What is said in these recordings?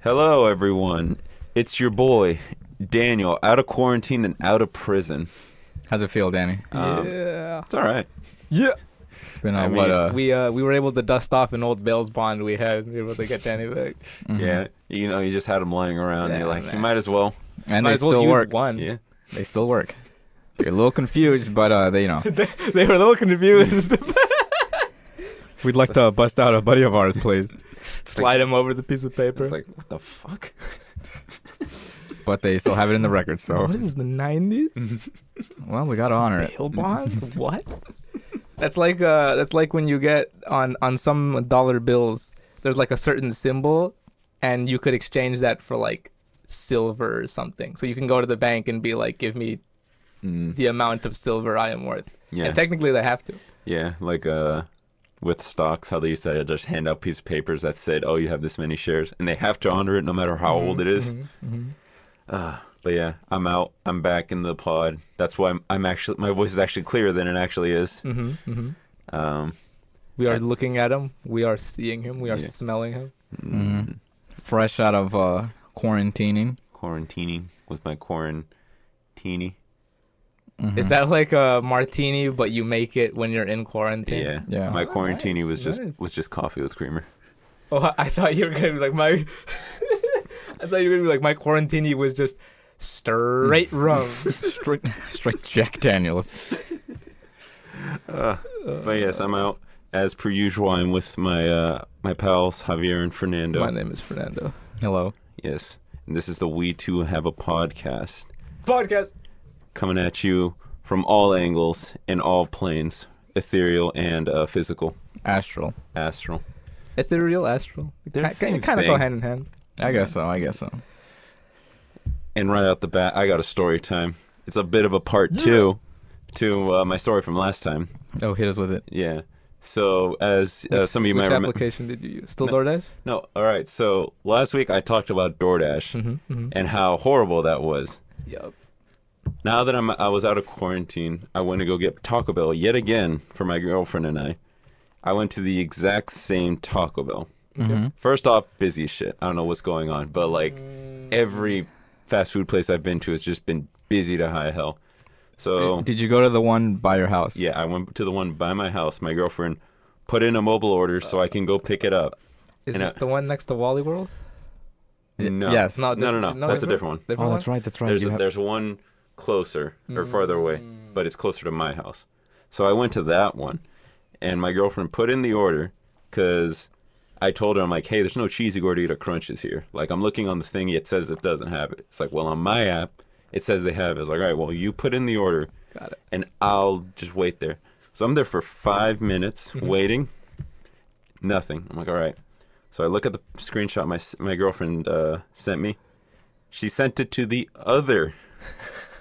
Hello, everyone. It's your boy, Daniel, out of quarantine and out of prison. How's it feel, Danny? Um, yeah. It's all right. Yeah. It's been uh, I what mean, uh, We uh we were able to dust off an old Bill's bond we had. We were able to get Danny back. mhm. Yeah. You know, you just had him lying around. and you're Mm-hmm. Yeah, like, you man. might as well. and Might they as well still use work. One. Yeah. They still work. They're a little confused, but uh, they you know They were a little confused. we'd like to bust out a buddy of ours, please. Slide him over the piece of paper. It's like, what the fuck? but they still have it in the record, oh. so What is this, the nineties? Mm-hmm. well, we gotta honor it. Bill bonds? what? That's like uh that's like when you get on on some dollar bills. There's like a certain symbol, and you could exchange that for like silver or something. So you can go to the bank and be like, "Give me Mm, the amount of silver I am worth." yeah. And technically, they have to. yeah. Like uh, with stocks, how they used to just hand out piece of papers that said, oh, you have this many shares. And they have to honor it no matter how old it Mm-hmm. is. Uh, but yeah, I'm out. I'm back in the pod. That's why I'm, I'm actually, my voice is actually clearer than it actually is. hmm hmm Um, We are looking at him. We are seeing him. We are Yeah. smelling him. Mm-hmm. Mm-hmm. Mhm. mm, Fresh out of uh, quarantining. quarantining with my quarantini. Mhm. Is that like a martini, but you make it when you're in quarantine? Yeah. Yeah. My Oh, quarantini nice, was just nice. was just coffee with creamer. Oh, I- I thought you were gonna be like my. I thought you were gonna be like my quarantini was just straight rum. straight straight Jack Daniels? Uh, but yes, I'm out as per usual. I'm with my uh, my pals Javier and Fernando. My name is Fernando. Hello. Yes, and this is the We Two Have a Podcast Podcast. coming at you from all angles and all planes, ethereal and uh, physical, Astral. astral. Ethereal, astral. They're the same kind of go thing. hand in hand. I guess so. I guess so. And right out the bat, I got a story time. It's a bit of a part two to uh, my story from last time. Oh, hit us with it. Yeah. So as uh, Which- some of you which might remember. application did you use? Still No. DoorDash? No, all right. So last week I talked about DoorDash Mm-hmm. mm-hmm. and how horrible that was. Yep. Now that I'm I was out of quarantine, I went to go get Taco Bell yet again for my girlfriend and I. I went to the exact same Taco Bell. Mhm. First off, busy as shit. I don't know what's going on, but Mm-hmm. like Mm, eh, every fast food place I've been to has just been busy to high hell. So Did you go to the one by your house? yeah, I went to the one by my house. My girlfriend put in a mobile order so I can go pick it up. Is and it I- the one next to Wally World? No. yes. No, No, no, no. different- no, That's a different one. Different Oh, one? that's right. That's right. There's You a, have- there's one closer or farther away, but it's closer to my house. So I went to that one, and my girlfriend put in the order because I told her I'm like, hey, there's no cheesy gordita crunches here. Like I'm looking on the thing, it says it doesn't have it. It's like, well, on my app, it says they have it. It's like, all right, well, you put in the order, Got it. and I'll just wait there. So I'm there for five minutes Mm-hmm. waiting. Nothing. I'm like, all right. So I look at the screenshot my s- my girlfriend uh, sent me. She sent it to the other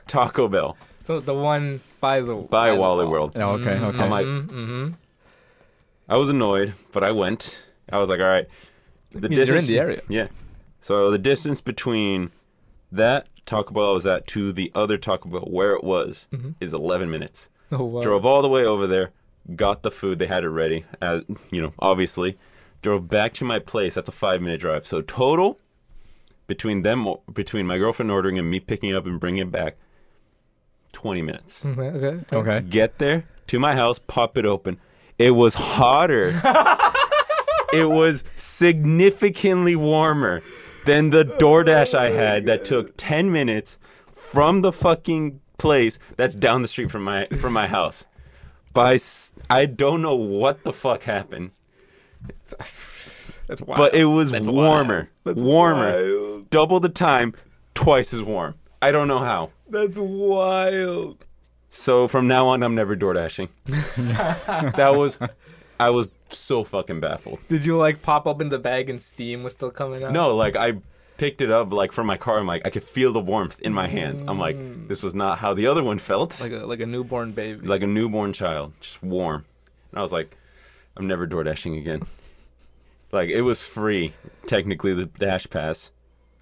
Taco Bell So the one by the by Wally World. Oh, okay. Okay. I'm like, Mm-hmm. I was annoyed, but I went. I was like, all right. The means you're in the area. Yeah. So the distance between that Taco Bell I was at to the other Taco Bell where it was Mhm. is 11 minutes. Oh, wow. Drove all the way over there, got the food. They had it ready, as, you know, obviously. Drove back to my place. That's a five minute drive. So total between them, between my girlfriend ordering and me picking up and bringing it back, 20 minutes. Okay, okay. Oh. okay. Get there to my house, pop it open. It was hotter. S- it was significantly warmer than the DoorDash I had that took 10 minutes from the fucking place that's down the street from my from my house. By s- I don't know what the fuck happened, That's wild. but it was That's wild. warmer. That's Warmer. wild. Double the time, twice as warm. I don't know how. That's wild. So from now on, I'm never door dashing. that was, I was so fucking baffled. Did you like pop up in the bag and steam was still coming out? No, like I picked it up like from my car. I'm like, I could feel the warmth in my hands. I'm like, this was not how the other one felt. Like Like a like a newborn baby. a, newborn child, just warm. And I was like, I'm never door dashing again. Like it was free, technically the dash pass,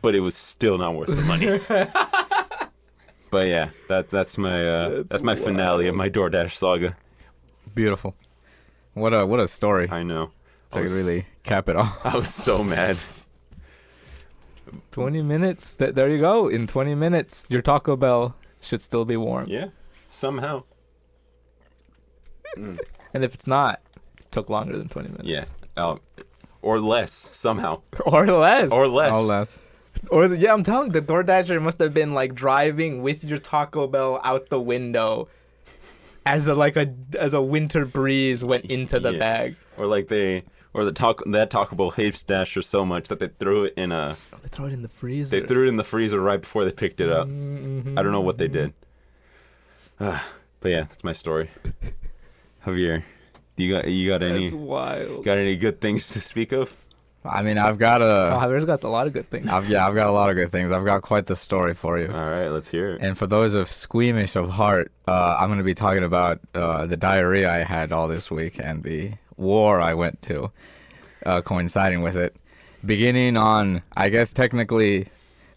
but it was still not worth the money. but yeah, that's that's my uh, that's, That's my finale of my DoorDash saga. Beautiful. What a what a story. I know. I So I was could really cap it off. I was so mad. Twenty minutes. Th- there you go. In twenty minutes, your Taco Bell should still be warm. Yeah, somehow. Mm, And if it's not, it took longer than twenty minutes. yeah, um, or less somehow, Or less. or less. All less. Or the, yeah, I'm telling the DoorDasher must have been like driving with your Taco Bell out the window, as a like a as a winter breeze went into the Yeah. bag. Or like they, or the taco that Taco Bell hates Dasher so much that they threw it in a, They throw it in the freezer. Mm-hmm. they threw it in the freezer right before they picked it up. I don't know what they did. Ah, but yeah, that's my story. Javier, you got you got any That's wild. got any good things to speak of? I mean, I've got oh, a, Javier's got a lot of good things. I've, yeah, I've got a lot of good things. I've got quite the story for you. All right, let's hear it. And for those of squeamish of heart, uh, I'm going to be talking about uh, the diarrhea I had all this week and the war I went to, uh, coinciding with it. Beginning on, I guess technically,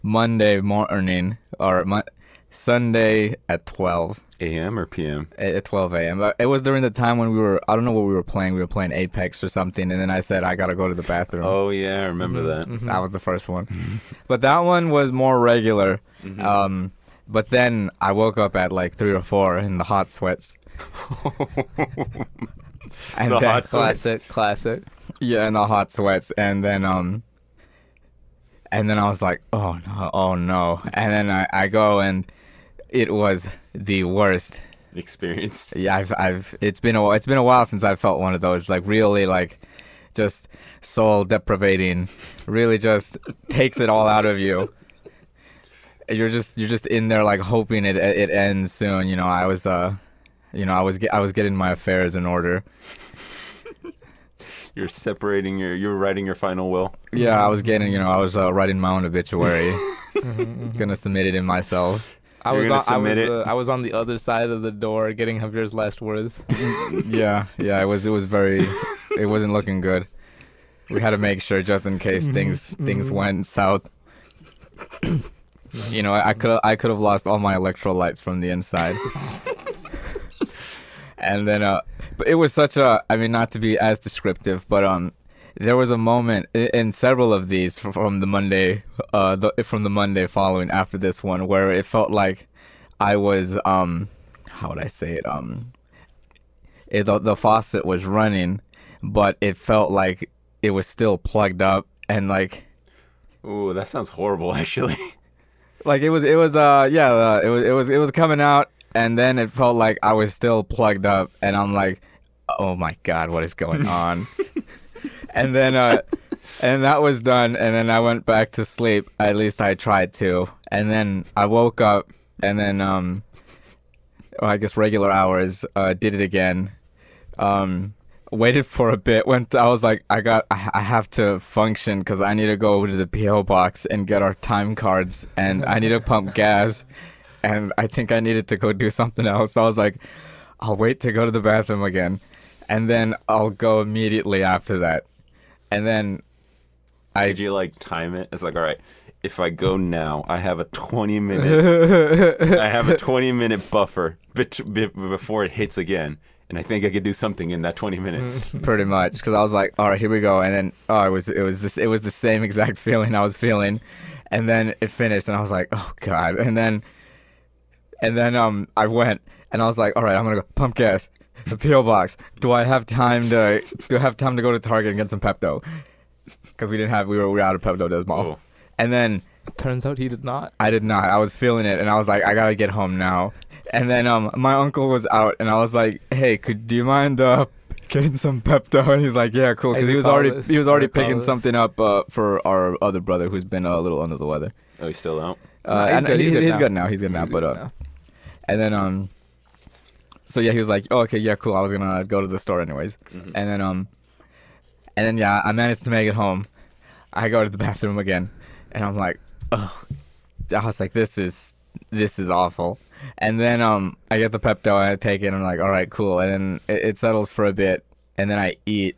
Monday morning or mon- Sunday at 12 A.M. or P.M. at at 12 a.m. Uh, It was during the time when we were, I don't know what we were playing. We were playing Apex or something, and then I said I gotta go to the bathroom. Oh yeah, I remember Mm-hmm. that. That was the first one. but that one was more regular. Mm-hmm. Um, but then I woke up at like three or four in the hot sweats. and The then- hot sweats. classic, classic. Yeah, in the hot sweats. And then um and then I was like, oh no, oh no. And then I, I go and it was the worst Experience. yeah, I've, I've, it's been a, wh- it's been a while since I felt one of those. Like really, like, just soul deprivating. Really, just takes it all out of you. You're just, you're just in there like hoping it, it ends soon. You know, I was, uh, you know, I was, ge- I was getting my affairs in order. You're separating your. You're writing your final will. Yeah, I was getting, you know, I was uh, writing my own obituary. Gonna submit it in myself. Mm-hmm, I You're was, on, gonna I was, submit it? uh, I was on the other side of the door getting Javier's last words. yeah, yeah, it was it was very it wasn't looking good. We had to make sure just in case things things went south. you know, I could I could have lost all my electrolytes from the inside. and then uh but it was such a I mean not to be as descriptive, but um there was a moment i- in several of these fr- from the Monday uh the, from the Monday following after this one where it felt like I was um how would I say it um it, the, the faucet was running, but it felt like it was still plugged up and like Ooh, that sounds horrible. Actually, like it was it was uh yeah uh, it was it was it was coming out and then it felt like I was still plugged up and I'm like oh my god what is going on and then uh and that was done and then I went back to sleep at least I tried to and then I woke up and then um or I guess regular hours uh did it again um waited for a bit went i was like i got i I have to function because i need to go to the po box and get our time cards and i need to pump gas and i think i needed to go do something else so i was like i'll wait to go to the bathroom again and then i'll go immediately after that and then i did you like time it? It's like all right. If I go now, I have a 20 minute. I have a 20 minute buffer bet- be- before it hits again, and I think I could do something in that 20 minutes. pretty much because I was like, all right, here we go, and then oh, it was it was this it was the same exact feeling I was feeling, and then it finished, and I was like, oh god, and then and then um I went and I was like, all right, I'm gonna go pump gas, the PO box. Do I have time to do I have time to go to Target and get some Pepto? Because we didn't have we were we were out of Pepto Desmol, Oh. and then Turns out he did not. I did not. I was feeling it, and I was like, I gotta get home now. And then um, my uncle was out, and I was like, Hey, could do you mind uh getting some Pepto? And he's like, Yeah, cool, I because he was already recall this. he was I already recall picking this. something up uh, for our other brother who's been uh, a little under the weather. Oh, he's still out. Uh, No, he's and- good, and he's good now. now. He's good now. But uh, and then um, so yeah, he was like, oh, okay, yeah, cool. I was gonna go to the store anyways, Mm-hmm. and then um, and then yeah, I managed to make it home. I go to the bathroom again, and I'm like, oh, I was like, this is this is awful. And then um, I get the Pepto and I take it. And I'm like, all right, cool. And then it, it settles for a bit, and then I eat,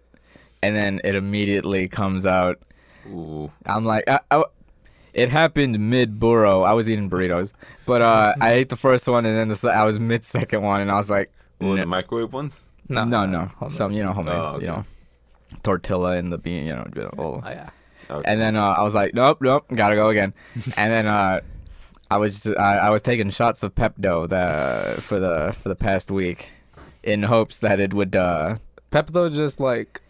and then it immediately comes out. Ooh. I'm like, I, I- it happened mid burro. I was eating burritos, but uh, I ate the first one, and then the, se- I was mid second one, and I was like, Ooh, no, the microwave ones. no, no, Homemade. some you know homemade, Oh, okay. you know, tortilla and the bean, you know, you know, all- Oh, yeah. Okay. And then uh, I was like, nope, nope, gotta go again. and then uh, I was just, I, I was taking shots of Pepto the, for the for the past week, in hopes that it would. Uh, Pepto just like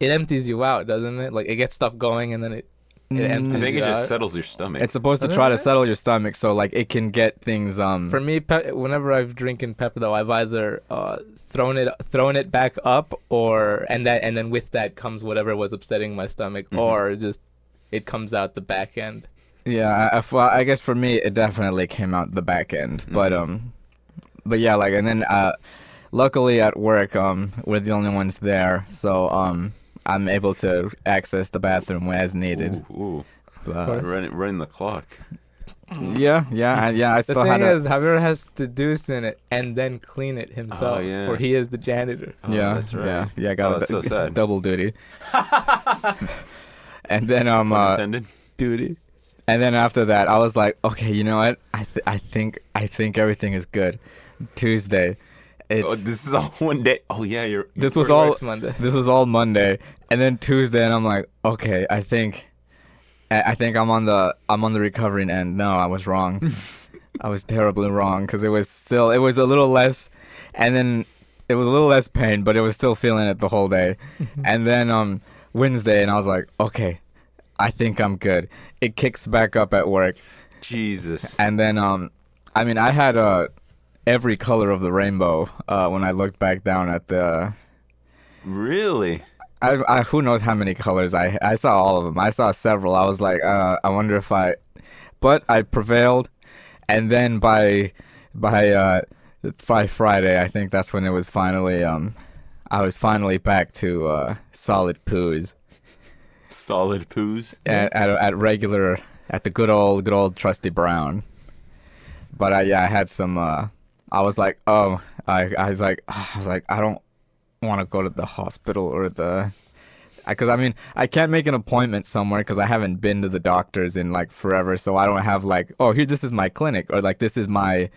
it empties you out, doesn't it? Like it gets stuff going and then it it Mm. empties I think you it just out. settles your stomach. it's supposed to Is that try to right? settle your stomach so like it can get things. Um, Mm-hmm. For me, pe- whenever I've drinking Pepto, I've either uh, thrown it thrown it back up, or and that and then with that comes whatever was upsetting my stomach, Mm-hmm. or just it comes out the back end. Yeah, I- I, well, I guess for me, it definitely came out the back end, Mm-hmm. but um, but yeah, like, and then uh, luckily at work, um, we're the only ones there, so um, I'm able to access the bathroom as needed. Ooh, But, ooh. Running, running the clock. yeah, yeah, I, yeah. I The still thing had a, is, Javier has to deuce in it and then clean it himself, Oh, yeah. for he is the janitor. Oh, yeah, that's right. yeah, yeah. I got Oh, a that's so sad. double duty. and then um, Pun uh, intended. Duty. And then after that, I was like, okay, you know what? I th- I think I think everything is good. Tuesday, it's Oh, this is all one day. Oh yeah, you're. this was Or all works Monday. this was all Monday, and then Tuesday, and I'm like, okay, I think, I I think I'm on the I'm on the recovering end. No, I was wrong. I was terribly wrong because it was still it was a little less, and then it was a little less pain, but it was still feeling it the whole day, and then um Wednesday, and I was like, okay, I think I'm good. It kicks back up at work, Jesus. and then um I mean I had uh every color of the rainbow uh when I looked back down at the Really? I, I who knows how many colors I I saw all of them. I saw several. I was like, uh, I wonder if I, but I prevailed, and then by by uh, by Friday, I think that's when it was finally um, I was finally back to uh, solid poos Solid poos. at, at at regular at the good old good old trusty brown. But I yeah I had some uh, I was like oh I I was like I was like I don't want to go to the hospital or the because I mean I can't make an appointment somewhere because I haven't been to the doctors in like forever, so I don't have like oh here this is my clinic or like this is my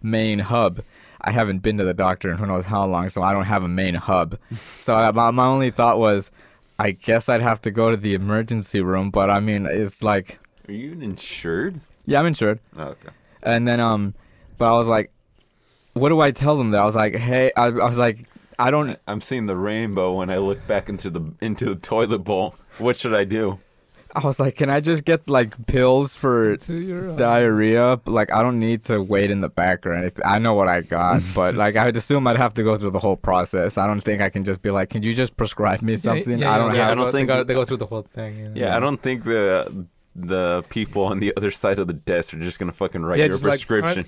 main hub. I haven't been to the doctor in who knows how long, so I don't have a main hub. so I, my my only thought was, I guess I'd have to go to the emergency room, but I mean it's like Are you insured? yeah I'm insured. Oh, okay. And then um, but I was like, what do I tell them? That I was like hey I, I was like I don't I'm seeing the rainbow when I look back into the into the toilet bowl. What should I do? I was like can I just get like pills for To your, uh, diarrhea. but, Like I don't need to wait in the back or anything. I know what I got, but like I'd assume I'd have to go through the whole process. I don't think I can just be like, "Can you just prescribe me something?" I don't they yeah, I have. don't go- think- they go, they go through the whole thing. you know? Yeah, I don't think the the people on the other side of the desk are just gonna fucking write Yeah, your just like, "All right." prescription.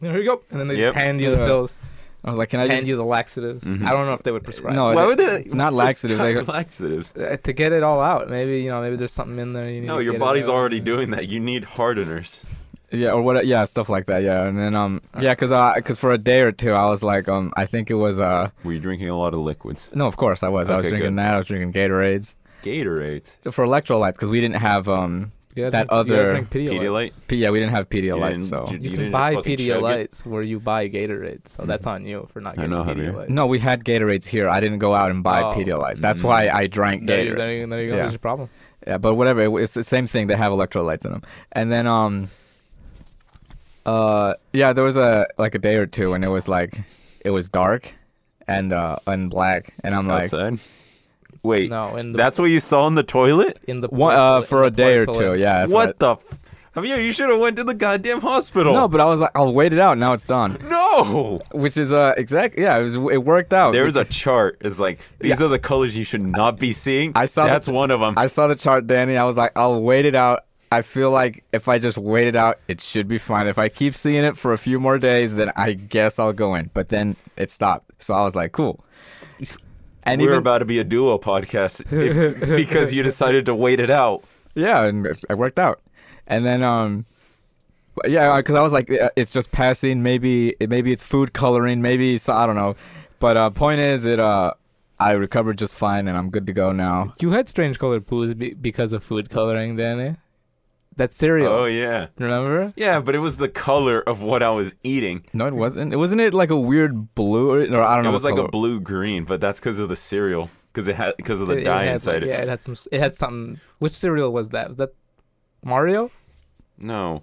Here you go, and then they Yep. just hand you the Yeah. pills, I was like, "Can I hand just?" Mm-hmm. you the laxatives. Mhm. I don't know if they would prescribe. No, Why it- would they? not laxatives. Not Like, laxatives. Uh, to get it all out. Maybe you know, maybe there's something in there. You need No, to your get it body's out. already doing that. You need hardeners. yeah, or what? Yeah, stuff like that. Yeah, and then um, Uh. yeah, cause I, cause for a day or two, I was like, um, I think it was uh, Were you drinking a lot of liquids? no, of course I was. I was Okay, drinking good. that. I was drinking Gatorades Gatorade. for electrolytes because we didn't have um, You gotta That drink- you gotta other drink Pedialyte. P- yeah, we didn't have Pedialyte, didn't- so. you- You, didn't can buy fucking Hmm. chug it? Pedialyte where you buy Gatorade, so that's on you for not I getting know, Javier. Pedialyte. No, we had Gatorades here. I didn't go out and buy Oh. Pedialytes. That's Mm. why I drank there, Gatorades. you- there, you- there you go. Yeah. There's your problem. Yeah, but whatever. it- It's the same thing. They have electrolytes in them. And then, um, uh, yeah, there was a like a day or two, and it was like it was dark and uh and black, and I'm like, Outside. Wait, No, in the that's what you saw in the toilet? in the one, uh, porcelain- for in a the day or two. porcelain. Yeah. That's what the? F- Javier, you should have went to the goddamn hospital. no, but I was like, I'll wait it out. Now it's done, no. which is uh exactly yeah. It was it worked out. There's a Oh, because chart. It's like these are the colors you should not be seeing. I saw that's the- one of them. I saw the chart, Danny. I was like, I'll wait it out. I feel like if I just wait it out, it should be fine. If I keep seeing it for a few more days, then I guess I'll go in. But then it stopped. So I was like, cool. And we were even about to be a duo podcast if- because you decided to wait it out. yeah, and it it worked out. And then um, but yeah, because I was like, uh, it's just passing. Maybe it, maybe it's food coloring. Maybe so I don't know. But uh, point is, it uh, I recovered just fine, and I'm good to go now. You had strange colored poos be- because of food coloring, Danny. That cereal, Oh yeah, remember? yeah, but it was the color of what I was eating. No, it wasn't. It wasn't it like a weird blue, or, or I don't It know. was what like color. a blue green, but that's because of the cereal. because it had because of the It- it dye had, inside like- it. Yeah, it had some. It had something. Which cereal was that? Was that Mario? No,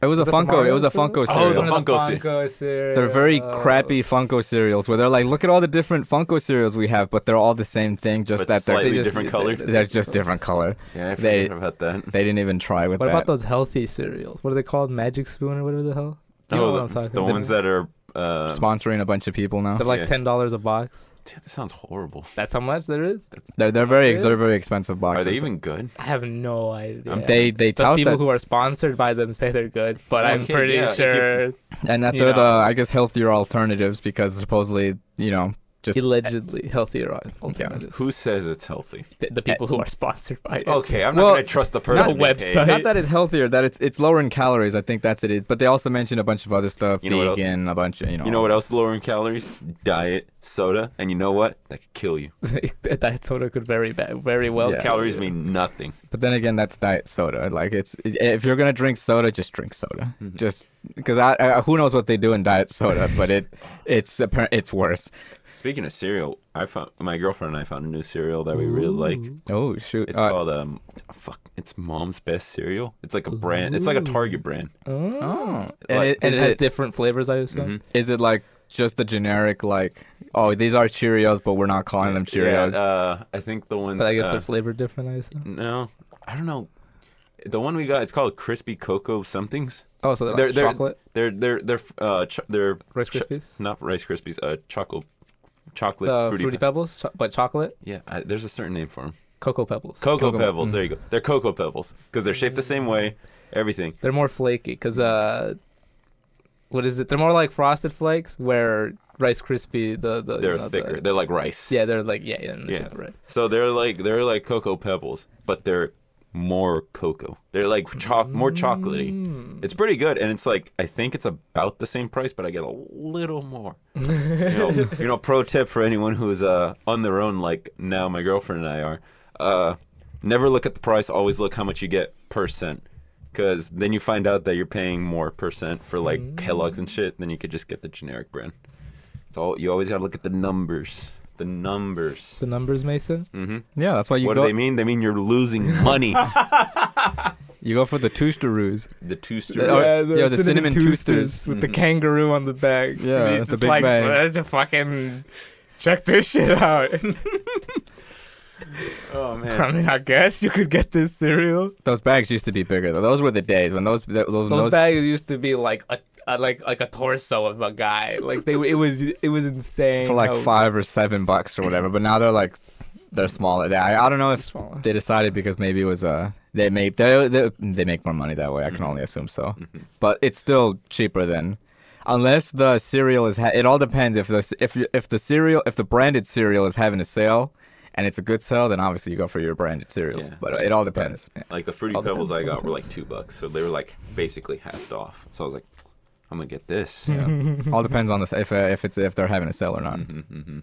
It was a Was that the Funko. It was a Mario Funko cereal? Oh, cereal. the Oh. One of Funko ce- Funko Oh. cereal. They're very crappy Funko cereals where they're like, look at all the different Funko cereals we have, but they're all the same thing, just but that they're slightly just- different they- color. they- they're just different color. Yeah, I forgot they- about that. They didn't even try with What that. about those healthy cereals? What are they called? Magic Spoon or whatever the hell. You know oh, what the, I'm talking the about. ones that are. Uh, sponsoring a bunch of people now? They're like yeah. ten dollars a box. dude, that sounds horrible. That's how much there is. They're they're very Really? they're very expensive Are boxes. they even good? I have no idea. Um, They they the tout people that, who are sponsored by them say they're good, but I'm Okay, pretty yeah, if you- sure and that you they're the know. I guess healthier alternatives because supposedly you know just allegedly healthier alternatives. Who says it's healthy? The, the people who are sponsored by it. Uh, Okay, I'm not Well, gonna trust the person. not they website. paid. not that it's healthier that it's it's lower in calories. I think that's it is. But they also mentioned a bunch of other stuff, You know what else- vegan, a bunch of you know. You know what else is lower in calories? Diet, soda, and you know what? That could kill you. that diet soda could very bad, very well. Yeah. Calories mean nothing. But then again, that's diet soda. Like it's if you're gonna drink soda, just drink soda. Mm-hmm. Just because I, I who knows what they do in diet soda, but it it's apparent it's worse. Speaking of cereal, I found my girlfriend and I found a new cereal that we really like. Oh shoot! It's Uh, called um, fuck. It's Mom's Best cereal. It's like a brand. It's like a Target brand. oh, and, Like- it, And and it has it, different flavors, I assume. Mhm. is it like just the generic like oh these are Cheerios, but we're not calling them Cheerios. Yeah, uh, I think the ones. But I guess uh, they're flavored different, I assume. no, I don't know. The one we got, it's called Crispy Cocoa Somethings. Oh, so they're, They're like they're chocolate, they're they're they're uh ch- they're Rice ch- Krispies, not Rice Krispies. Uh, chocolate, chocolate uh, fruity. Fruity, Pe- Pebbles, cho- but chocolate, yeah, I, there's a certain name for them. Cocoa Pebbles. Cocoa, Cocoa- Pebbles. There you go. They're Cocoa Pebbles because they're shaped the same way. Everything. They're more flaky because uh, what is it? They're more like Frosted Flakes, where Rice Krispie the the you They're know, the- thicker. They're like rice. yeah, they're like yeah, yeah, Yeah. yeah. right. So they're like they're like cocoa pebbles, but they're more cocoa. They're like cho- more chocolatey. Mm. It's pretty good, and it's like I think it's about the same price, but I get a little more. you, know, you know, pro tip for anyone who's uh, on their own, like now my girlfriend and I are. Uh, never look at the price. Always look how much you get per cent, because then you find out that you're paying more percent for like Mm. Kellogg's and shit. Then you could just get the generic brand. It's all you always gotta look at the numbers. The numbers. The numbers, Mason. Mm-hmm. yeah, that's why you What go do they mean? They mean you're losing money. you go for the Toosteroos. the two Oh, steroids. yeah, the cinnamon toasters. with Mm-hmm. the kangaroo on the back. Yeah, And he's it's a just big like, bang. Let's just fucking check this shit out. Oh man. I mean, I guess you could get this cereal. Those bags used to be bigger though. Those were the days when those th- those, Those those bags used to be like a, a like like a torso of a guy. Like they it was it was insane for like how five or seven bucks or whatever. But now they're like they're smaller. They- I, I don't know if smaller. they decided because maybe it was uh they make they they, they make more money that way. I can Mm-hmm. only assume so, but it's still cheaper than unless the cereal is ha- it all depends if the c- if you- if the cereal if the branded cereal is having a sale and it's a good sale then obviously you go for your branded cereals. Yeah. But it all depends. Like the fruity All pebbles depends, I all got were depends. like two bucks, so they were like basically halved off. So I was like, I'm gonna get this. Mm-hmm. all depends on this if uh, if it's if they're having a sale or not. Mm-hmm.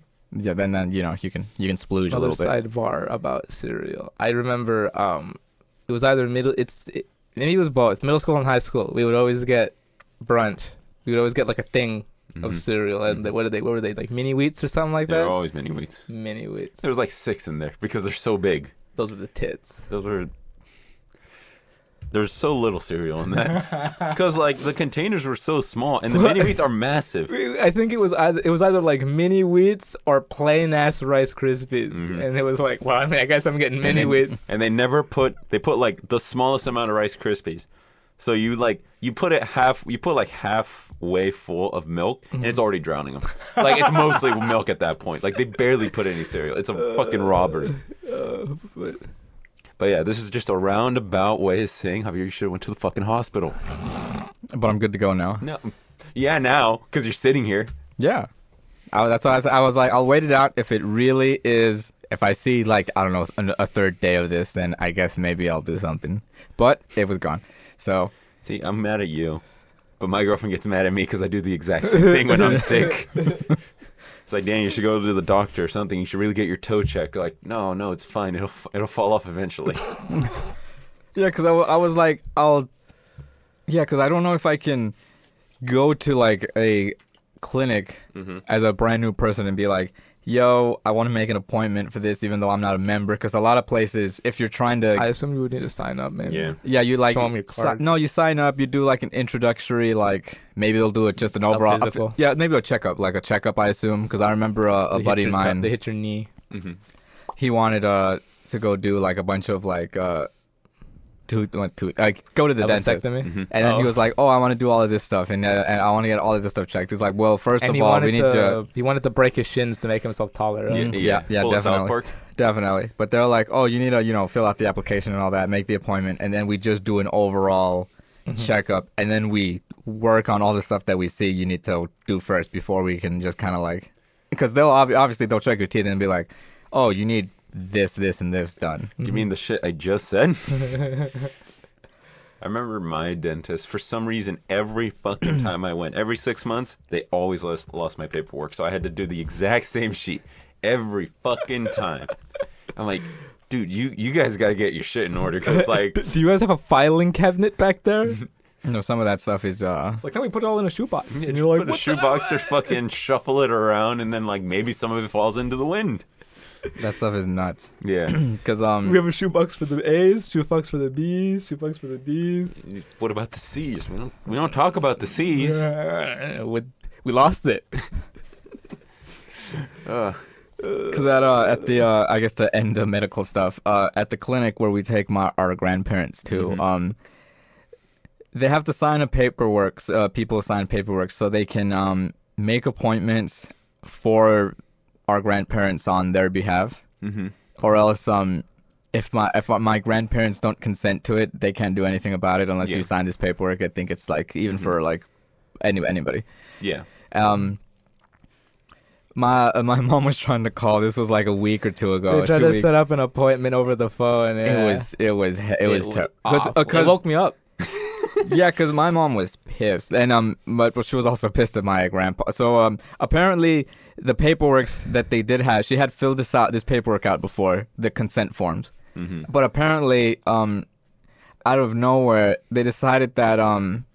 Yeah, then then you know you can you can splooge a Another little bit. sidebar about cereal. I remember um, it was either middle. It's it, maybe it was both middle school and high school. We would always get brunch. We would always get like a thing Mm-hmm. of cereal, and what are they? What were they like? Mini wheats or something like There that. were always mini wheats. mini wheats. There was like six in there because they're so big. Those were the tits. Those were. There's so little cereal in that because like the containers were so small and the mini wheats are massive. I think it was either it was either like mini wheats or plain ass Rice Krispies, Mm-hmm. Mhm. and it was like, well, I mean, I guess I'm getting mini then- wheats. and they never put they put like the smallest amount of rice krispies so you like you put it half you put like halfway full of milk and it's already drowning them like it's mostly milk at that point like they barely put any cereal it's a fucking robbery but yeah this is just a roundabout way of saying javier you should have went to the fucking hospital But I'm good to go now. no yeah now because you're sitting here Yeah. I, that's why I was, I was like, I'll wait it out. If it really is, if I see like I don't know an- a third day of this, then I guess maybe I'll do something. But it was gone. So see i'm mad at you but my girlfriend gets mad at me because i do the exact same thing when i'm sick It's like, Dan, you should go to the doctor or something. You should really get your toe checked. Like, no, no, it's fine. It'll it'll fall off eventually. yeah, because I, wa- I was like, I'll yeah, because I don't know if I can go to like a clinic as a brand new person and be like, yo, I want to make an appointment for this, even though I'm not a member. Because a lot of places, if you're trying to, I assume you would need to sign up, maybe. Yeah. yeah, you like, Show 'em your si- card. no, you sign up, you do like an introductory, like maybe they'll do it just an overall, a- physical. yeah, maybe a checkup, like a checkup, I assume. Because I remember uh, They a hit buddy of your tu- mine, they hit your knee. Mm-hmm. he wanted uh to go do like a bunch of like uh, tooth, what tooth, like go to the A dentist. vasectomy. And then he Oh. was like, "Oh, I want to do all of this stuff, and uh, and I want to get all of this stuff checked." He's like, "Well, first And he of all, wanted we need to, to, he wanted to break his shins to make himself taller. Yeah, right? Mm, yeah, yeah, Full of South definitely. Park. definitely." But they're like, "Oh, you need to, you know, fill out the application and all that, make the appointment, and then we just do an overall checkup, and then we work on all the stuff that we see you need to do first before we can just kind of like, because they'll ob- obviously they'll check your teeth and be like, "Oh, you need this, this, and this done." You Mm-hmm. mean the shit I just said? I remember my dentist, for some reason, every fucking time I went, every six months, they always lost, lost my paperwork. So I had to do the exact same sheet every fucking time. I'm like, dude, you, you guys got to get your shit in order. Because, like, do you guys have a filing cabinet back there? it's You know, some of that stuff is uh, like, can we put it all in a shoebox? And you you're like, put a what? shoebox or fucking shuffle it around, and then, like, maybe some of it falls into the wind. that stuff is nuts, Yeah. because We um, have a shoebox for the A's, shoebox for the B's, shoebox for the D's. what about the C's? We don't, we don't talk about the C's. With we lost it. Ugh. Because at uh, at the uh, I guess to end the medical stuff uh, at the clinic where we take my our grandparents to Mm-hmm. um they have to sign a paperwork s- uh, people sign paperwork so they can um make appointments for our grandparents on their behalf Mm-hmm. or else um if my if my grandparents don't consent to it they can't do anything about it unless you Yeah. sign this paperwork I think it's like even Mm-hmm. for like any anybody yeah. um, my uh, my mom was trying to call. This was like a week or two ago. they tried two to week- set up an appointment over the phone. It yeah. was it was he- it, was was terrible. awful. it woke me up. yeah, because my mom was pissed, and um, but she was also pissed at my grandpa. So um, apparently the paperwork that they did have, she had filled this out, this paperwork out before the consent forms, Mm-hmm. but apparently um, out of nowhere they decided that um,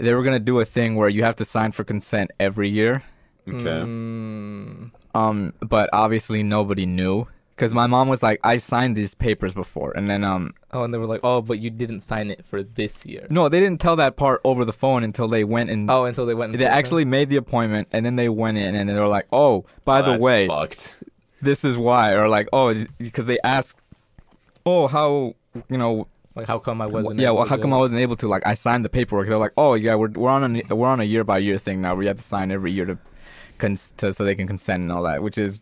they were gonna do a thing where you have to sign for consent every year. Okay. Mm. Um, but obviously nobody knew because my mom was like, I signed these papers before, and then um, Oh, and they were like, oh, but you didn't sign it for this year. no, they didn't tell that part over the phone until they went and Oh, until they went. and they filled it out. actually made the appointment, and then they went in and they were like, oh, by the That's way, fucked. this is why, or like, oh, because they asked, oh, how you know, like, how come I wh- wasn't? yeah, able well, to how do come I it? wasn't able to? Like, I signed the paperwork. They're like, oh, yeah, we're we're on a we're on a year by year thing now. We have to sign every year to, cons- to so they can consent and all that, which is.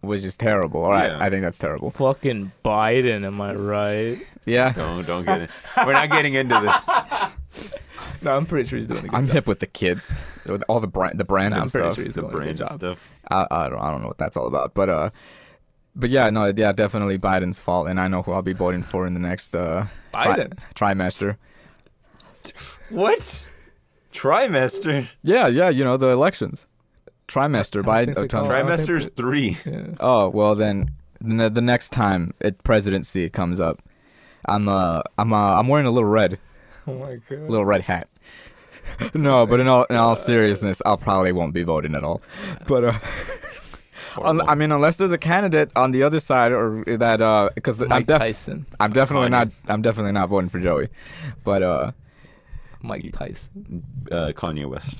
Which is terrible. All right, Yeah. I think that's terrible. Fucking Biden, am I right? Yeah, No, don't get it. We're not getting into this. No, I'm pretty sure he's doing a good I'm job. hip with the kids, with all the brand, the brand and Nah, I'm pretty stuff. sure he's The doing a good brand job. stuff. I, I don't, I don't know what that's all about, but uh, but yeah, no, yeah, definitely Biden's fault, and I know who I'll be voting for in the next uh tri- Biden? trimester. What? Trimester. Yeah, yeah, you know the elections, trimester Biden. I don't think Oh, they call trim- it- Trimesters three. oh well, then the, the next time it presidency comes up, I'm uh I'm uh, I'm wearing a little red Oh my god. little red hat. no, but in all in all seriousness, I probably won't be voting at all. But uh, un- I mean, unless there's a candidate on the other side or that uh, because I'm Mike def- Tyson. I'm definitely Kanye. not I'm definitely not voting for Joey. But uh, Mike Tyson. Uh, Kanye West.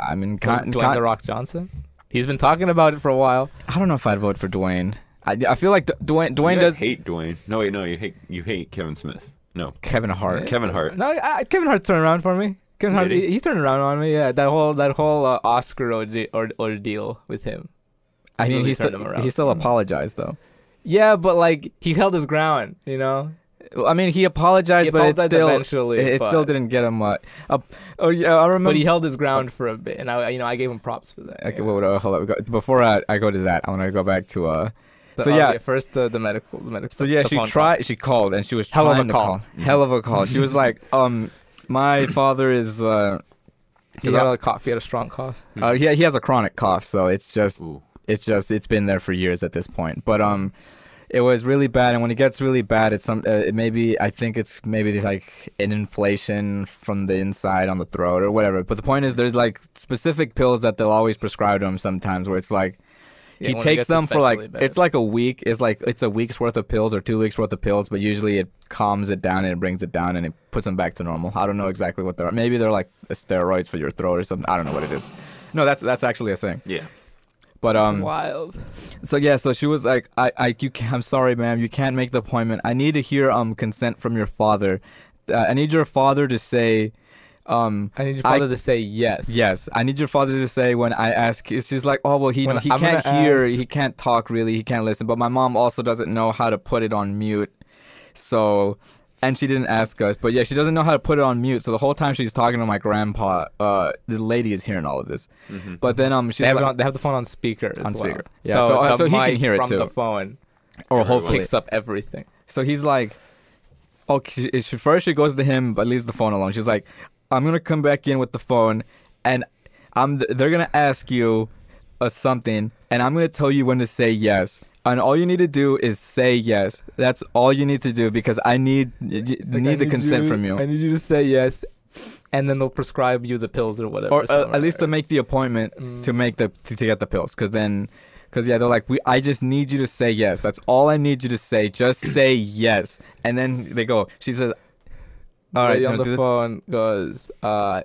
I mean, Dwayne- con- Dwayne con- the Rock Johnson. He's been talking about it for a while. I don't know if I'd vote for Dwayne. I, I feel like D- Dwayne Dwayne Dwayne you does does hate Dwayne. No, wait, no, you hate you hate Kevin Smith. No, Kevin Hart. Kevin Hart. No, I, I- Kevin Hart's turned around for me. Kevin Hart, Did he? he- he's turned around on me. Yeah, that whole that whole uh, Oscar orde- or- ordeal with him. I mean, really he turned him still around. Hmm. he still apologized though. Yeah, but like he held his ground, you know. I mean, he apologized, He but apologized it still eventually, it, it but- still didn't get him. Uh, up, oh yeah, I remember. But he held his ground for a bit, and I, you know, I gave him props for that. Okay, yeah. well, uh, hold up. Go- Before I, I go to that, I want to go back to uh. The- So oh, yeah, first the, the medical, the medical. so yeah, the she phone tried. She called and she was Hell of a trying to call. Hell of a call. She was like, um, my father is uh, Call. He had a cough. He had a strong cough. uh he he has a chronic cough, so it's just Ooh. it's just it's been there for years at this point. But um, it was really bad, and when it gets really bad, it's some uh, it maybe I think it's maybe there's like an inflation from the inside on the throat or whatever. But the point is, there's like specific pills that they'll always prescribe to him sometimes, where it's like Yeah, he when it takes gets them for like especially bad. it's like a week. It's like it's a week's worth of pills or two weeks worth of pills, but usually it calms it down and it brings it down and it puts them back to normal. I don't know exactly what they're. Maybe they're like steroids for your throat or something. I don't know what it is. No, that's that's actually a thing. Yeah. But um, wild. so yeah, so she was like, I, I, you can, I'm sorry, ma'am, you can't make the appointment. I need to hear um consent from your father. Uh, I need your father to say, um, I need your I- father to say yes. yes. I need your father to say when I ask. It's just like, oh well, he When he I'm gonna can't hear, ask- he can't talk really, he can't listen. But my mom also doesn't know how to put it on mute, so. And she didn't ask us, but yeah, she doesn't know how to put it on mute. So the whole time she's talking to my grandpa, uh, the lady is hearing all of this. But then um, she's Mm-hmm. They have, like, it on, they have the phone on speaker. as On well. speaker. Yeah, so- uh, the so he can mic hear it from too. the phone. or Everyone. oh, hopefully Picks up everything. So he's like, okay. she- She, first she goes to him, but leaves the phone alone. She's like, I'm gonna come back in with the phone, and I'm. th- They're gonna ask you uh, something, and I'm gonna tell you when to say yes. And all you need to do is say yes. That's all you need to do because I need y- y- Like, I need the consent from you, I need you to say yes, and then they'll prescribe you the pills or whatever. or uh, somewhere. at least to make the appointment Mm. to make the to, to get the pills. Because then, because yeah, they're like, we. I just need you to say yes. That's all I need you to say. Just say yes, and then they go. She says. All right, Lady you on know, the do the- phone goes, uh,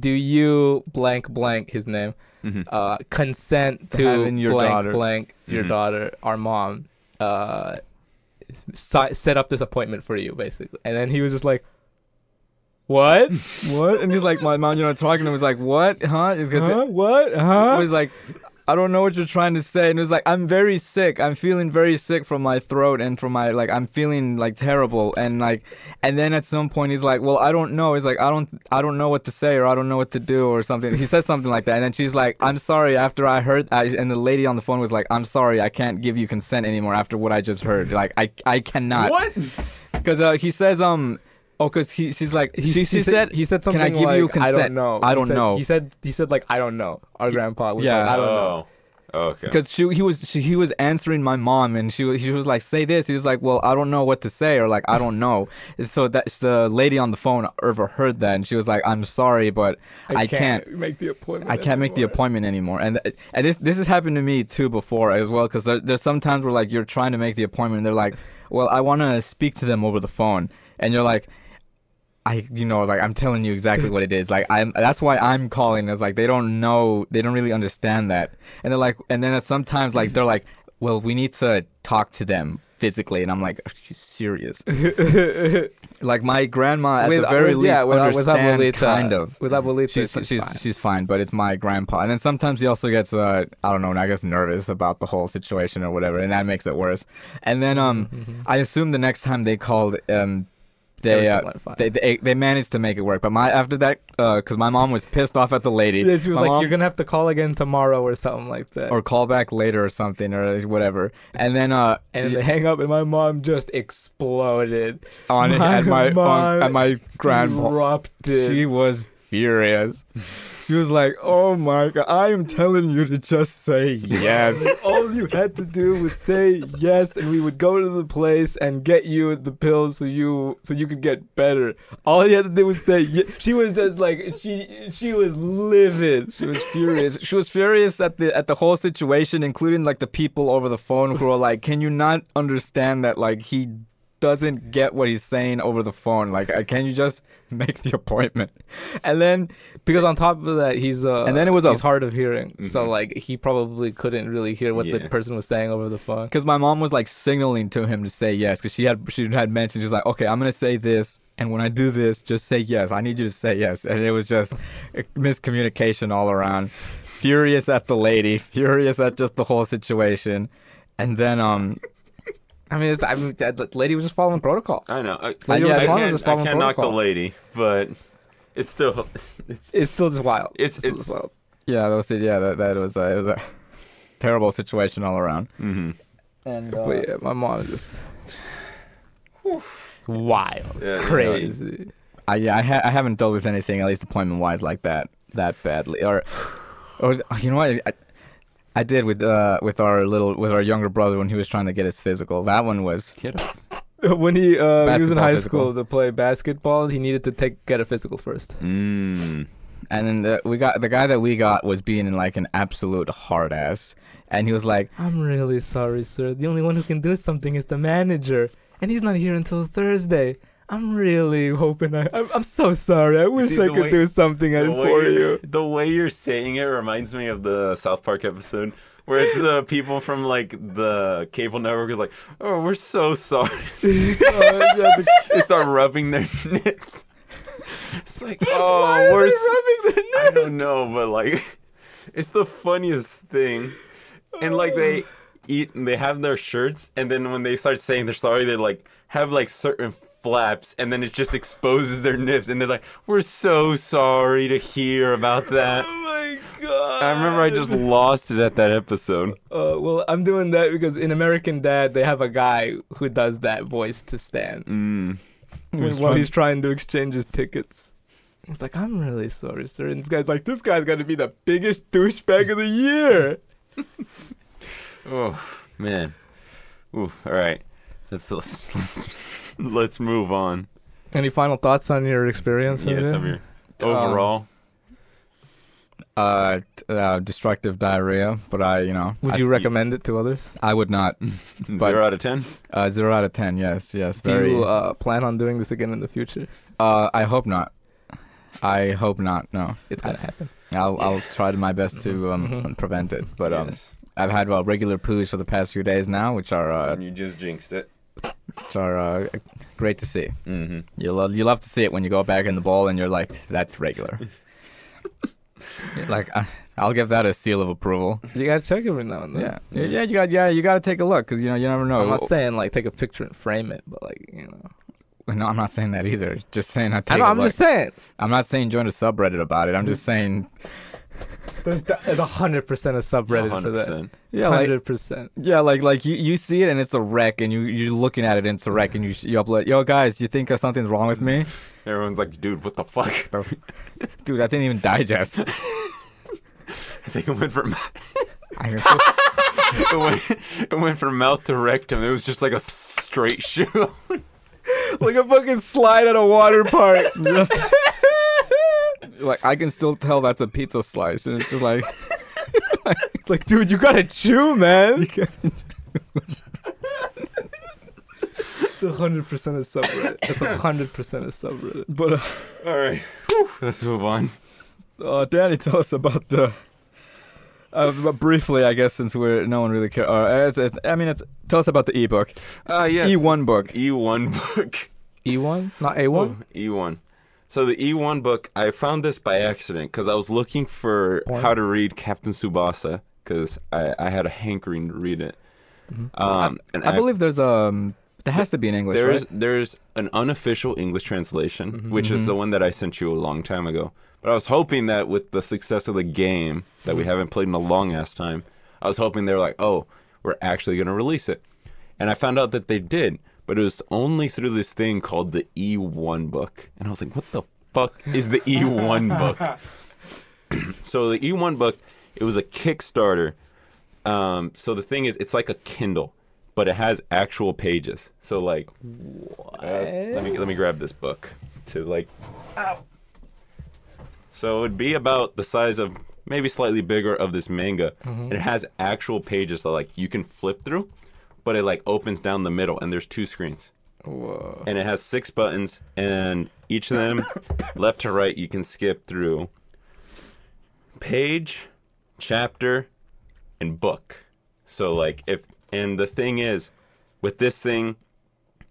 do you blank blank his name Mhm. uh, consent To to, Mm-hmm. having your blank daughter." Mm-hmm. blank your Mhm. daughter our mom uh, si- set up this appointment for you basically, and then he was just like, what? what? And he's like, my mom, you're not talking. And was like, what? Huh? It's 'cause Huh? What? it Huh? was like, I don't know what you're trying to say. And it was like, I'm very sick. I'm feeling very sick from my throat and from my like, I'm feeling like terrible. And like, and then at some point he's like, well, I don't know. He's like, I don't, I don't know what to say or I don't know what to do or something. He says something like that. And then she's like, I'm sorry. After I heard, I, and the lady on the phone was like, I'm sorry. I can't give you consent anymore after what I just heard. Like, I, I cannot. What? Because uh, he says, um. Oh, cause he, she's like, He, she, he she said, he said something I give like, you I consent? don't know. I He don't said- know. He said he said like I don't know. Our grandpa was Yeah. like I don't know. Oh, okay. because she he was she, he was answering my mom and she was she was like say this he was like well I don't know what to say or like I don't know so that's the lady on the phone overheard that and she was like I'm sorry but I, can't, make the appointment. I can't make the anymore. appointment anymore and th- and this this has happened to me too before as well because there, there's sometimes where like you're trying to make the appointment and they're like well I want to speak to them over the phone and you're like. I you know like I'm telling you exactly what it is like I'm that's why I'm calling is like they don't know they don't really understand that and they're like and then it's sometimes like they're like well we need to talk to them physically and I'm like are you serious like my grandma at the very least yeah, with, uh, with understands Abuelita, kind of With Abuelita, she's it's she's fine. she's fine, but it's my grandpa. And then sometimes he also gets uh I don't know, I guess nervous about the whole situation or whatever, and that makes it worse. And then um Mm-hmm. I assume the next time they called um they Everything uh, went fine. they, they they managed to make it work. But my after that uh cuz my mom was pissed off at the lady. Yeah, she was My like, mom- "You're gonna have to call again tomorrow or something like that." or call back later or something or whatever. And then uh and they hang up, and my mom just exploded. on my at my on, mom at my grandpa erupted. She was furious. She was like, "Oh my god, I am telling you to just say yes." All you had to do was say yes, and we would go to the place and get you the pills so you so you could get better. All you had to do was say. Ye- she was just like she she was livid. She was furious. She was furious at the at the whole situation, including like the people over the phone who are like, "Can you not understand that like he doesn't get what he's saying over the phone? Like, uh, can you just make the appointment?" And then Because on top of that, he's uh, And then it was a- Mm-hmm. he's hard of hearing, so Mhm. like he probably couldn't really hear what Yeah. the person was saying over the phone. because my mom was like signaling to him to say yes, because she had she had mentioned she's like, "Okay, I'm gonna say this." And when I do this, just say yes. I need you to say yes. And it was just uh, miscommunication all around. Furious at the lady, furious at just the whole situation. And then um I mean, it's, I mean, that that lady was just following protocol. I know. I, Well, I, you know, I as long as can't, it's I following can't knock the protocol. lady, but it's still. It's, It's still just wild. It's- still it's- just wild. Yeah, that was it. Yeah, that, that was uh, it was a terrible situation all around. Mm-hmm. mhm. And But yeah, my mom is just wild, Yeah, crazy. I yeah, I, ha- I haven't dealt with anything at least appointment wise like that that badly. Or, or you know what? I, I did with uh with our little with our younger brother when he was trying to get his physical. That one was Get up. when he uh, he was in Basketball high physical. school to play basketball, he needed to take get a physical first. Mm. and then the, we got the guy that we got was being like an absolute hard ass and he was like, I'm really sorry, sir. The only one who can do something is the manager, and he's not here until Thursday. I'm really hoping I. I'm, I'm so sorry. I wish see, I the could way- do something The way for you're- you. The way you're saying it reminds me of the South Park episode where it's the people from like the cable network is like, "Oh, we're so sorry." Oh, they start rubbing their nips. It's like, "Oh, we're s- I don't know, but like, it's the funniest thing. And like Oh. they eat and they have their shirts, and then when they start saying they're sorry, they like have like certain flaps, and then it just exposes their nips, and they're like, "We're so sorry to hear about that." Oh my god! I remember I just lost it at that episode. Uh, well, I'm doing that because in American Dad they have a guy who does that voice to Stan Mm. when- while he's trying to exchange his tickets. He's like, "I'm really sorry, sir," and this guy's like, "This guy's gonna be the biggest douchebag of the year." Oh man. Ooh, all right. Let's let's let's, let's move on. Any final thoughts on your experience? Yes, Javier? I'm here. Overall, uh, t- uh, destructive diarrhea, but I, you know, Would I you s- recommend it to others? I would not. but- zero out of ten. Uh, zero out of ten. Yes, yes. Do Very. you uh, plan on doing this again in the future? uh, I hope not. I hope not. No, It's gonna happen. I'll, I'll try my best to um, Mhm. prevent it. But um, I've had uh, regular poos for the past few days now, which are uh, you just jinxed it. which are uh, great to see. Mm-hmm. You love you love to see it when you go back in the bowl and you're like, that's regular. like I, I'll give that a seal of approval. You gotta check every now and then. Yeah, yeah, yeah, you got yeah, you got to take a look because you know you never know. Mm-hmm. I'm not saying like take a picture and frame it, but like you know. no, I'm not saying that either. Just saying I take I know. a I'm look. just Mm-hmm. saying. I'm not saying join a subreddit about it. I'm just saying There's the- there's a hundred percent of subreddit for that. yeah, like Hundred percent. yeah, like like you, you see it and it's a wreck and you you're looking at it and it's a wreck and you you upload. Yo guys, you think uh, something's wrong with me? Everyone's like, dude, what the fuck? Dude, I didn't even digest. I think it went from I was so- it went, it went from mouth to rectum. It was just like a straight shoe. like a fucking slide at a water park. like I can still tell that's a pizza slice, and it's just like It's like, dude, you gotta chew, man. it's a hundred percent of subreddit. It's a hundred percent of subreddit. But uh, All right, let's move on. uh, Danny, tell us about the. Uh, but briefly, I guess, since we're no one really care. Uh, it's, it's, I mean, it's tell us about the ebook, Uh, yes, E E1 book. E1 book. E1, E not A1. Oh, E1. So the E1 book, I found this by accident because I was looking for Porn? how to read Captain Subasa because I, I had a hankering to read it. Oh. Mm-hmm. Um, and I believe there's um there has to be an English. there is right? Mm-hmm. there's an unofficial English translation, which is the one that I sent you a long time ago. But I was hoping that with the success of the game that Mm-hmm. we haven't played in a long ass time, I was hoping they were like, oh, we're actually gonna release it. And I found out that they did, but it was only through this thing called the E1 book. And I was like, what the fuck is the E1 book? so the E1 book, it was a Kickstarter. Um, so the thing is, it's like a Kindle, but it has actual pages. So like, uh, let me let me grab this book to like. So it would be about the size of maybe slightly bigger of this manga, and it has actual pages that like you can flip through, but it like opens down the middle, and there's two screens Whoa. and it has six buttons, and each of them, left to right, you can skip through page, chapter, and book. So, like, if, and the thing is, with this thing,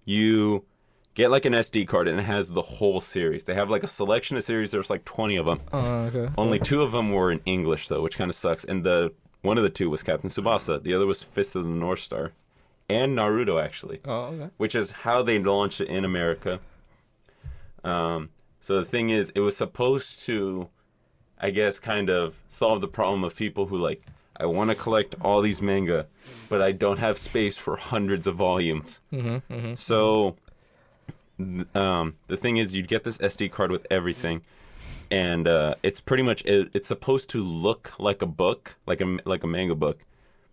you get like an SD card, and it has the whole series. They have like a selection of series, there's like 20 of them. Oh, okay. Only two of them were in English though, which kind of sucks. And the one of the two was Captain Tsubasa. The other was Fist of the North Star, and Naruto actually, Oh, okay. which is how they launched it in America. Um, so the thing is, it was supposed to, I guess, kind of solve the problem of people who like I want to collect all these manga, but I don't have space for hundreds of volumes. Mm-hmm, mm-hmm. So, th- um, the thing is, you'd get this SD card with everything, and uh, it's pretty much it, it's supposed to look like a book, like a m- like a manga book,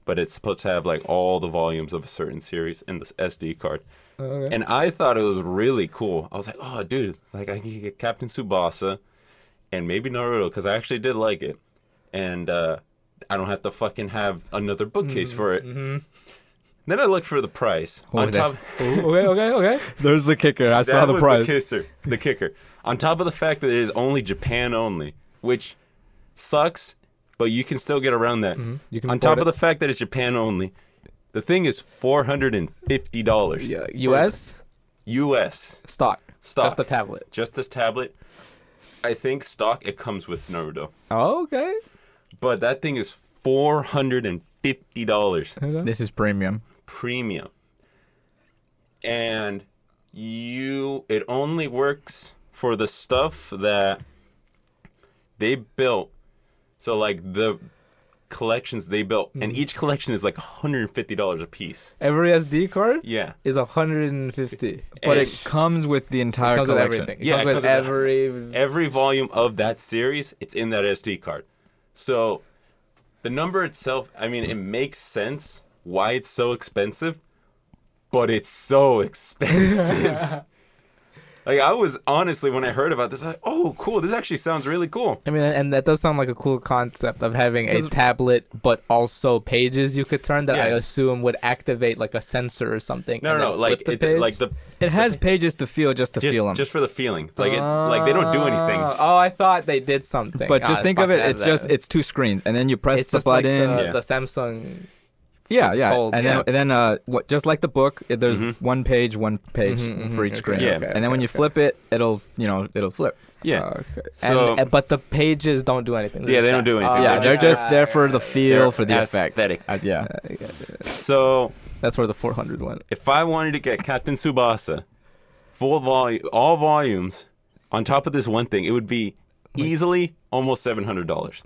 but it's supposed to have like all the volumes of a certain series in this SD card. Okay. And I thought it was really cool. I was like, oh, dude, like I can get Captain Subasa and maybe Naruto because I actually did like it. And uh, I don't have to fucking have another bookcase for Mm-hmm. it. Then I looked for the price. Oh, on that's- top, okay, okay, okay. There's the kicker. I saw that the was price. The kisser, the kicker. On top of the fact that it is only Japan only, which sucks, but you can still get around that. Mm-hmm. You can On top import of it. the fact that it's Japan only, the thing is four hundred and fifty dollars Yeah, U.S. U.S. stock. Stock. Just the tablet. Just this tablet. I think stock it comes with Naruto, Oh, okay. but that thing is four hundred and fifty dollars. This is premium. premium. And you it only works for the stuff that they built. So like the collections they built and each collection is like $150 a piece. Every SD card Yeah. is 150. But Ish. it comes with the entire comes with collection. everything. It Yeah, comes it with comes every. every volume of that series, it's in that SD card. So the number itself, I mean, it makes sense why it's so expensive, but it's so expensive. like I was honestly when I heard about this, I like, oh cool, this actually sounds really cool. I mean, and that does sound like a cool concept of having a 'Cause- tablet, but also pages you could turn that I Yeah. assume would activate like a sensor or something. No, and no, then no, like flip it, the page. like the It has pages to feel just to just, feel them. just for the feeling, like it, like they don't do anything. Oh, oh, I thought they did something. but Ah, just think fuck of it. that, It's that- just it's two screens, and then you press it's the just like button. the, Yeah. the Samsung. yeah, yeah, fold, and yeah. then and then uh, what, just like the book, it- there's one page, one page Mm-hmm, for each screen. Mm-hmm. Yeah. and then when you flip it, it'll you know it'll flip. Yeah. Uh, okay. So- and, and- but the pages don't do anything. Yeah, they just don't do that. Oh, anything. yeah, Uh, they're just there for the They're feel, for the effect. aesthetic. Uh, yeah, So That's where the 400 went. if I wanted to get Captain Subasa, full volume, all volumes, on top of this one thing, it would be easily almost seven hundred dollars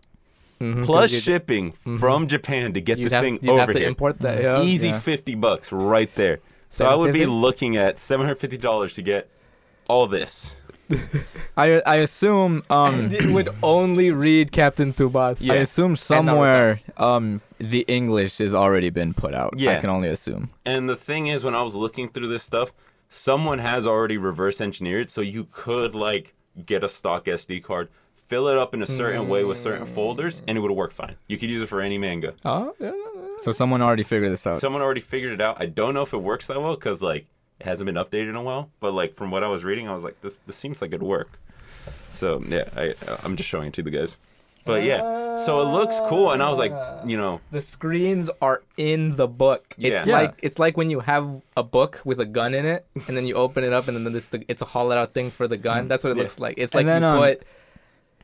Mm-hmm. plus shipping from Japan to get Mm-hmm. You'd this have, thing you'd over have to here. import that. Yeah. Easy yeah. fifty bucks right there. So I would be 750? looking at seven hundred fifty dollars to get all this. I I assume um It would only read Captain Tsubasa. I Yeah. assume somewhere um the English has already been put out. Yeah. I can only assume. And the thing is, when I was looking through this stuff, someone has already reverse engineered, so you could like get a stock SD card, fill it up in a certain way with certain Mm. folders, and it would work fine. You could use it for any manga. Oh, yeah, yeah, yeah. So someone already figured this out. Someone already figured it out. I don't know if it works that well because like it hasn't been updated in a while. But like from what I was reading, I was like, this this seems like it'd work. So yeah, I I'm just showing it to the guys. But yeah, so it looks cool, and I was like, you know, The screens are in the book. It's Yeah. like it's like when you have a book with a gun in it, and then you open it up, and then it's the, it's a hollowed out thing for the gun. That's what it Yeah. looks like. It's like Mm. And then, you um, put.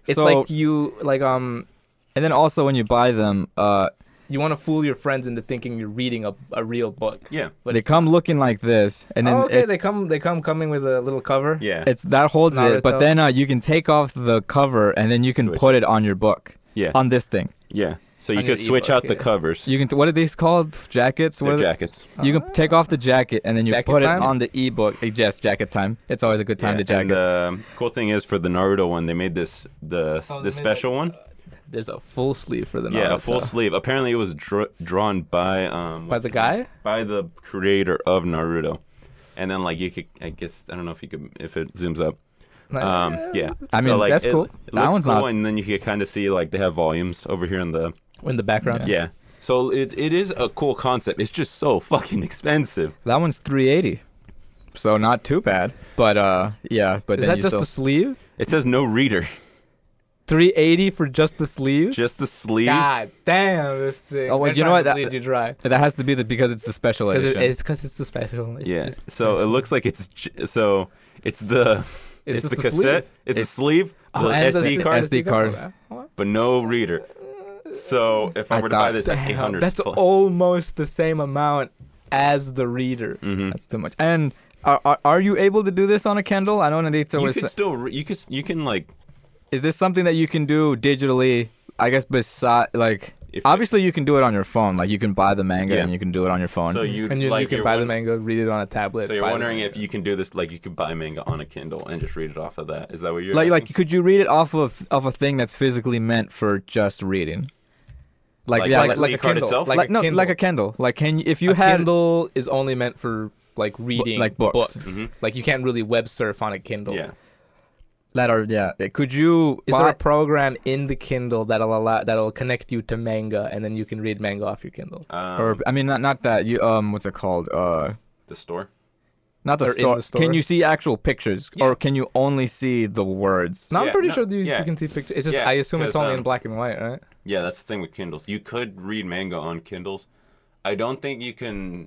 It's so- like you like um And then also when you buy them, uh, you want to fool your friends into thinking you're reading a, a real book. yeah, But they it's- come looking like this, and then oh, okay, it's, they come they come coming with a little cover. yeah, it's that holds it. Naruto. But then uh, you can take off the cover, and then you can Switch. put it on your book. Yeah. On this thing, yeah. So you On your could switch ebook, out the yeah. covers, you can. What are these called? Jackets. What their are they- jackets. You can take off the jacket, and then you Jacket put time? it on the ebook. Eh, Yes, jacket time. It's always a good time to Yeah, jacket. uh, And the cool thing is for the Naruto one, they made this the Oh, the they made special like, one. There's a full sleeve for the yeah, a Naruto. full sleeve. Apparently, it was dr- drawn by um By the guy? by the creator of Naruto, and then like you could, I guess, I don't know if you could if it zooms up. Like, Um, yeah, I mean, like, that's it- cool. It, That looks one's cool, not- and then you can kind of see like they have volumes over here in the in the background. yeah. So it, it is a cool concept. It's just so fucking expensive. That one's 380. So not too bad. But uh yeah, but Is then that you just still the sleeve? It says no reader, 380 for just the sleeve? just the sleeve. God damn, this thing. Oh, wait, They're you know trying what? to That- bleed you dry. that has to be the because it's the special Because edition. it's because it's the special. It's, yeah. it's the So it special. looks like it's j- so it's the It's it's, just the the cassette, sleeve. Oh, it's, It's- the sleeve, the and SD card, SD card. Okay. but no reader. So if I, I were to buy thought, this, that's eight Damn, hundred. that's almost the same amount as the reader. Mm-hmm. That's too much. And are, are are you able to do this on a Kindle? I don't know. It's you always, could still re- you could you can like is this something that you can do digitally? I guess beside like If- obviously you can do it on your phone. Like you can buy the manga Yeah. and you can do it on your phone. so you And you, like you can you're buy the won- mango, read it on a tablet. So you're buy the wondering manga. if you can do this like you could buy manga on a Kindle and just read it off of that. Is that what you're like like asking? could you read it off of of a thing that's physically meant for just reading? Like, Like- yeah, like like, a like a SD card Kindle. itself? Like, Like a no, Kindle. like a Kindle. Like can you, if you a had Kindle is only meant for like reading like books. Mhm. Like you can't really web surf on a Kindle. yeah That are yeah. Could you? Is buy- there a program in the Kindle that'll allow that'll connect you to manga and then you can read manga off your Kindle? Um, or I mean, not not that you um, what's it called? Uh, the store. not the, Or in store. the Can store. you see actual pictures, Yeah. or can you only see the words? No, I'm Yeah, pretty no, sure these yeah. you can see pictures. It's just Yeah, I assume it's 'cause, only um, in black and white, right? Yeah, that's the thing with Kindles. You could read manga on Kindles. I don't think you can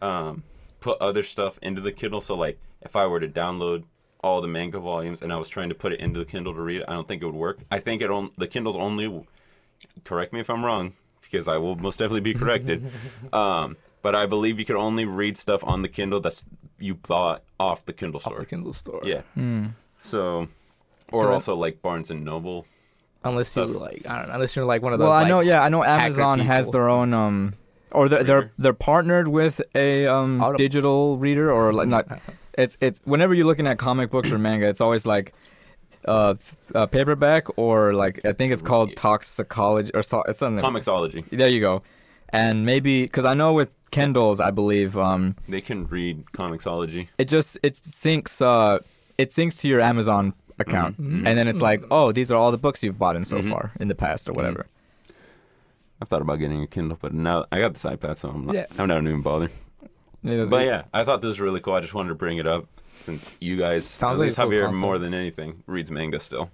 um, put other stuff into the Kindle. So, like, if I were to download all the manga volumes and I was trying to put it into the Kindle to read, it, I don't think it would work. I think it on the Kindle's only. Correct me if I'm wrong, because I will most definitely be corrected. um, but I believe you could only read stuff on the Kindle that's you bought off the Kindle Off store. the Kindle store. Hmm. Yeah. So, or And then- also like Barnes and Noble. Unless you Stuff. like I don't know, unless you're like one of those Well, I like, know. Yeah, I know. Amazon has people. their own um, or they're they're, Reader. they're partnered with a um Audible. digital reader or like not. It's it's whenever you're looking at comic books or manga, it's always like. Uh, uh, paperback or like I think it's called toxicology or so, it's something. Comixology. There you go, and maybe because I know with Kindles, I believe um, They can read Comixology. it just it syncs uh it syncs to your Amazon account Mm-hmm. and then it's like oh these are all the books you've bought in so far in the Mm-hmm. past or whatever I've thought about getting a Kindle, but now I got this iPad, so I'm not. Yeah. I'm not even bothered. Neither do But you. yeah, I thought this was really cool. I just wanted to bring it up since you guys, Sounds at like a least cool Javier concept. more than anything, reads manga still.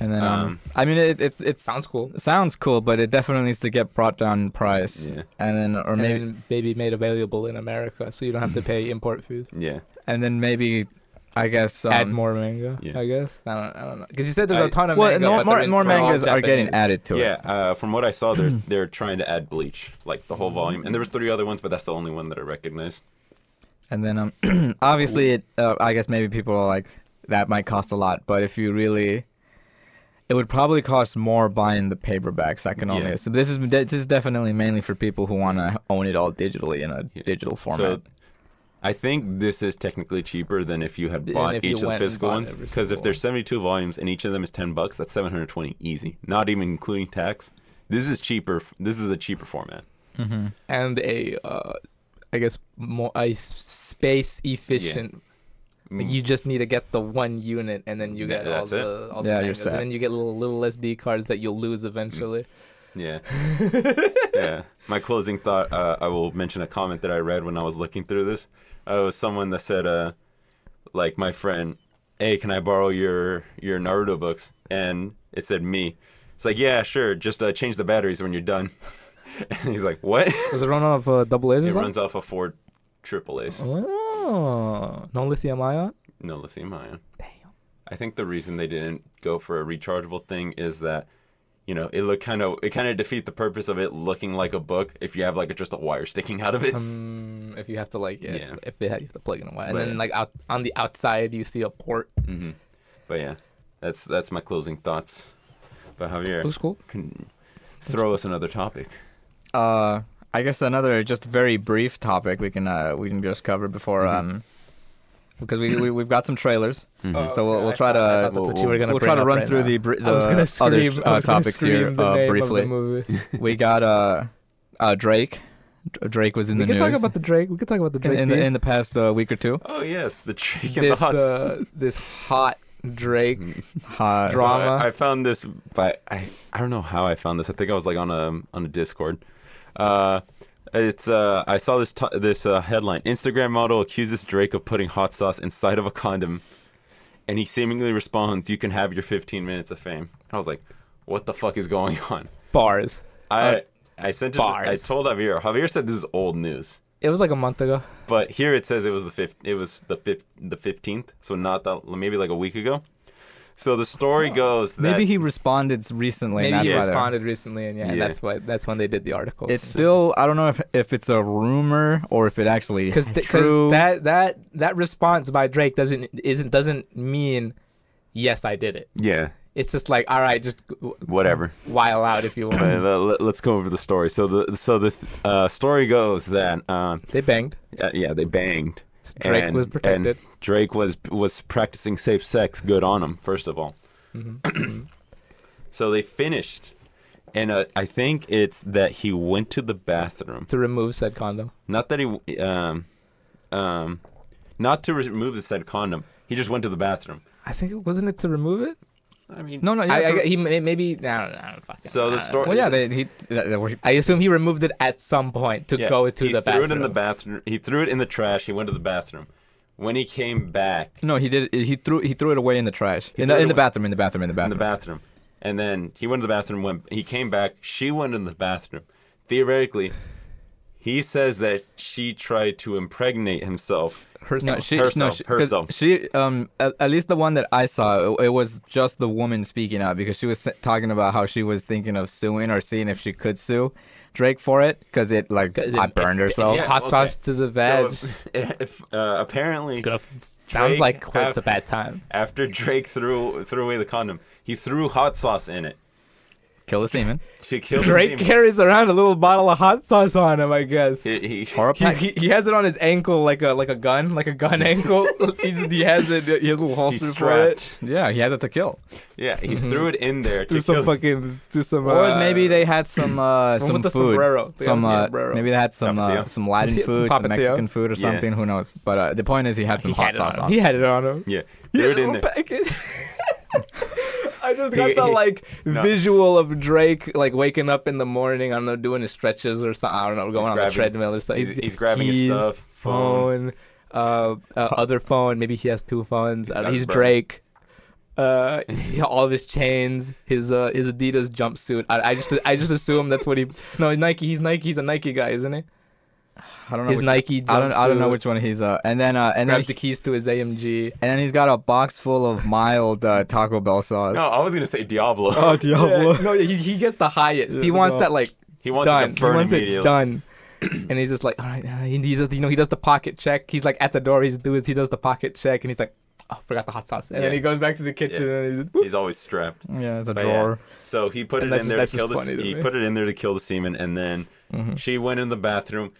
and then um, um, I mean it, it's it's Sounds cool. sounds cool but it definitely needs to get brought down in price Yeah. and then or And maybe then maybe made available in America, so you don't have to pay import fees. Yeah, and then maybe I guess um, Add more manga, Yeah. I guess. I don't, I don't know, because you said there's a I- ton of well manga. more but they're more, in- more they're all mangas are getting Japanese. added to yeah. it Uh, from what I saw, they're they're trying to add Bleach, like the whole volume, and there was three other ones, but that's the only one that I recognized. and then um obviously it uh, I guess maybe people are like that might cost a lot but if you really It would probably cost more buying the paperbacks. I can only Yeah. assume. This is this is definitely mainly for people who want to own it all digitally in a Yeah. digital format. So, I think this is technically cheaper than if you had Than bought if you each of the went and physical bought ones. every Because if single there's 72 volumes and each of them is 10 bucks, that's 720 easy, not even including tax. This is cheaper. f- This is a cheaper format. and a, uh, I guess, more a s- space efficient. Like, you just need to get the one unit, and then you Th- get all that's it. the all the Yeah, you're mangas, set. and then you get little little SD cards that you'll lose eventually. Mm. Yeah. yeah. My closing thought uh, I will mention a comment that I read when I was looking through this. Uh, it was someone that said, uh, like, my friend, hey, can I borrow your, your Naruto books? And it said, me. It's like, yeah, sure. Just uh, change the batteries when you're done. and he's like, what? Does it run off uh, double A's or it something? runs off of four triple A's, Oh, no lithium ion. no lithium ion. Damn. I think the reason they didn't go for a rechargeable thing is that, you know, it looked kind of it kind of defeat the purpose of it looking like a book if you have like just a wire sticking out of it. Um, if you have to like, yeah, Yeah. if it had, you have to plug in a wire, and But- then like out on the outside you see a port. hmm But yeah, that's that's my closing thoughts. But Javier, Looks cool. can throw us another topic. uh, I guess another just very brief topic we can uh, we can just cover before Mm-hmm. um because we, we we've got some trailers, Mm-hmm. Oh, Uh, so we'll, we'll try to that's what we'll, you were gonna we'll try bring to up run right through now. the br- the I was gonna other scream. I uh, was gonna topics here scream the uh, name of the briefly. movie. we got uh, uh Drake. D- Drake was in we the can news talk about the Drake. We can talk about the in, Drake. in, the, beef. in the past uh, week or two. Oh yes, the Drake and the this Hots. uh, this hot Drake Mm. Uh, So I- drama. I, found this by I, I don't know how I found this. I think I was like on a on a Discord. Uh, it's uh I saw this t- this uh, headline: Instagram model accuses Drake of putting hot sauce inside of a condom, and he seemingly responds, "You can have your 15 minutes of fame." I was like, "What the fuck is going on?" bars. I Uh, I sent it. I bars. told Javier. Javier said this is old news, It was like a month ago. but here it says it was the fifth. It was the fifth, the fifteenth. So not that maybe like a week ago. So the story goes that Maybe he responded recently. and Maybe he that's why they're- responded recently, and yeah, and Yeah. that's why that's when they did the article. It's still I don't know if if it's a rumor or if it actually because true. that that that response by Drake doesn't isn't doesn't mean yes I did it. yeah, It's just like all right, just w- whatever. while out if you want. Alright, let- let- let's go over the story. So the so the uh, story goes that um, they banged. uh, yeah they banged. Drake was and protected. Drake was was practicing safe sex. Good on him, first of all. Mm-hmm. so they finished, and uh, I think it's that he went to the bathroom. to remove said condom. Not that he um um, not to remove the said condom. He just went to the bathroom. I think wasn't it to remove it? I mean, No, no. You I, have I, to- he may- maybe I don't know. I don't fucking So the I don't know. story- well, yeah. They, he, that, that was- I assume he removed it at some point to Yeah, go to he the threw bathroom. it in the bathroom. He threw it in the trash. He went to the bathroom. When he came back no, he did. He threw. He threw it away in the trash. In threw the, it in the away. bathroom. In the bathroom. In the in the bathroom. bathroom, and then he went to the bathroom. When he came back, she went in the bathroom. Theoretically, he says that she tried to impregnate himself. No, Herself. she, no, herself, she, 'cause herself. she, um, at, at least the one that I saw, it, it was just the woman speaking out because she was s- talking about how she was thinking of suing or seeing if she could sue Drake for it because it like 'Cause it- I burned it- herself. yeah. hot sauce to the veg. So if, if, uh, apparently, Gonna f- sounds Drake like quite have- a bad time. after Drake threw threw away the condom, he threw hot sauce in it Kill the semen to kill the Drake semen. carries around a little bottle of hot sauce on him, I guess. He- he- or a He, pack. he, he has it on his ankle like a like a gun, like a gun ankle. He's, he has it. He has a little he's holster for it. strapped. yeah, he has it to kill. Yeah, he threw it in there to Through Mm-hmm. some kill fucking, through some. or uh, maybe they had some uh, one some with the food, sombrero. They some had the uh, sombrero. maybe they had some uh, Tapatio. some Latin Some- some food, some, papatio. Mexican food or Yeah. something. Who knows? But uh, the point is, he had some He hot had, sauce it on. on. him. he had it on him. Yeah, He threw it had a in little there. packet. I just got He- the he- like no. visual of Drake like waking up in the morning. I don't know, doing his stretches or something. I don't know, going on grabbing- the treadmill or something. he's- he's grabbing his stuff, phone. phone, uh, uh, other phone. Maybe he has two phones. He's I don't- got He's, his brother. Drake. Uh, he- all of his chains, his uh, his Adidas jumpsuit. I, I just I just assume that's what he. No, Nike. He's Nike. He's a Nike guy, isn't he? I don't know. His which, Nike. I don't. I don't know jumpsuit, which one he's. Uh, and then uh, and then Grabs the he- keys to his AMG. And then he's got a box full of mild uh, Taco Bell sauce. No, I was gonna say Diablo. Oh, Oh, Yeah, no, he, he gets the highest. He Yeah, wants no. that like he wants done. it to He burn wants it immediately. done. And he's just like, all right, uh, he he does, you know, he does the pocket check. He's like at the door, he's doing, he does the pocket check, and he's like, oh, forgot the hot sauce. And then Yeah. he goes back to the kitchen, Yeah. and he's, whoop, He's always strapped. Yeah, it's a But yeah, drawer. So he put And it that's in just- there to that's kill the just funny to he me. Mm-hmm. put it in there to kill the semen, and then Mhm. she went in the bathroom,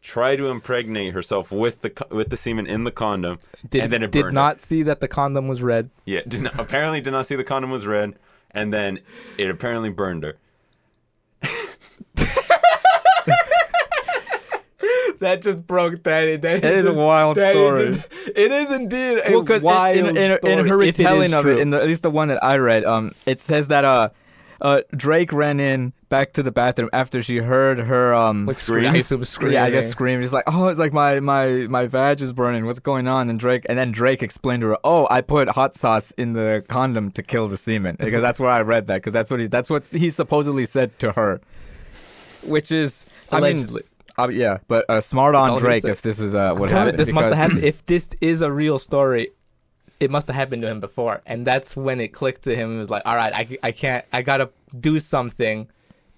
tried to impregnate herself with the co- with the semen in the condom. did, And then it did burned not see that the condom was red. Yeah, did not, apparently did not see the condom was red, and then it apparently burned her. That just broke that. That It is a wild story. it is indeed a Well, 'cause in, in, in, in her retelling of it, in the, at least the one that I read, um, it says that uh, uh, Drake ran in back to the bathroom after she heard her um, like screams. screams, screaming. yeah, I guess scream. He's like, oh, it's like my my my vag is burning. What's going on? And Drake, and then Drake explained to her, oh, I put hot sauce in the condom to kill the semen because that's where I read that because that's what he that's what he supposedly said to her, which is I mean, allegedly. Uh, yeah, but uh, smart all on he Drake said. if this is uh, what Tell me happened. this must have because- happened. If this is a real story, it must have happened to him before, and that's when it clicked to him. It was like, all right, I, I can't, I gotta do something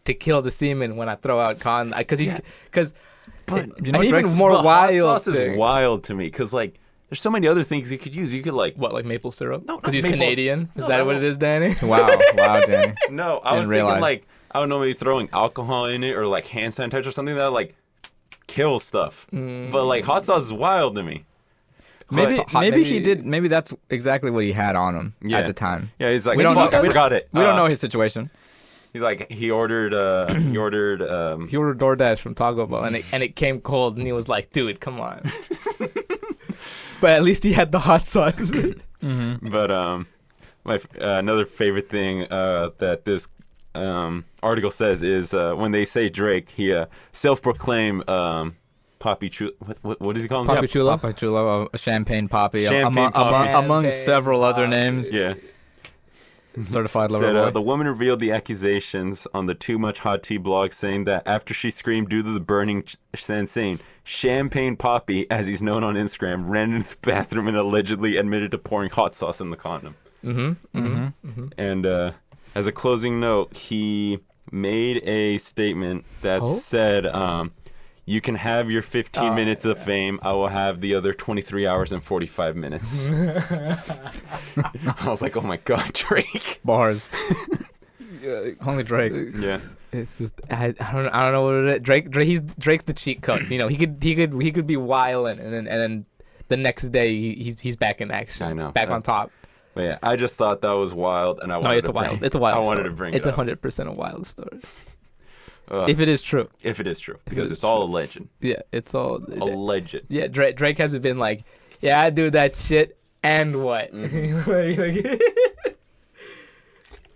to kill the semen when I throw out con, because he, Yeah. because you know an what even Drake's- more But wild hot sauce thing. is wild to me because like there's so many other things you could use. You could like What like maple syrup? No, because not he's maple- Canadian. Is no, that that what it won't- is, Danny? Wow, wow, Danny. no, I Didn't was realize. thinking like I don't know maybe throwing alcohol in it or like hand sanitizer or something that like kills stuff. Mm. But like hot sauce is wild to me. Maybe hot- maybe she maybe- did. Maybe that's exactly what he had on him Yeah. at the time. Yeah, he's like We we don't don't know- Fuck, I we- forgot it. We don't Uh, know his situation. He's like he ordered uh he ordered um He ordered DoorDash from Taco Bell, and it and it came cold, and he was like, dude, come on. but at least he had the hot sauce. but um my f- uh, another favorite thing uh that this um article says is uh when they say Drake he uh self-proclaimed um Poppy Chula what, what what does he call himself? Papa Chulo? Papa Chulo, uh, Champagne Poppy, Champagne among, Poppy. among, among Champagne several other Poppy. names. Yeah. Certified lover Said, uh, boy. the woman revealed the accusations on the Too Much Hot Tea blog, saying that after she screamed due to the burning ch- sensation, Champagne Poppy, as he's known on Instagram, ran into the bathroom and allegedly admitted to pouring hot sauce in the condom. Mm-hmm. Mm-hmm. And uh, as a closing note, he made a statement that Oh? said, um, "You can have your 15 Oh, minutes of fame. I will have the other 23 hours and 45 minutes." I was like, "Oh my god, Drake!" Bars. Only Drake. Yeah, It's just I, I don't I don't know what it is. Drake Drake he's Drake's the cheat code. You know he could he could he could be wild and then and then the next day he, he's he's back in action. I know. back on top. but yeah, I just thought that was wild, and I wanted No, it's to a wild bring, it's a wild. I wanted story. to bring it's it up, hundred percent a wild story uh, if it is true. if it is true, because is it's all a legend, Yeah, it's all a legend. yeah. Drake Drake hasn't been like yeah I do that shit and what? Mm-hmm. like, like,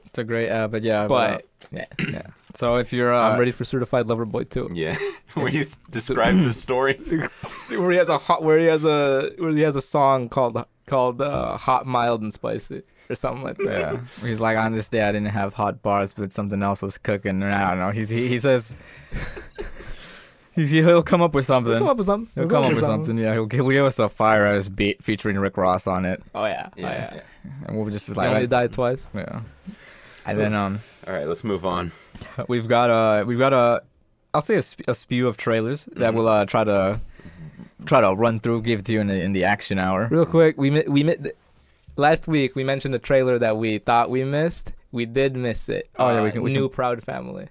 It's a great app, but yeah. but yeah, yeah. So if you're, uh, I'm ready for Certified Lover Boy too. Yeah, when he s- describes the story. Oh, Where he has a hot, where he has a where he has a song called called uh, Hot Mild and Spicy or something like that. Yeah, he's like on this day I didn't have hot bars, but something else was cooking. And I don't know. He's he, he says he he'll come up with something. Come up with something. He'll come up with something. Yeah, he'll, he'll give us a fire ass beat featuring Rick Ross on it, Oh yeah. Yeah, Oh, yeah. yeah. and we'll just be He only like, died twice. yeah. And then um, All right, let's move on. we've got uh we've got a I'll say a, sp- a spew of trailers that we'll uh try to try to run through, give to you in the in the action hour. Real quick, we mi- we mi- last week we mentioned a trailer that we thought we missed. We did miss it. Oh, yeah, we Uh, can- we new can- Proud Family,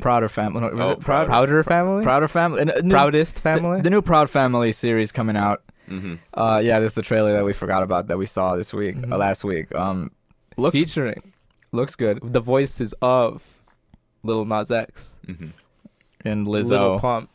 Prouder family. No, was Oh, it proud? Prouder Family, Prouder family. and, uh, new- Proudest the- Family. the new Proud Family series coming out. Mm-hmm. Uh, yeah, this is the trailer that we forgot about that we saw this week, Mhm. uh, last week. Um, looks featuring looks good. the voices of Little Nas X, Mm-hmm. And Little Lizzo Pump,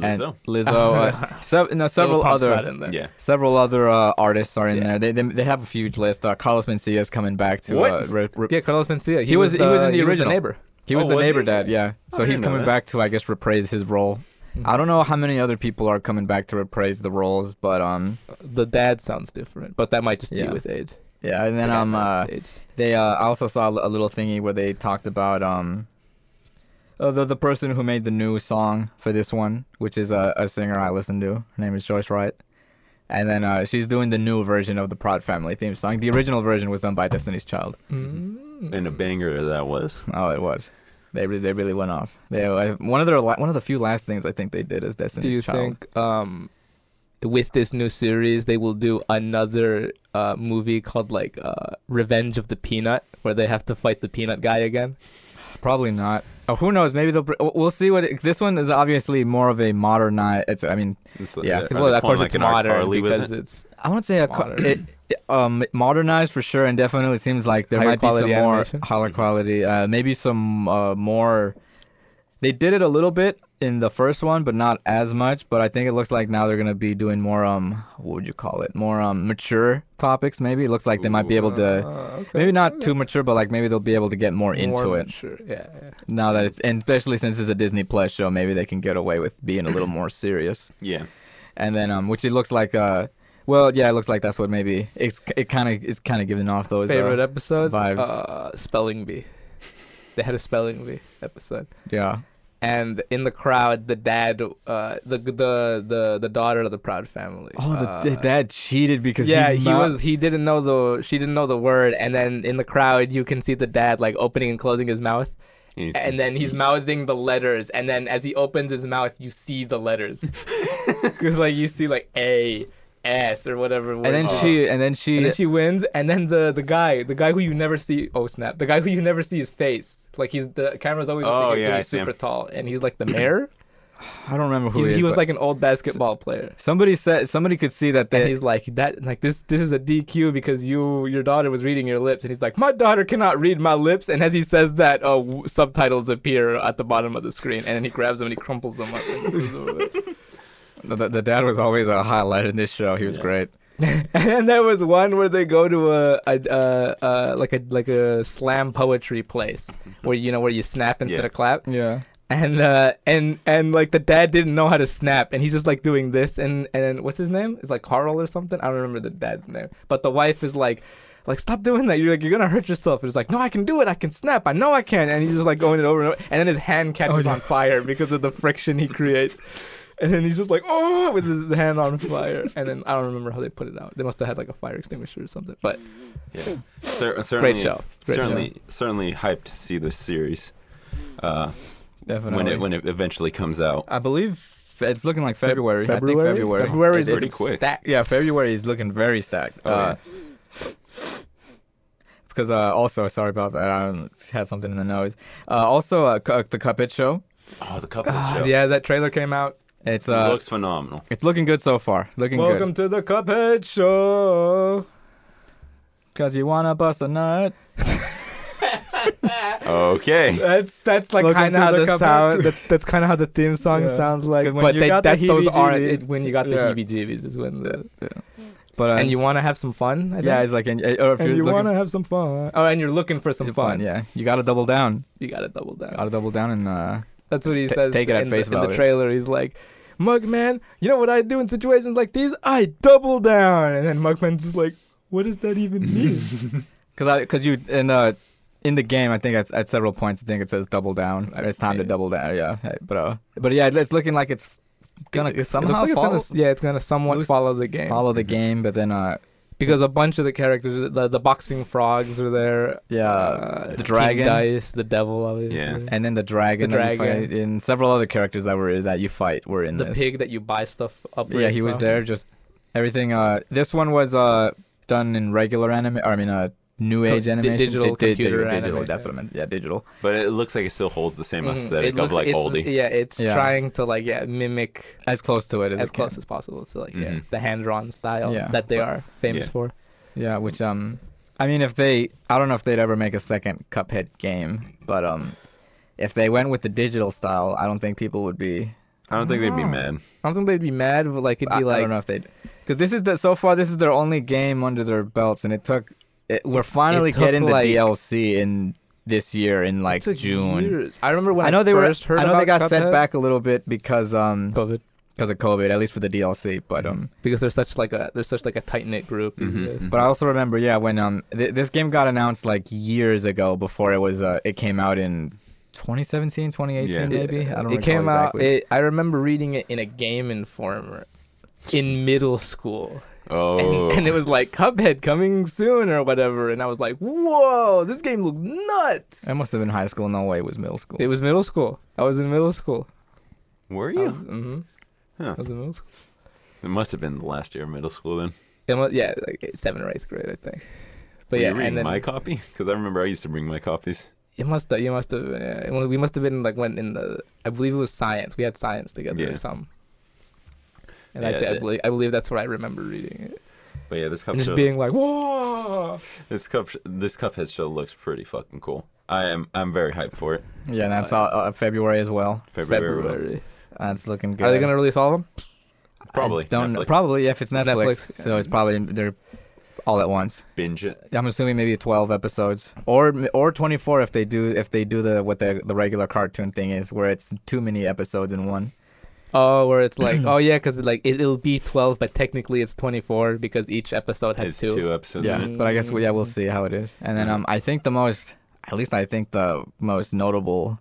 and Lizzo. Lizzo, uh, sev- no, several Lil Pump's other not in there. Yeah. several other uh, artists are in Yeah. there. They, they they have a huge list. Uh, Carlos Mencia is coming back to What? Uh, re- re- Yeah, Carlos Mencia. He, He was- he was in the original. neighbor. he was Oh, the was neighbor he? dad. Yeah, I so he's didn't know coming that. Hmm. back to I guess reprise his role. I don't know how many other people are coming back to reprise the roles, but um, The dad sounds different, but that might just Yeah. be with age. yeah. And then The dad um, uh, sounds aged. They uh, I also saw a little thingy where they talked about um uh, the the person who made the new song for this one, which is a, a singer I listen to. Her name is Joyce Wright, and then uh, she's doing the new version of the Proud Family theme song. The original version was done by Destiny's Child. Mm. And a banger that was. Oh, it was. They re- they really went off. They uh, one of their la- one of the few last things I think they did is Destiny's do you Child. think um with this new series they will do another uh movie called like uh revenge of the peanut where they have to fight the peanut guy again Probably not. Oh, who knows? Maybe they'll. br- We'll see what it, this one is. Obviously, more of a modern. It's. I mean, It's they're Yeah. well probably of course pulling, like, it's an R. modern Carly with because it. it's I wouldn't say a co- Modern. it, it- um modernized for sure, and definitely seems like there Higher might be some quality more animation? higher quality, uh, maybe some uh, more. They did it a little bit in the first one, but not as much. But I think it looks like now they're gonna be doing more um what would you call it? More um mature topics. Maybe it looks like they might be able to. uh, okay. Maybe not too mature, but like maybe they'll be able to get more into More it mature, yeah, yeah. now that it's, and especially since it's a Disney Plus show, maybe they can get away with being a little more serious Yeah. and then um, which it looks like uh, well, yeah, it looks like that's what maybe it's it kind of is kind of giving off those uh, favorite episode vibes. uh spelling bee they had a spelling bee episode yeah, and in the crowd the dad uh the the the, the daughter of the proud family oh, the uh, d- dad cheated because yeah he, ma- was he didn't know the she didn't know the word and then in the crowd you can see the dad like opening and closing his mouth He's- and then he's mouthing the letters and then as he opens his mouth you see the letters because like you see like a s or whatever word. and then Uh, she and then she and then she wins and then the the guy the guy who you never see oh snap the guy who you never see his face like he's the camera's always up to Oh, him 'cause yeah, I he's see him. super tall and he's like the mayor I don't remember who he's, he, he was like like an old basketball player somebody said somebody could see that and they he's like that like this this is a DQ because you your daughter was reading your lips and he's like my daughter cannot read my lips and as he says that uh, w- subtitles appear at the bottom of the screen and then he grabs them and he crumples them up. and this is over. the, the dad was always a highlight in this show. He was Yeah. great. and there was one where they go to a, a, a, a like a like a slam poetry place where you know where you snap instead Yeah. of clap Yeah, and uh and and like the dad didn't know how to snap and he's just like doing this and and what's his name it's like carl or something i don't remember the dad's name but the wife is like like stop doing that you're like you're gonna hurt yourself and it's like no i can do it i can snap i know i can and he's just like going it over and over and then his hand catches on fire because of the friction he creates and then he's just like oh with his hand on fire and then i don't remember how they put it out they must have had like a fire extinguisher or something but yeah. Cer- certainly, great show great certainly, show. certainly hyped to see this series uh, definitely. when it when it eventually comes out. I believe it's looking like February. I think February. february february is Pretty looking quick. stacked. Yeah, February is looking very stacked. Oh, uh, Because uh, also, sorry about that. I um, had something in the nose. Uh, also, uh, cu- the Cuphead show. Oh, the couple Ah, show yeah that trailer came out It's uh, looks phenomenal. it's looking good so far. Looking Welcome good. to the Cuphead Show. Cause you wanna bust a nut. Okay. That's that's like Welcome kind to of how the the, Cuphead. sound. That's that's kind of how the theme song Yeah. sounds like. Good, when But you they, got the that's those are heebie-jeebies. it, when you got the Yeah. heebie-jeebies is when the But But uh, and you want to have some fun. I think? yeah, it's like, and, uh, or if and you're you looking want to have some fun. Oh, and you're looking for some for fun. fun, yeah, you gotta double down. You gotta double down. Gotta double down and uh, That's what he Ta- says. take it at in face the, in the value. trailer. He's like, Mugman, you know what I do in situations like these? I double down. And then Mugman's just like, what does that even mean? Cause I, cause you in the in the game, I think at, at several points, I think it says double down. Or it's time to double down. Yeah, but uh, but yeah, it's looking like it's gonna It- it looks somehow like it's follow, gonna s- yeah, it's gonna somewhat loose- follow the game follow the game, but then uh, because a bunch of the characters, the, the boxing frogs are there. yeah, uh, the King dragon, dice, the devil, obviously. and then the dragon, The that you dragon. fight, and several other characters that were that you fight were in the this. pig that you buy stuff up. Yeah, he was there. Just everything. Uh, this one was uh done in regular anime. Or, I mean, uh, new Co- age di- animation. digital computer digital, anime, That's what I yeah. meant. Yeah, digital. But it looks like it still holds the same aesthetic of like Mm-hmm. it's, oldie. Yeah, it's Yeah. trying to like yeah mimic As close to it as, as it can. close as possible to like yeah, Mhm. the hand-drawn style Yeah. that they are famous Yeah. for. Yeah, which um, I mean, if they, I don't know if they'd ever make a second Cuphead game, but um, if they went with the digital style, I don't think people would be. I don't think they'd be Ah. mad. I don't think they'd be mad, but like it'd I, be I like don't know if they'd, because this is the so far this is their only game under their belts, and it took. It, we're finally took, getting the like- DLC in this year in like It took June. years. I remember when I know they were. first heard I know about they got sent Cuphead. back a little bit because um COVID because of COVID, at least for the DLC. But um, because they're such like a they're such like a tight knit group. these Mhm, days. mhm. But I also remember, yeah, when um th- this game got announced like years ago before it was uh it came out in 2017, 2018 Yeah. maybe. I don't. It recall came out. exactly. It, I remember reading it in a Game Informer in middle school, Oh, and, and it was like Cuphead coming soon or whatever, and I was like, whoa, this game looks nuts. I must have been high school. No way, it was middle school. It was middle school. I was in middle school. were I you? was, hmm Huh. I was in middle school. It must have been the last year of middle school then. It was- yeah, like seventh or eighth grade, I think. But Were yeah, you reading and then my copy because I remember I used to bring my copies. It must have. You must have. Yeah. Well, we must have been like when in the. I believe it was science. We had sscience together Yeah. or something. And Yeah, I, I the- believe I believe that's where I remember reading it But yeah, this cup and just show, being like, "Whoa!" this cup sh- this cuphead show looks pretty fucking cool. I am I'm very hyped for it. yeah, and that's all, uh, February as well. February, will- That's looking good. Are they gonna release all of them? probably I don't Netflix. probably if it's Netflix. Netflix, So it's probably they're all at once. binge it. I'm assuming maybe 12 episodes or or 24 if they do if they do the what the the regular cartoon thing is where it's too many episodes in one. Oh, where it's like, oh yeah, because like it, it'll be twelve, but technically it's twenty-four because each episode has It's two. episodes. yeah, in it. Mm. but I guess we, yeah we'll see how it is. And then um, I think the most, at least I think the most notable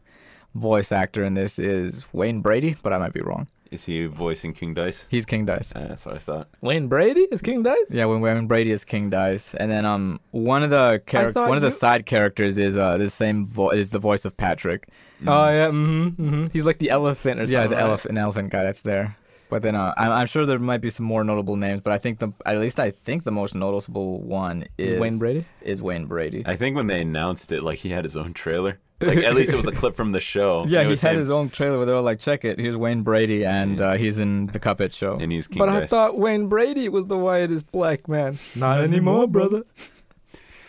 voice actor in this is Wayne Brady, but I might be wrong. Is he voicing King Dice? He's King Dice. Uh, that's what I thought. Wayne Brady is King Dice. Yeah, when Wayne Brady is King Dice, and then um one of the I character thought one of the you- side characters is uh the same vo- is the voice of Patrick. Oh yeah. Mm-hmm, mm-hmm. He's like the elephant or yeah, something. the right? elephant elephant guy that's there. But then uh, I'm, I'm sure there might be some more notable names, but I think the at least I think the most noticeable one is Wayne Brady. Is Wayne Brady? I think when they announced it, like he had his own trailer. Like at least it was a clip from the show. Yeah, and it was he's had him, his own trailer where they were like, check it. Here's Wayne Brady, and uh, he's in the Cuphead show. and he's King But I Dice. thought Wayne Brady was the whitest black man. Not anymore, brother.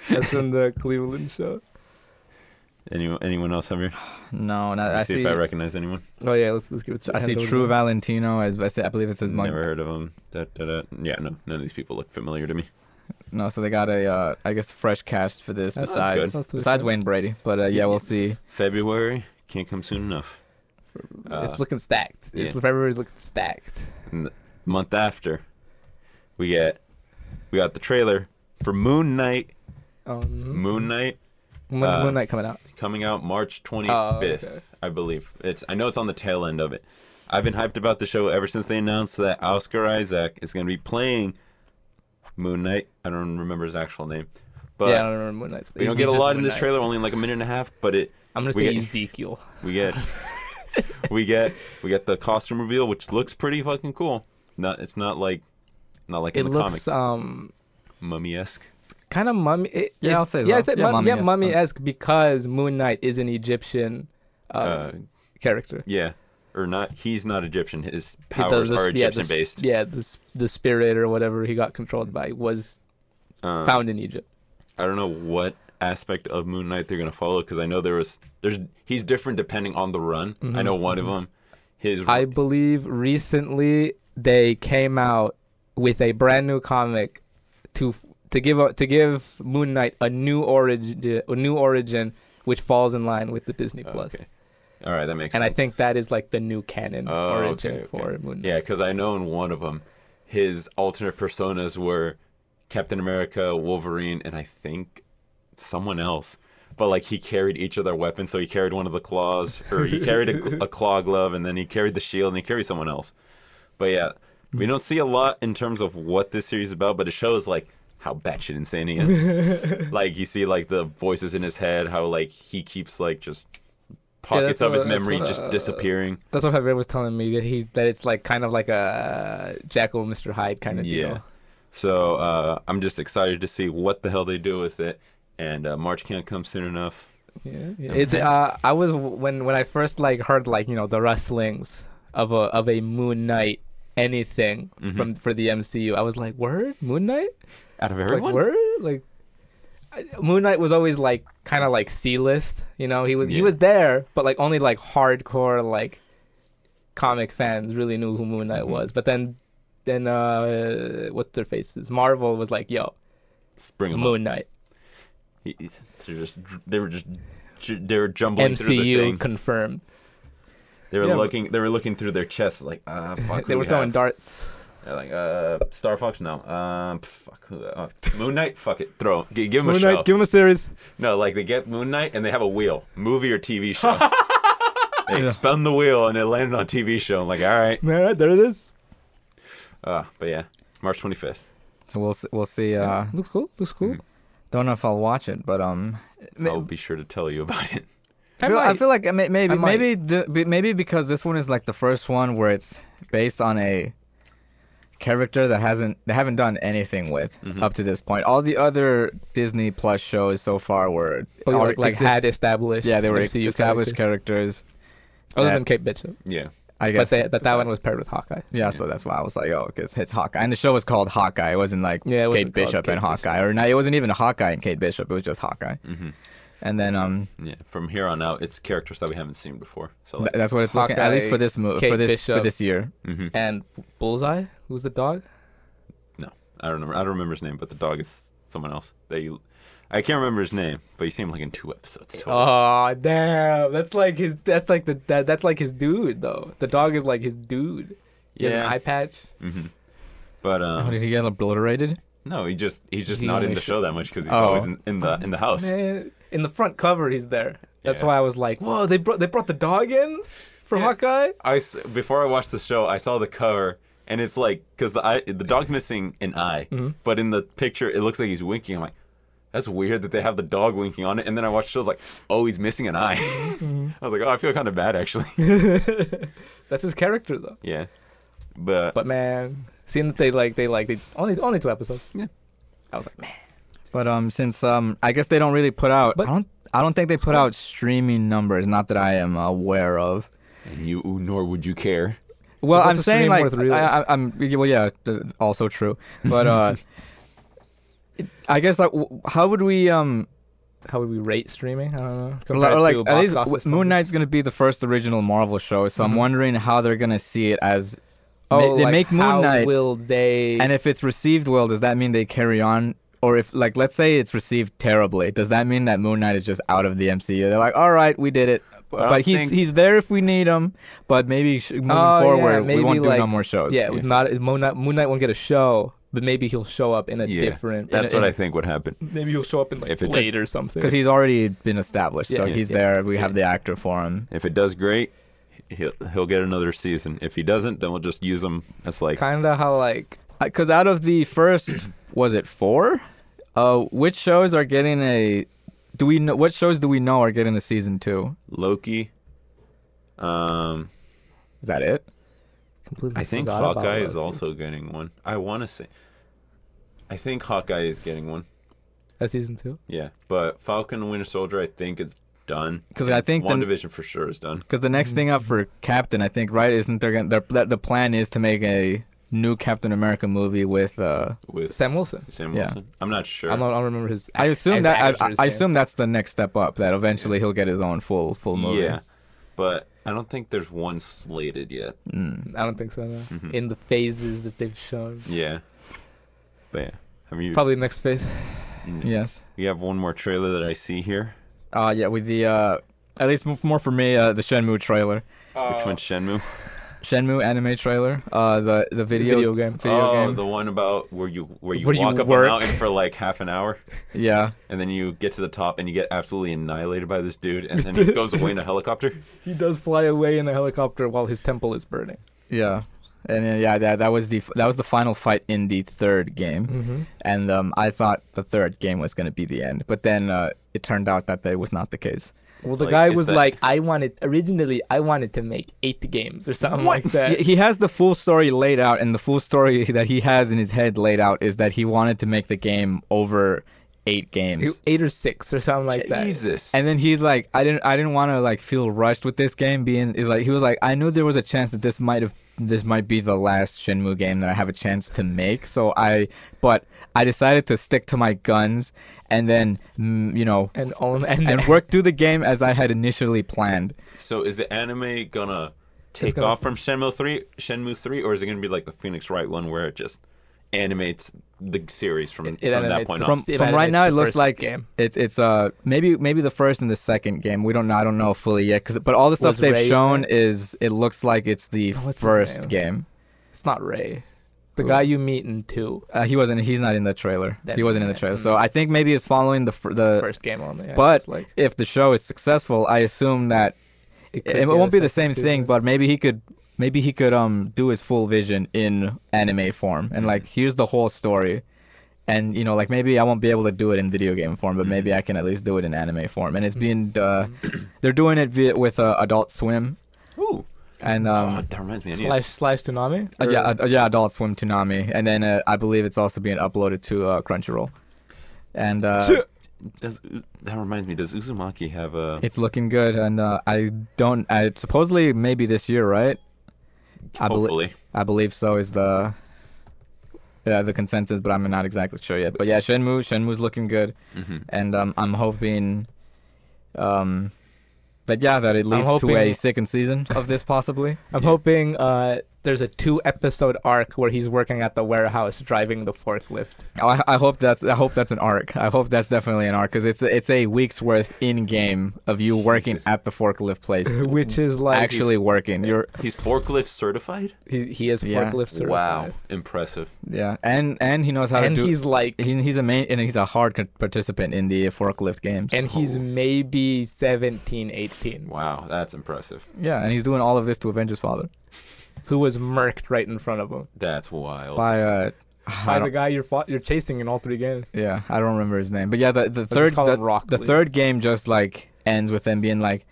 That's from the Cleveland show. anyone, anyone else have your? No, not, Let me I see, see. if I recognize anyone. Oh yeah, let's let's give it. I see hand over True to- Valentino. As I, say, I believe it says Monk. Never heard of him. Da, da, da. Yeah, no, none of these people look familiar to me. No, so they got a, uh, I guess, fresh cast for this That's- that's good. besides Not too besides bad. Wayne Brady. But uh, yeah, we'll see. February can't come soon enough. Uh, it's looking stacked. It's yeah. February's looking stacked. And the month after, we get we got the trailer for Moon Knight. Um, Moon Knight Moon, uh, Moon Knight coming out. coming out March 25th, Oh, okay. I believe. It's I know it's on the tail end of it. I've been hyped about the show ever since they announced that Oscar Isaac is going to be playing Moon Knight. I don't remember his actual name, but yeah, I don't remember Moon Knight's. we don't get a lot in this trailer. Only like a minute and a half, but it I'm gonna We say get- Ezekiel. we get we get we get the costume reveal, which looks pretty fucking cool. Not it's not like not like It in the looks um comic mummy esque. kind of mummy. It, Yeah, it- I'll say yeah, that. it's Yeah, Uh. mummy, yeah, mummy-esque. mummy esque because Moon Knight is an Egyptian uh, Uh, character. yeah, or not? He's not Egyptian. His It powers does this- are yeah, Egyptian this- based. Yeah, this the spirit or whatever he got controlled by was Um, found in Egypt. I don't know what aspect of Moon Knight they're gonna follow because I know there was there's he's different depending on the run. Mm-hmm. I know one of them, his I believe recently they came out with a brand new comic to to give a, to give Moon Knight a new origin a new origin which falls in line with the Disney Plus. Oh, Okay. All right, that makes And I sense. think that is like the new canon Oh, origin okay, okay. for Moon Knight. Yeah, because I know in one of them, his alternate personas were Captain America, Wolverine, and I think someone else. But like he carried each of their weapons, so he carried one of the claws, or he carried a, gl- a claw glove, and then he carried the shield, and he carried someone else. But yeah, we don't see a lot in terms of what this series is about, but it shows like how batshit insane he is. like you see like the voices in his head, how like he keeps like just pockets that's of his what- that's memory what, just uh, disappearing. That's what Javier was telling me that he's that it's like kind of like a Jackal and Mr. Hyde kind of Yeah. deal. So uh, I'm just excited to see what the hell they do with it. And uh, March can't come soon enough. Yeah, yeah. It's uh, I was when when I first like heard like you know the rustlings of a of a Moon Knight anything Mm-hmm. from for the MCU. I was like, word Moon Knight. Out of It's like word like I- Moon Knight was always like kind of like C list. You know, he was he Yeah. was there, but like only like hardcore like comic fans really knew who Moon Mm-hmm. Knight was. But then then uh, what's their faces? Marvel was like, yo, Spring 'em up. Moon Knight He- he- They're just, dr- they were just, j- they were jumbling through the MCU thing. confirmed. They were Yeah, but- looking, they were looking through their chests like, uh, fuck. They who were we throwing have? darts. They're like, uh, Star Fox, no. Um, fuck. Who, the- oh, Moon Knight, fuck it. Throw, g- give him a Moon show. Knight, give him a series. No, like they get Moon Knight and they have a wheel, movie or TV show. they spun the wheel and it landed on TV show. I'm like, all right. All right, there it is. Uh, but yeah, March 25th. So we'll s- we'll see. Uh, looks cool. Looks cool. don't know if I'll watch it, but um, I'll be sure to tell you about it. I feel, I might. feel like I may- maybe I might. maybe the, be- maybe because this one is like the first one where it's based on a character that hasn't they haven't done anything with Mm-hmm. up to this point. All the other Disney Plus shows so far were Oh, are like, like exist- had established. yeah they were MCU established characters. characters. Other that- than Kate Bishop, Yeah. I but guess, they, but that one was paired with Hawkeye. yeah, so that's why I was like, oh, 'cause it's Hawkeye, and the show was called Hawkeye. It wasn't like Yeah, it wasn't Kate called Bishop Kate and Bishop. Hawkeye, or not, it wasn't even Hawkeye and Kate Bishop. It was just Hawkeye, Mm-hmm. and then um, Yeah. From here on out, it's characters that we haven't seen before. So th- like, that's what it's looking at least Hawkeye, for this move Kate for this Bishop. for this year. mhm. And Bullseye, who's the dog? no, I don't remember. I don't remember his name, but the dog is someone else. That you, I can't remember his name, but you see him like in two episodes. total. Oh damn! That's like his. That's like the. That, that's like his dude though. The dog is like his dude. He has an Yeah. Mm-hmm. eye patch. But Oh, um, did he get obliterated? no, he just he's just He not in only the sh- show that much because he's Oh. always in, in the in the house. Man, in the front cover, he's there. That's Yeah. why I was like, whoa! They brought they brought the dog in for Yeah. Hawkeye. I s- before I watched the show, I saw the cover. And it's like, cause the eye, the dog's missing an eye, but in the picture it looks like he's winking. I'm like, that's weird that they have the dog winking on it. And then I watched the show, like, oh, he's missing an eye. I was like, oh, I feel kind of bad actually. That's his character though. Yeah, but, But man, seeing that they like they like they only only two episodes. Yeah. I was like, man, But um, since um, I guess they don't really put out. But- I don't. I don't think they put out streaming numbers. Not that I am aware of. and you nor would you care. Well, What's I'm a saying stream like worth, really? I, I, I'm. Well, yeah, th- also true. But uh, it- I guess like w- how would we um how would we rate streaming? I don't know. or Compared like to at box least w- office Moon numbers. Knight's gonna be the first original Marvel show, so I'm wondering how they're gonna see it as. Oh, ma- they like, make Moon how Knight, Will they? and if it's received well, does that mean they carry on? Or if like let's say it's received terribly, does that mean that Moon Knight is just out of the MCU? They're like, all right, we did it, don't but he's think- he's there if we need him. But maybe sh- moving Oh, yeah, forward, maybe, we won't do like- no more shows. yeah, with not Moon Knight, Moon Knight won't get a show, but maybe he'll show up in a Yeah, different. That's in a- what I think would happen. in- Maybe he'll show up in like If it- Blade or something. because he's already been established, so Yeah, he's yeah, there. We have the actor for him. If it does great, he'll he'll get another season. If he doesn't, then we'll just use him as like kind of how like Because Uh, out of the first, was it four? Uh, which shows are getting a? Do we know what shows do we know are getting a season two? Loki. Um, Is that it? completely. I think forgot about Hawkeye it. is also getting one. I want to say, I think Hawkeye is getting one. a season two. Yeah, but Falcon and Winter Soldier, I think is done. 'Cause I think the- One Division for sure is done. Because the Mm-hmm. next thing up for Captain, I think, right? Isn't there gonna, their, that the plan is to make a new Captain America movie with? Uh, With Sam Wilson. Sam Yeah. Wilson. I'm not sure. I don't, I don't remember his. I ac- assume his that I, actor's I name. assume that's the next step up. That eventually he'll get his own full full movie. Yeah, but I don't think there's one slated yet. Mm. I don't think so. No. In the phases that they've shown, Mm-hmm. Yeah. But yeah. Have you probably next phase. Mm. Yes. You have one more trailer that I see here. Uh, yeah, with the uh, at least m- more for me, uh, the Shenmue trailer, Which one's Shenmue? Shenmue anime trailer, uh, the the video, video game. video oh, game. the one about where you where you Where you walk up work. a mountain for like half an hour, yeah, and then you get to the top and you get absolutely annihilated by this dude, and then he goes away in a helicopter. He does fly away in a helicopter while his temple is burning. yeah, and then, yeah, that that was the f- that was the final fight in the third game, Mm-hmm. Mm-hmm. and um, I thought the third game was gonna be the end, but then uh, it turned out that that was not the case. Well, the Like, guy is was that- like, "I wanted originally, I wanted to make eight games or something like that." He, he has the full story laid out, and the full story that he has in his head laid out is that he wanted to make the game over eight games. Eight or six or something like that. Jesus. And then he's like, I didn't, I didn't want to like feel rushed with this game. Being is like, he was like, I knew there was a chance that this might have, this might be the last Shenmue game that I have a chance to make. So I, but I decided to stick to my guns, and then, mm, you know, And own and, and work through the game as I had initially planned. so is the anime gonna take gonna- off from Shenmue three, Shenmue three, or is it gonna be like the Phoenix Wright one where it just animates the series from it from that animates point the- on? From See, from that right is now, the it looks first like game. it's it's uh maybe maybe the first and the second game. We don't know. I don't know fully yet. Cause but all the stuff Was they've Ray shown there? Oh, is it looks like it's the What's his first name? game. it's not Ray, the Who? guy you meet in two, Uh, he wasn't. He's not in the trailer. That he wasn't in the makes trailer. sense. So I think maybe it's following the fir- the. first game only. yeah, Uh, but it's like if the show is successful, I assume that it, could it be a won't be the second same thing. season. But maybe he could. Maybe he could um do his full vision in anime form and like Mm-hmm. here's the whole story, and you know like maybe I won't be able to do it in video game form, but maybe I Mm-hmm. can at least do it in anime form. And it's being uh, they're doing it via, with uh, Adult Swim Ooh. and Oh, um. that reminds me. I need to- slash slash Toonami. uh, yeah, Or- uh, yeah, Adult Swim Toonami, and then uh, I believe it's also being uploaded to uh, Crunchyroll, and uh, does, that reminds me. Does Uzumaki have a? It's looking good, and uh, I don't. I supposedly maybe this year, right? I, belie- hopefully. I believe so is the yeah, the consensus, but I'm not exactly sure yet. But yeah, Shenmue, Shenmue's looking good, hmm and um, I'm hoping um that yeah, that it I'm leads to a hoping- second season of this possibly. I'm Yeah. hoping uh, there's a two episode arc where he's working at the warehouse driving the forklift. I, I hope that's I hope that's an arc. I hope that's definitely an arc because it's it's a week's worth in game of you working at the forklift place, Which is like actually working. You're He's forklift certified. he, he is Yeah. forklift certified. Wow, impressive. yeah, and and he knows how And to do. he's like He, he's a main and he's a hard co- participant in the forklift games. and he's Oh. maybe 17, 18. Wow, that's impressive. yeah, and he's doing all of this to avenge his father who was murked right in front of him That's wild. by uh, I by don't- the guy you're fought, you're chasing in all three games. yeah, I don't remember his name, but yeah, the the third call the, him Rock the Lee. third game just like ends with them being like,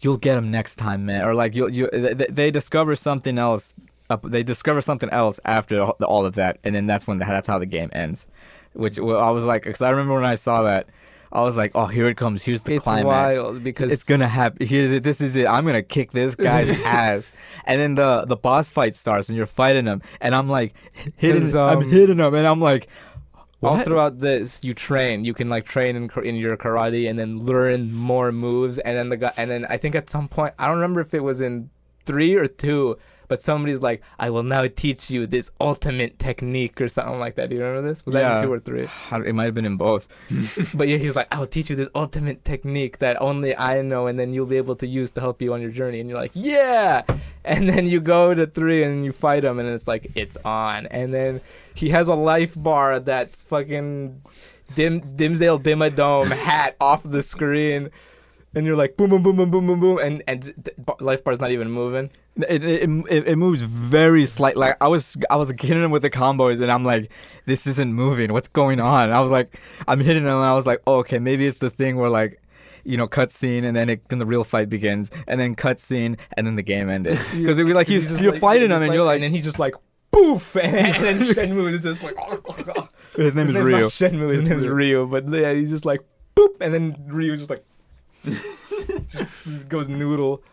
"You'll get him next time, man," or like you you they, they discover something else. Up, they discover something else after all- all of that, and then that's when the, that's how the game ends. Which well, I was like, because I remember when I saw that, I was like, "Oh, here it comes! Here's the It's climax." wild because it's gonna happen. Here, this is it. I'm gonna kick this guy's ass. And then the the boss fight starts, and you're fighting him, and I'm like, hitting, There's, I'm um, hitting him, and I'm like, all what? throughout this you train. You can like train in, kar- in your karate and then learn more moves. And then the guy and then I think at some point I don't remember if it was in three or two, but somebody's like, "I will now teach you this ultimate technique" or something like that. Do you remember this? Was that Yeah. in two or three? How- It might have been in both. But yeah, he's like, I'll teach you this ultimate technique that only I know, and then you'll be able to use to help you on your journey. And you're like, yeah. And then you go to three and you fight him, and it's like, it's on. And then he has a life bar that's fucking Dim Dimsdale Dimmadome hat off the screen. And you're like, boom, boom, boom, boom, boom, boom, boom. And, and the bar- life bar's not even moving. It it, it, it moves very slight. Like I was I was hitting him with the combos, and I'm like, this isn't moving. What's going on? I was like, I'm hitting him, and I was like, oh, okay, maybe it's the thing where like. You know, cutscene, and then it, then the real fight begins, and then cutscene, and then the game ended. Because it was like he's, just you're like- fighting him, and you're like, and then he's just like, poof. And, and then Shenmue is just like, oh, his name is His Ryu. name's not Shenmue. His name's Ryu. But yeah, he's just like boop, and then Ryu just like just goes noodle.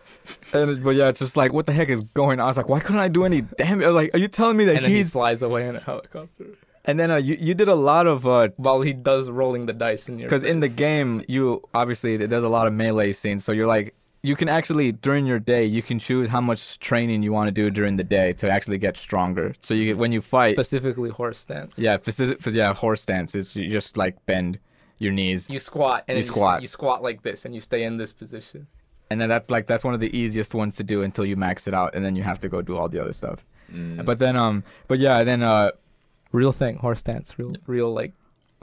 And it- but yeah, it's just like what the heck is going on? I was like, why couldn't I do any damage? Like, are you telling me that And then he he's? flies away in a helicopter And then uh, you you did a lot of uh, while he does rolling the dice in your. because in the game you obviously th- there's a lot of melee scenes, so you're like you can actually during your day you can choose how much training you want to do during the day to actually get stronger. So you when you fight, specifically horse stance. yeah, phys- phys- yeah, horse stance is you just like bend your knees, You squat and You then st- squat. You squat like this and you stay in this position. and then that's like that's one of the easiest ones to do until you max it out, and then you have to go do all the other stuff. Mm. Mm. But then um, but yeah, then uh, Real thing, horse stance. Real, real like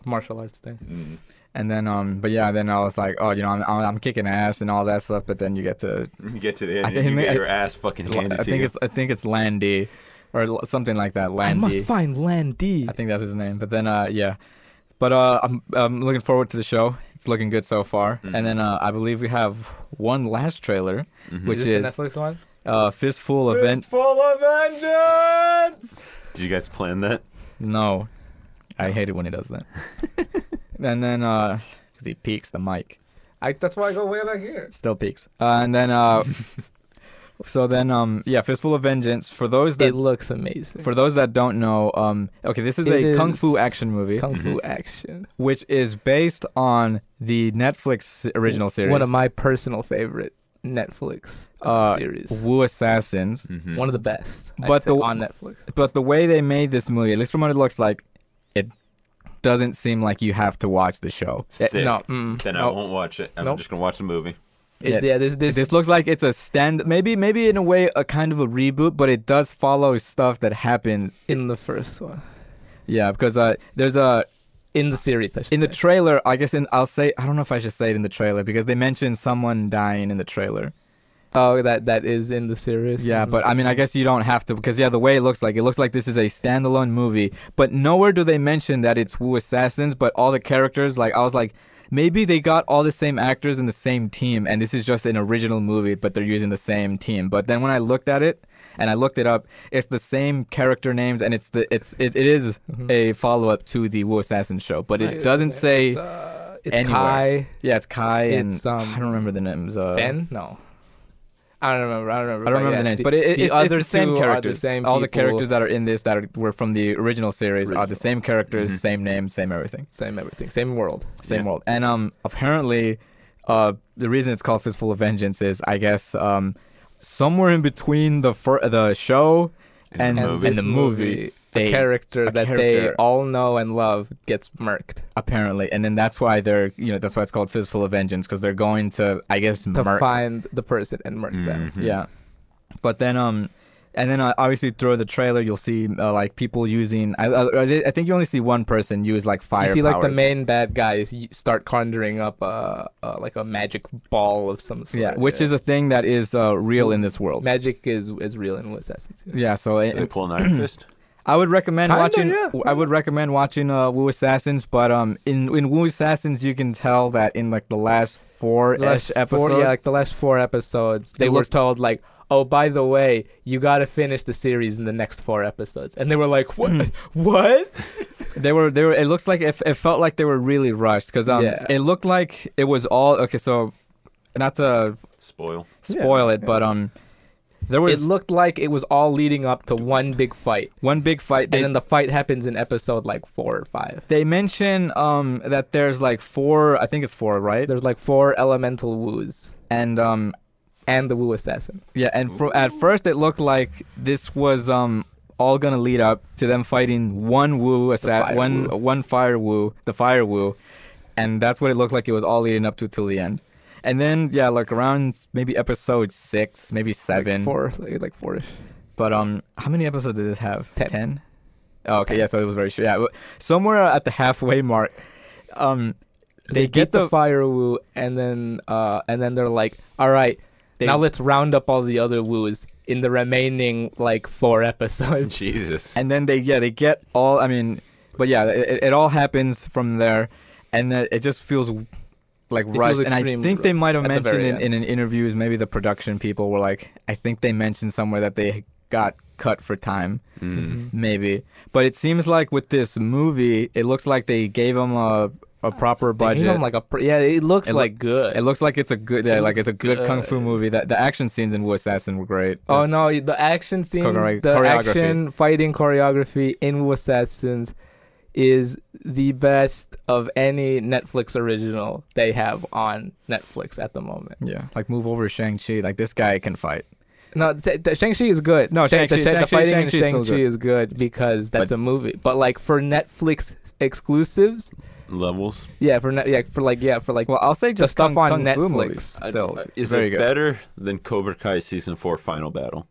martial arts thing. Mm. and then um, but yeah, then I was like, oh, you know, I'm I'm, I'm kicking ass and all that stuff, but then you get to You get to the end, I and think- you get I- your ass fucking handed I to think you. it's I think it's Landy, or l- something like that. I Landy. must find land D. I think that's his name. But then, uh, yeah. But uh, I'm I'm looking forward to the show. It's looking good so far. Mm-hmm. And then uh, I believe we have one last trailer, Mm-hmm. which is is this the Netflix one? uh, Fistful of Ven- full of vengeance. Did you guys plan that? No, I hate it when he does that. and then uh 'cause he peaks the mic, I, that's why I go way back here. still peaks. Uh, and then uh, so then um yeah, Fistful of Vengeance. For those that It looks amazing. for those that don't know, um okay, this is It a kung is fu action movie, Kung Fu action. which is based on the Netflix original series. One of my personal favorite Netflix uh, Uh, series. Wu Assassins. Mm-hmm. One of the best. I'd But say, the- on Netflix. But the way they made this movie, at least from what it looks like, it doesn't seem like you have to watch the show. Sick. no, mm, Then I nope. won't watch it. I'm Nope. just gonna watch the movie. It- Yeah. yeah, this this, This looks like it's a stand, maybe maybe in a way a kind of a reboot, but it does follow stuff that happened. in the first one Yeah, because uh, there's a in the series. I should in the say. trailer. I guess in I'll say I don't know if I should say it in the trailer because they mentioned someone dying in the trailer. oh that that is in the series. Yeah, Mhm. but I mean, I guess you don't have to because yeah, the way it looks like, it looks like this is a standalone movie. But nowhere do they mention that it's Wu Assassins. But all the characters, like I was like, maybe they got all the same actors and the same team, and this is just an original movie, but they're using the same team. But then when I looked at it and I looked it up, it's the same character names, and it's the it's it, it is Mhm. a follow up to the Wu Assassins show, but it Nice. doesn't say. It's, uh, it's anywhere. Kai yeah, it's Kai it's, and um, I don't remember the names. Uh, Ben. No, I don't remember. I don't remember. I don't but remember yeah, the names, but it, it, it's, it's the two same are characters. The same All the people, characters that are in this that are, were from the original series are the Original. same characters, Mhm. same name, same everything, Same everything. Same world. same Yeah. world. And um, apparently, uh, the reason it's called Fistful of Vengeance is, I guess, um, somewhere in between the fir- the show And the and movie. and the this movie, a they- character a that they character- all know and love gets murked apparently, and then that's why they're you know that's why it's called Fistful of Vengeance because they're going to I guess to murk- find the person and murk them. Mhm. Yeah. But then um and then uh, obviously through the trailer you'll see uh, like people using I, I I think you only see one person use like fire you see, like the powers. main bad guys y- start conjuring up a, uh like a magic ball of some sort. Yeah, which is a thing that is uh, real in this world. magic is is real in West Essex. yeah. Yeah, so, So they I pull an iron fist. I would recommend Kinda, watching yeah. I would recommend watching uh, Wu Assassins, but um in in Wu Assassins you can tell that in like the last The last four-ish episodes Four, yeah, like the last four episodes, they It were looked- told like, "Oh, by the way, you gotta finish the series in the next four episodes," and they were like, Hmm. "What? what?" They were they were. It looks like it, it felt like they were really rushed because um Yeah. it looked like it was all okay. So not to Spoil. spoil it, but um there It was looked like it was all leading up to one big fight, one big fight. They, and then the fight happens in episode like four or five. they mention um that there's like four. I think it's four, right? There's like four elemental woos And um and the woo assassin. yeah, and fro- at first it looked like this was um all gonna lead up to them fighting one Wu fire assassin, one Wu. one fire Wu, the fire Wu, and that's what it looked like. It was all leading up to till the end. And then yeah, like around maybe episode six, maybe seven. Like four, like, like four-ish. But um, how many episodes did this have? Ten. Oh, okay, yeah. So it was very short. Yeah, but somewhere at the halfway mark, um, they, get, the, fire woo, and then uh, and then they're like, all right, They- now let's round up all the other woos in the remaining like four episodes. Jesus. and then they yeah they get all. I mean, but yeah, it, it all happens from there, and then it just feels like feels rushed. And I extremely think they rushed might have at the mentioned very in, in an interviews maybe the production people were like, I think they mentioned somewhere that they got cut for time. Mm. Mm-hmm. Maybe, but it seems like with this movie, it looks like they gave them a a proper They budget. gave 'em, like a pr- yeah, it looks It loo- like good. It looks like it's a good, yeah, It like it's looks a good kung fu good. movie. That the action scenes in Wu Assassin were great. oh There's- no, the action scenes, Choreo- the choreography. action fighting choreography in woo assassins. is the best of any Netflix original they have on Netflix at the moment. Yeah, like move over to Shang Chi. Like this guy can fight. No, Sa- the Shang-Chi is good. No, Shang- Shang-Chi- the Shang- the Shang-Chi- fighting in Shang-Chi's still Shang-Chi good. is good because that's But- a movie. But like for Netflix exclusives, levels. yeah, for net, yeah, for like yeah, for like Well, I'll say just stuff kung, on kung fu Netflix. movies. I- So uh, is very it good. better than Cobra Kai season four final battle?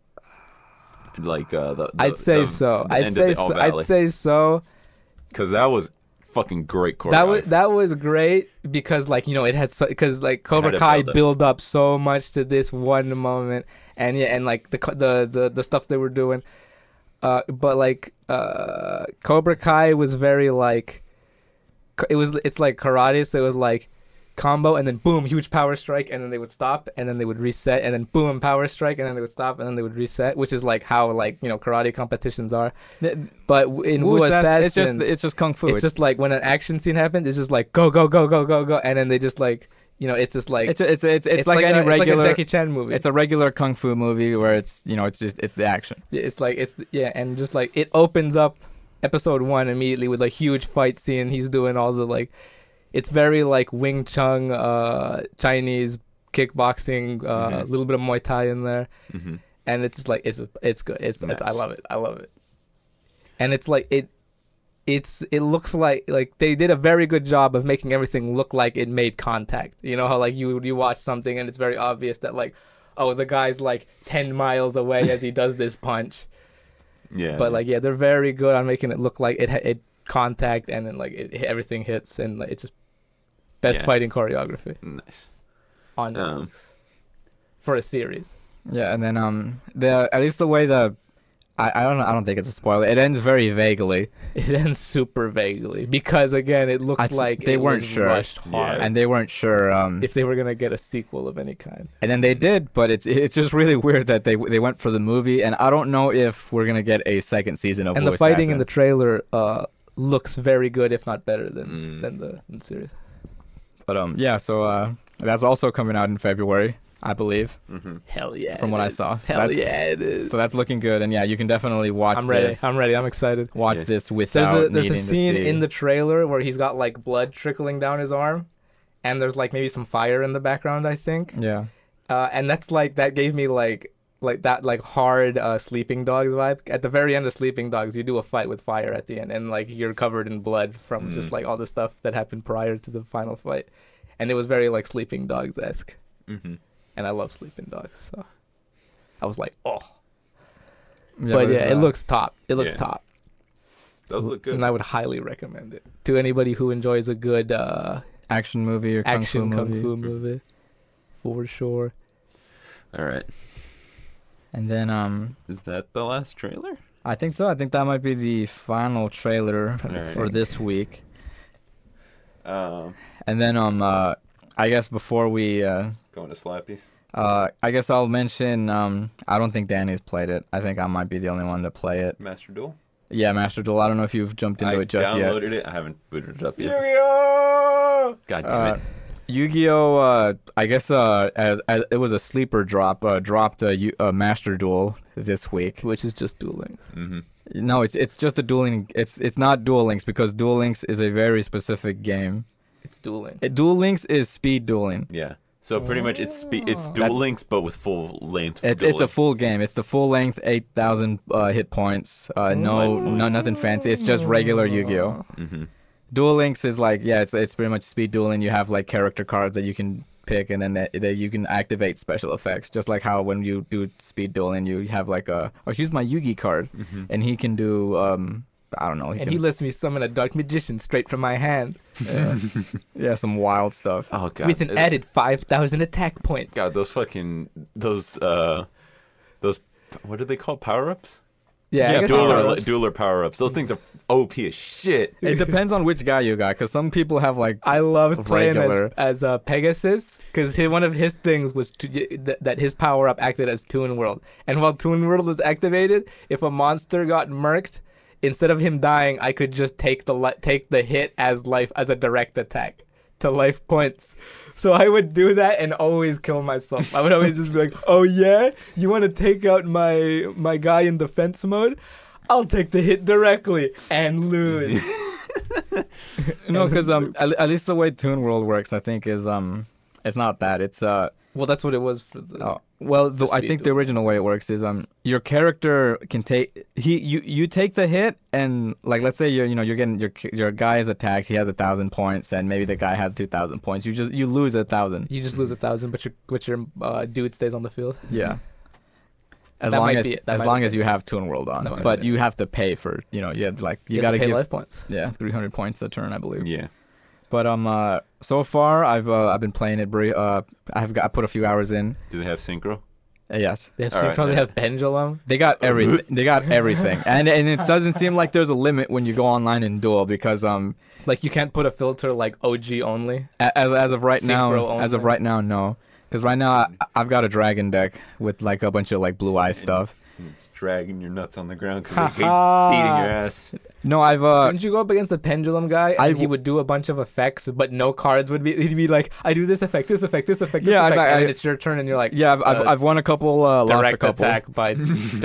Like uh, the, the I'd say the- so. the I'd end of say the All so. Valley. I'd say so. because that was fucking great. Cobra That Kai. was that was great because like you know it had because like Cobra had a Kai build build-up. up. so much to this one moment and yeah and like the co- the the, the stuff they were doing, uh but like uh Cobra Kai was very like c- it was it's like karate so it was like combo and then boom huge power strike and then they would stop and then they would reset and then boom power strike and then they would stop and then they would reset which is like how like you know karate competitions are but w- in Wu Assassins it's just it's just kung fu. it's just like when an action scene happens, it's just like go go go go go go, and then they just like you know it's just like it's it's it's, it's like, any a, regular. it's like a Jackie Chan movie. it's a regular kung fu movie where it's you know it's just it's the action. Yeah, it's like it's yeah, and just like it opens up episode one immediately with a huge fight scene. He's doing all the like, it's very like Wing Chun, uh, Chinese kickboxing, uh, a Mm-hmm. Mhm. little bit of Muay Thai in there, Mhm. and it's just like it's just, it's good. It's, it's I Nice. love it. I love it. And it's like it. It's it looks like like they did a very good job of making everything look like it made contact. You know how like you you watch something and it's very obvious that like oh the guy's like 10 miles away as he does this punch. yeah, But like, yeah, they're very good on making it look like it ha- it contact and then like it, everything hits and like, it's just best Yeah. fighting choreography nice. on Netflix Um, for a series. Yeah, and then um the at least the way the I, I don't know I don't think it's a spoiler. It ends very vaguely, It ends super vaguely because again, it looks I s- like they it weren't was sure. rushed hard. Yeah. and they weren't sure. Um, If they were gonna get a sequel of any kind, and then they did, but it's it's just really weird that they they went for the movie, and I don't know if we're gonna get a second season of. and the Wu fighting in the Assassin. trailer uh, looks very good, if not better than Mm. than the than the series. but um yeah, so uh that's also coming out in February, I believe. hmm Hell yeah! From it what I is. saw. So hell that's- yeah, it is. So that's looking good, and yeah, you can definitely watch. I'm ready. This, I'm ready. I'm excited. watch Yeah. this There's without a there's a needing to scene see- in the trailer where he's got like blood trickling down his arm, and there's like maybe some fire in the background, I think. yeah. Uh, and that's like that gave me like like that like hard uh, Sleeping Dogs vibe. At the very end of Sleeping Dogs, you do a fight with fire at the end, and like you're covered in blood Hmm. from just Mm. like all the stuff that happened prior to the final fight, and it was very like Sleeping Dogs esque, hmm and I love Sleeping Dogs, so I was like, oh, Yeah, but it's, yeah, it uh, looks top. It looks Yeah. top. Those look good. and I would highly recommend it to anybody who enjoys a good uh, action movie or kung action fu kung movie. fu movie, for sure. All right, And then um is that the last trailer? I think so. I think that might be the final trailer Alright. for this week. Um, And then um uh I guess before we uh going to Slappy's. uh I guess I'll mention um I don't think Danny's played it. I think I might be the only one to play it. Master Duel. Yeah, Master Duel. I don't know if you've jumped into I it just yet. downloaded it. I haven't booted it up yet. God damn Uh, it. Yu-Gi-Oh! Uh, I guess uh, as, as it was a sleeper drop. Uh, dropped a, Yu- a Master Duel this week. Which is just Duel Links. Mm-hmm. No, it's it's just a Duel Links. It's it's not Duel Links because Duel Links is a very specific game. It's dueling. It, Duel Links is speed dueling. Yeah. So pretty much it's spe- it's Duel That's- Links, but with full length. It, Duel it's a Links. full game. It's the full length, eight thousand uh, hit points. Uh, no, my no, nothing fancy. It's just regular Yu-Gi-Oh. Mhm. Duel Links is like yeah, it's it's pretty much speed dueling. You have like character cards that you can pick, and then that, that you can activate special effects. Just like how when you do speed dueling, you have like a oh here's my Yugi card, Mm-hmm. and he can do um I don't know. He And can, he lets me summon a dark magician straight from my hand yeah, yeah, some wild stuff. Oh god. with an It- added 5,000 attack points. God, those fucking those uh those what are they called? Power ups? Yeah, I guess dueler power-ups. dueler power ups. Those things are OP as shit. It depends on which guy you got, because some people have like I loved playing Regular. as, as uh, Pegasus because one of his things was to, th- that his power up acted as Toon World. And while Toon World was activated, if a monster got murked, instead of him dying, I could just take the li- take the hit as life as a direct attack to life points. So I would do that and always kill myself. I would always just be like, "Oh yeah, you want to take out my my guy in defense mode? I'll take the hit directly and lose." no, because um, at, at least the way Toon World works, I think, is um, it's not that. It's uh, Well, that's what it was for the. Oh, well, the, For I Speed think the Duel. original way it works is um your character can take he you you take the hit and like let's say you're you know you're getting your your guy is attacked he has a thousand points and maybe the guy has two thousand points you just you lose a thousand You just lose a thousand, but your but your uh, dude stays on the field. yeah as That long might as be it. That as might long be as you have Toon World on That might but be it. you have to pay for you know you have, like you, have to gotta pay give life points. yeah three hundred points a turn I believe Yeah. but um uh so far I've uh, I've been playing it bri- uh I've got I put a few hours in Do they have synchro? Uh, yes They have All right, synchro. They yeah. have pendulum. They got everything. they got everything, and and it doesn't seem like there's a limit when you go online and duel because um Like you can't put a filter like OG only. a- as as of right now Synchro as of only. right now no because right now I, I've got a dragon deck with like a bunch of like blue eye stuff. It's dragging your nuts on the ground because they hate beating your ass. No, I've uh Didn't you go up against the pendulum guy? And I he w- would do a bunch of effects, but no cards would be. He'd be like, "I do this effect, this effect, this effect, this Yeah, I- effect," I- and then I- it's your turn, and you're like, yeah I've I've, uh, I've won a couple uh, lost a direct couple. attack by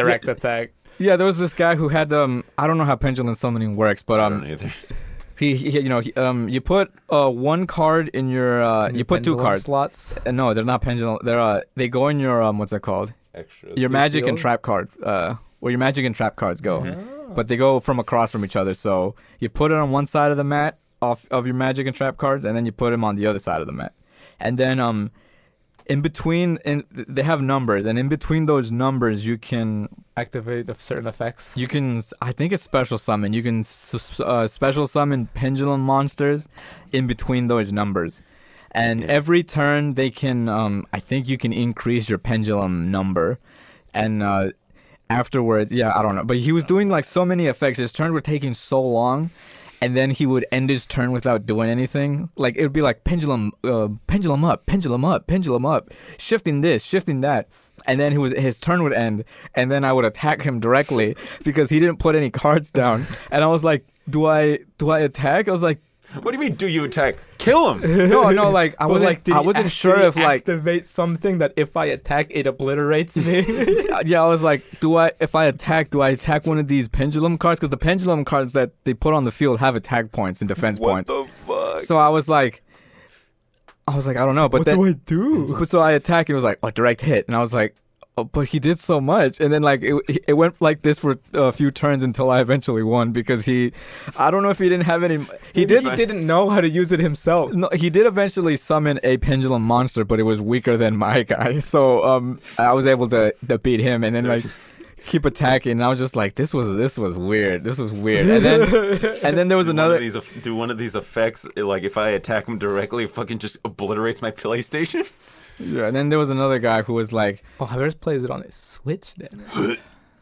direct attack." Yeah, there was this guy who had um I don't know how pendulum summoning works, but I don't um either. he, he you know he, um you put uh one card in your uh And you your put two pendulum cards. slots. Uh, no, they're not pendulum. They're uh they go in your um what's it called? Extra. your magic and field? trap card, uh, where your magic and trap cards go, Mm-hmm. but they go from across from each other. So you put it on one side of the mat off of your magic and trap cards, and then you put them on the other side of the mat, and then um, in between, and they have numbers, and in between those numbers, you can Activate of certain effects. you can I think it's special summon. You can s- s- uh, special summon pendulum monsters in between those numbers. And Yeah. every turn they can um I think you can increase your pendulum number and uh afterwards, yeah, I don't know. But he was doing like so many effects. His turns were taking so long. And then he would end his turn without doing anything. Like it would be like pendulum, uh, pendulum up, pendulum up, pendulum up, shifting this, shifting that, and then he was, his turn would end. And then I would attack him directly because he didn't put any cards down. And I was like, "Do I do I attack?" I was like, What do you mean? Do you attack? Kill him. "No, no." Like I But, wasn't did I he wasn't sure actually if like activate something that if I attack it obliterates me. yeah, I was like, do I if I attack, do I attack one of these pendulum cards? Because the pendulum cards that they put on the field have attack points and defense What points. the fuck? So I was like, I was like, I don't know, but then I do? but so I attack and it was like a direct hit, and I was like, oh, but he did so much, and then like it, it went like this for a few turns until I eventually won because he, I don't know if he didn't have any, he He did. did, didn't know how to use it himself. No, he did eventually summon a pendulum monster, but it was weaker than my guy. So um, I was able to, to beat him, and then like keep attacking. And I was just like, this was this was weird. This was weird. And then and then there was do One another. of these, eff- do one of these effects, like if I attack him directly, it fucking just obliterates my PlayStation? Yeah, and then there was another guy who was like, Oh, Javier plays it on his Switch. Then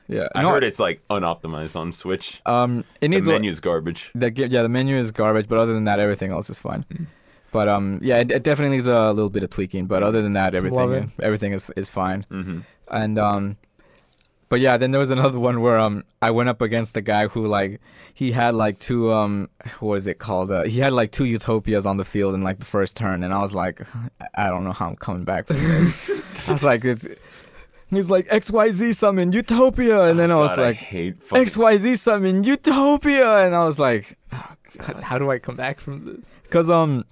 yeah, I heard it's like unoptimized on Switch. Um, it The needs a- menu's garbage. the ge- yeah, the menu is garbage, but other than that, everything else is fine. Hmm. But um, yeah, it, it definitely needs a little bit of tweaking. But other than that, Some love everything everything is is fine. Mm-hmm. and um but yeah then there was another one where um i went up against the guy who like he had like two um what is it called uh, he had like two utopias on the field in like the first turn and i was like I- i don't know how i'm coming back from this i was like it's he's like xyz summon utopia and then i was Oh, God, I like hate fucking. xyz summon utopia and i was like how do I come back from this? because um,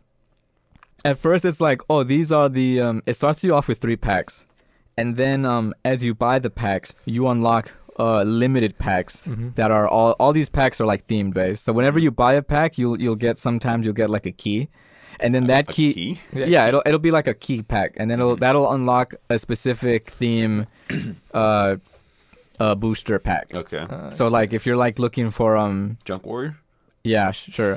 at first it's like, oh, these are the um. It starts you off with three packs, and then um, as you buy the packs, you unlock uh limited packs Mhm. that are all all these packs are like themed based. So whenever you buy a pack, you'll you'll get sometimes you'll get like a key, and then that Oh, a key, key? Mm-hmm. Yeah, it'll it'll be like a key pack, and then it'll that'll unlock a specific theme, uh, uh booster pack. Okay. Uh, So like if you're like looking for um Junk Warrior? yeah sh- sure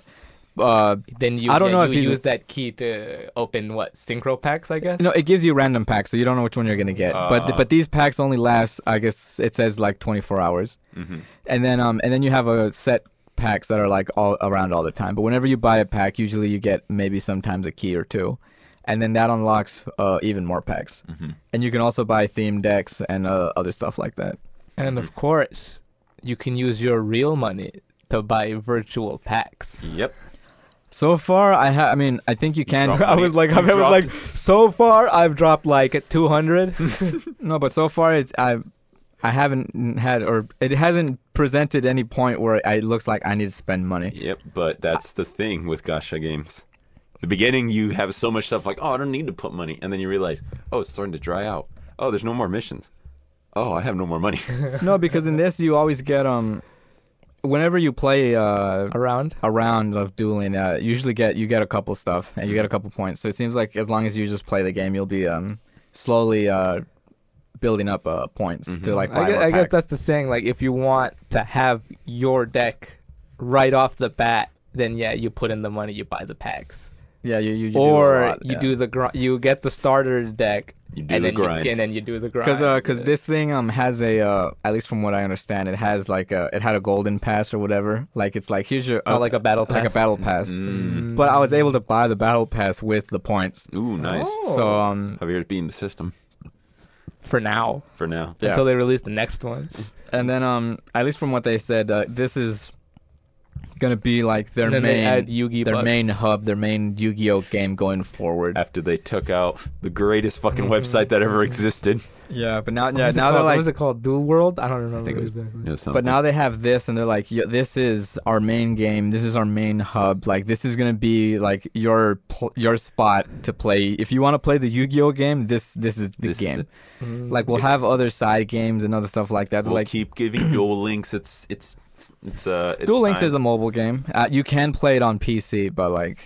uh then you I don't know if you he's- use that key to open what synchro packs, I guess. No, it gives you random packs, so you don't know which one you're gonna get. but Ah. but these packs only last, I guess it says like 24 hours, Mm-hmm. and then um and then you have a set packs that are like all around all the time. But whenever you buy a pack, usually you get maybe sometimes a key or two, and then that unlocks uh, even more packs. Mm-hmm. And you can also buy theme decks and uh, other stuff like that. And of course, you can use your real money to buy virtual packs. Yep. So far, I ha- I mean, I think you can. dropped- I was like, I You was like, so far I've dropped like 200. no, but so far it's I. I haven't had or it hasn't presented any point where it looks like I need to spend money. Yep, but that's the thing with gacha games. The beginning, you have so much stuff like, oh, I don't need to put money, and then you realize, oh, it's starting to dry out. Oh, there's no more missions. Oh, I have no more money. no, because in this you always get um, whenever you play uh around. a round of dueling, uh, usually get you get a couple stuff and Mm-hmm. you get a couple points. So it seems like as long as you just play the game, you'll be um slowly uh building up uh points to like buy Mm-hmm. I, guess, more I guess packs. that's the thing. Like, if you want to have your deck right off the bat, then yeah, you put in the money, you buy the packs, yeah you you, you or do a lot, you yeah. do the gr- you get the starter deck, You do and the then you- grind. and then you do the grind. because uh, 'cause this thing um has a uh at least from what I understand it has like a it had a golden pass or whatever like it's like here's your uh, Oh, like a battle like a pass. Mm-hmm. battle pass but I was able to buy the battle pass with the points Ooh, nice. Oh. so um Javier's beating the system for now for now. Yeah. until they release the next one. and then um at least from what they said uh, this is gonna be like their And then main they add Yugi their bucks. main hub, their main Yu-Gi-Oh game going forward. After they took out the greatest fucking Mm-hmm. website that ever existed. Yeah, but now What yeah, was it now called? they're what was like it called? Dual World? I don't remember. think it was- exactly. It was but something. now they have this and they're like "Yeah, this is our main game. This is our main hub. Like this is going to be like your pl- your spot to play. If you want to play the Yu-Gi-Oh game, this this is the This is game. it. Mm. Like we'll have other side games and other stuff like that. we'll like keep giving Duel Links. It's it's it's uh. It's Duel Links time. is a mobile game. Uh, you can play it on PC, but like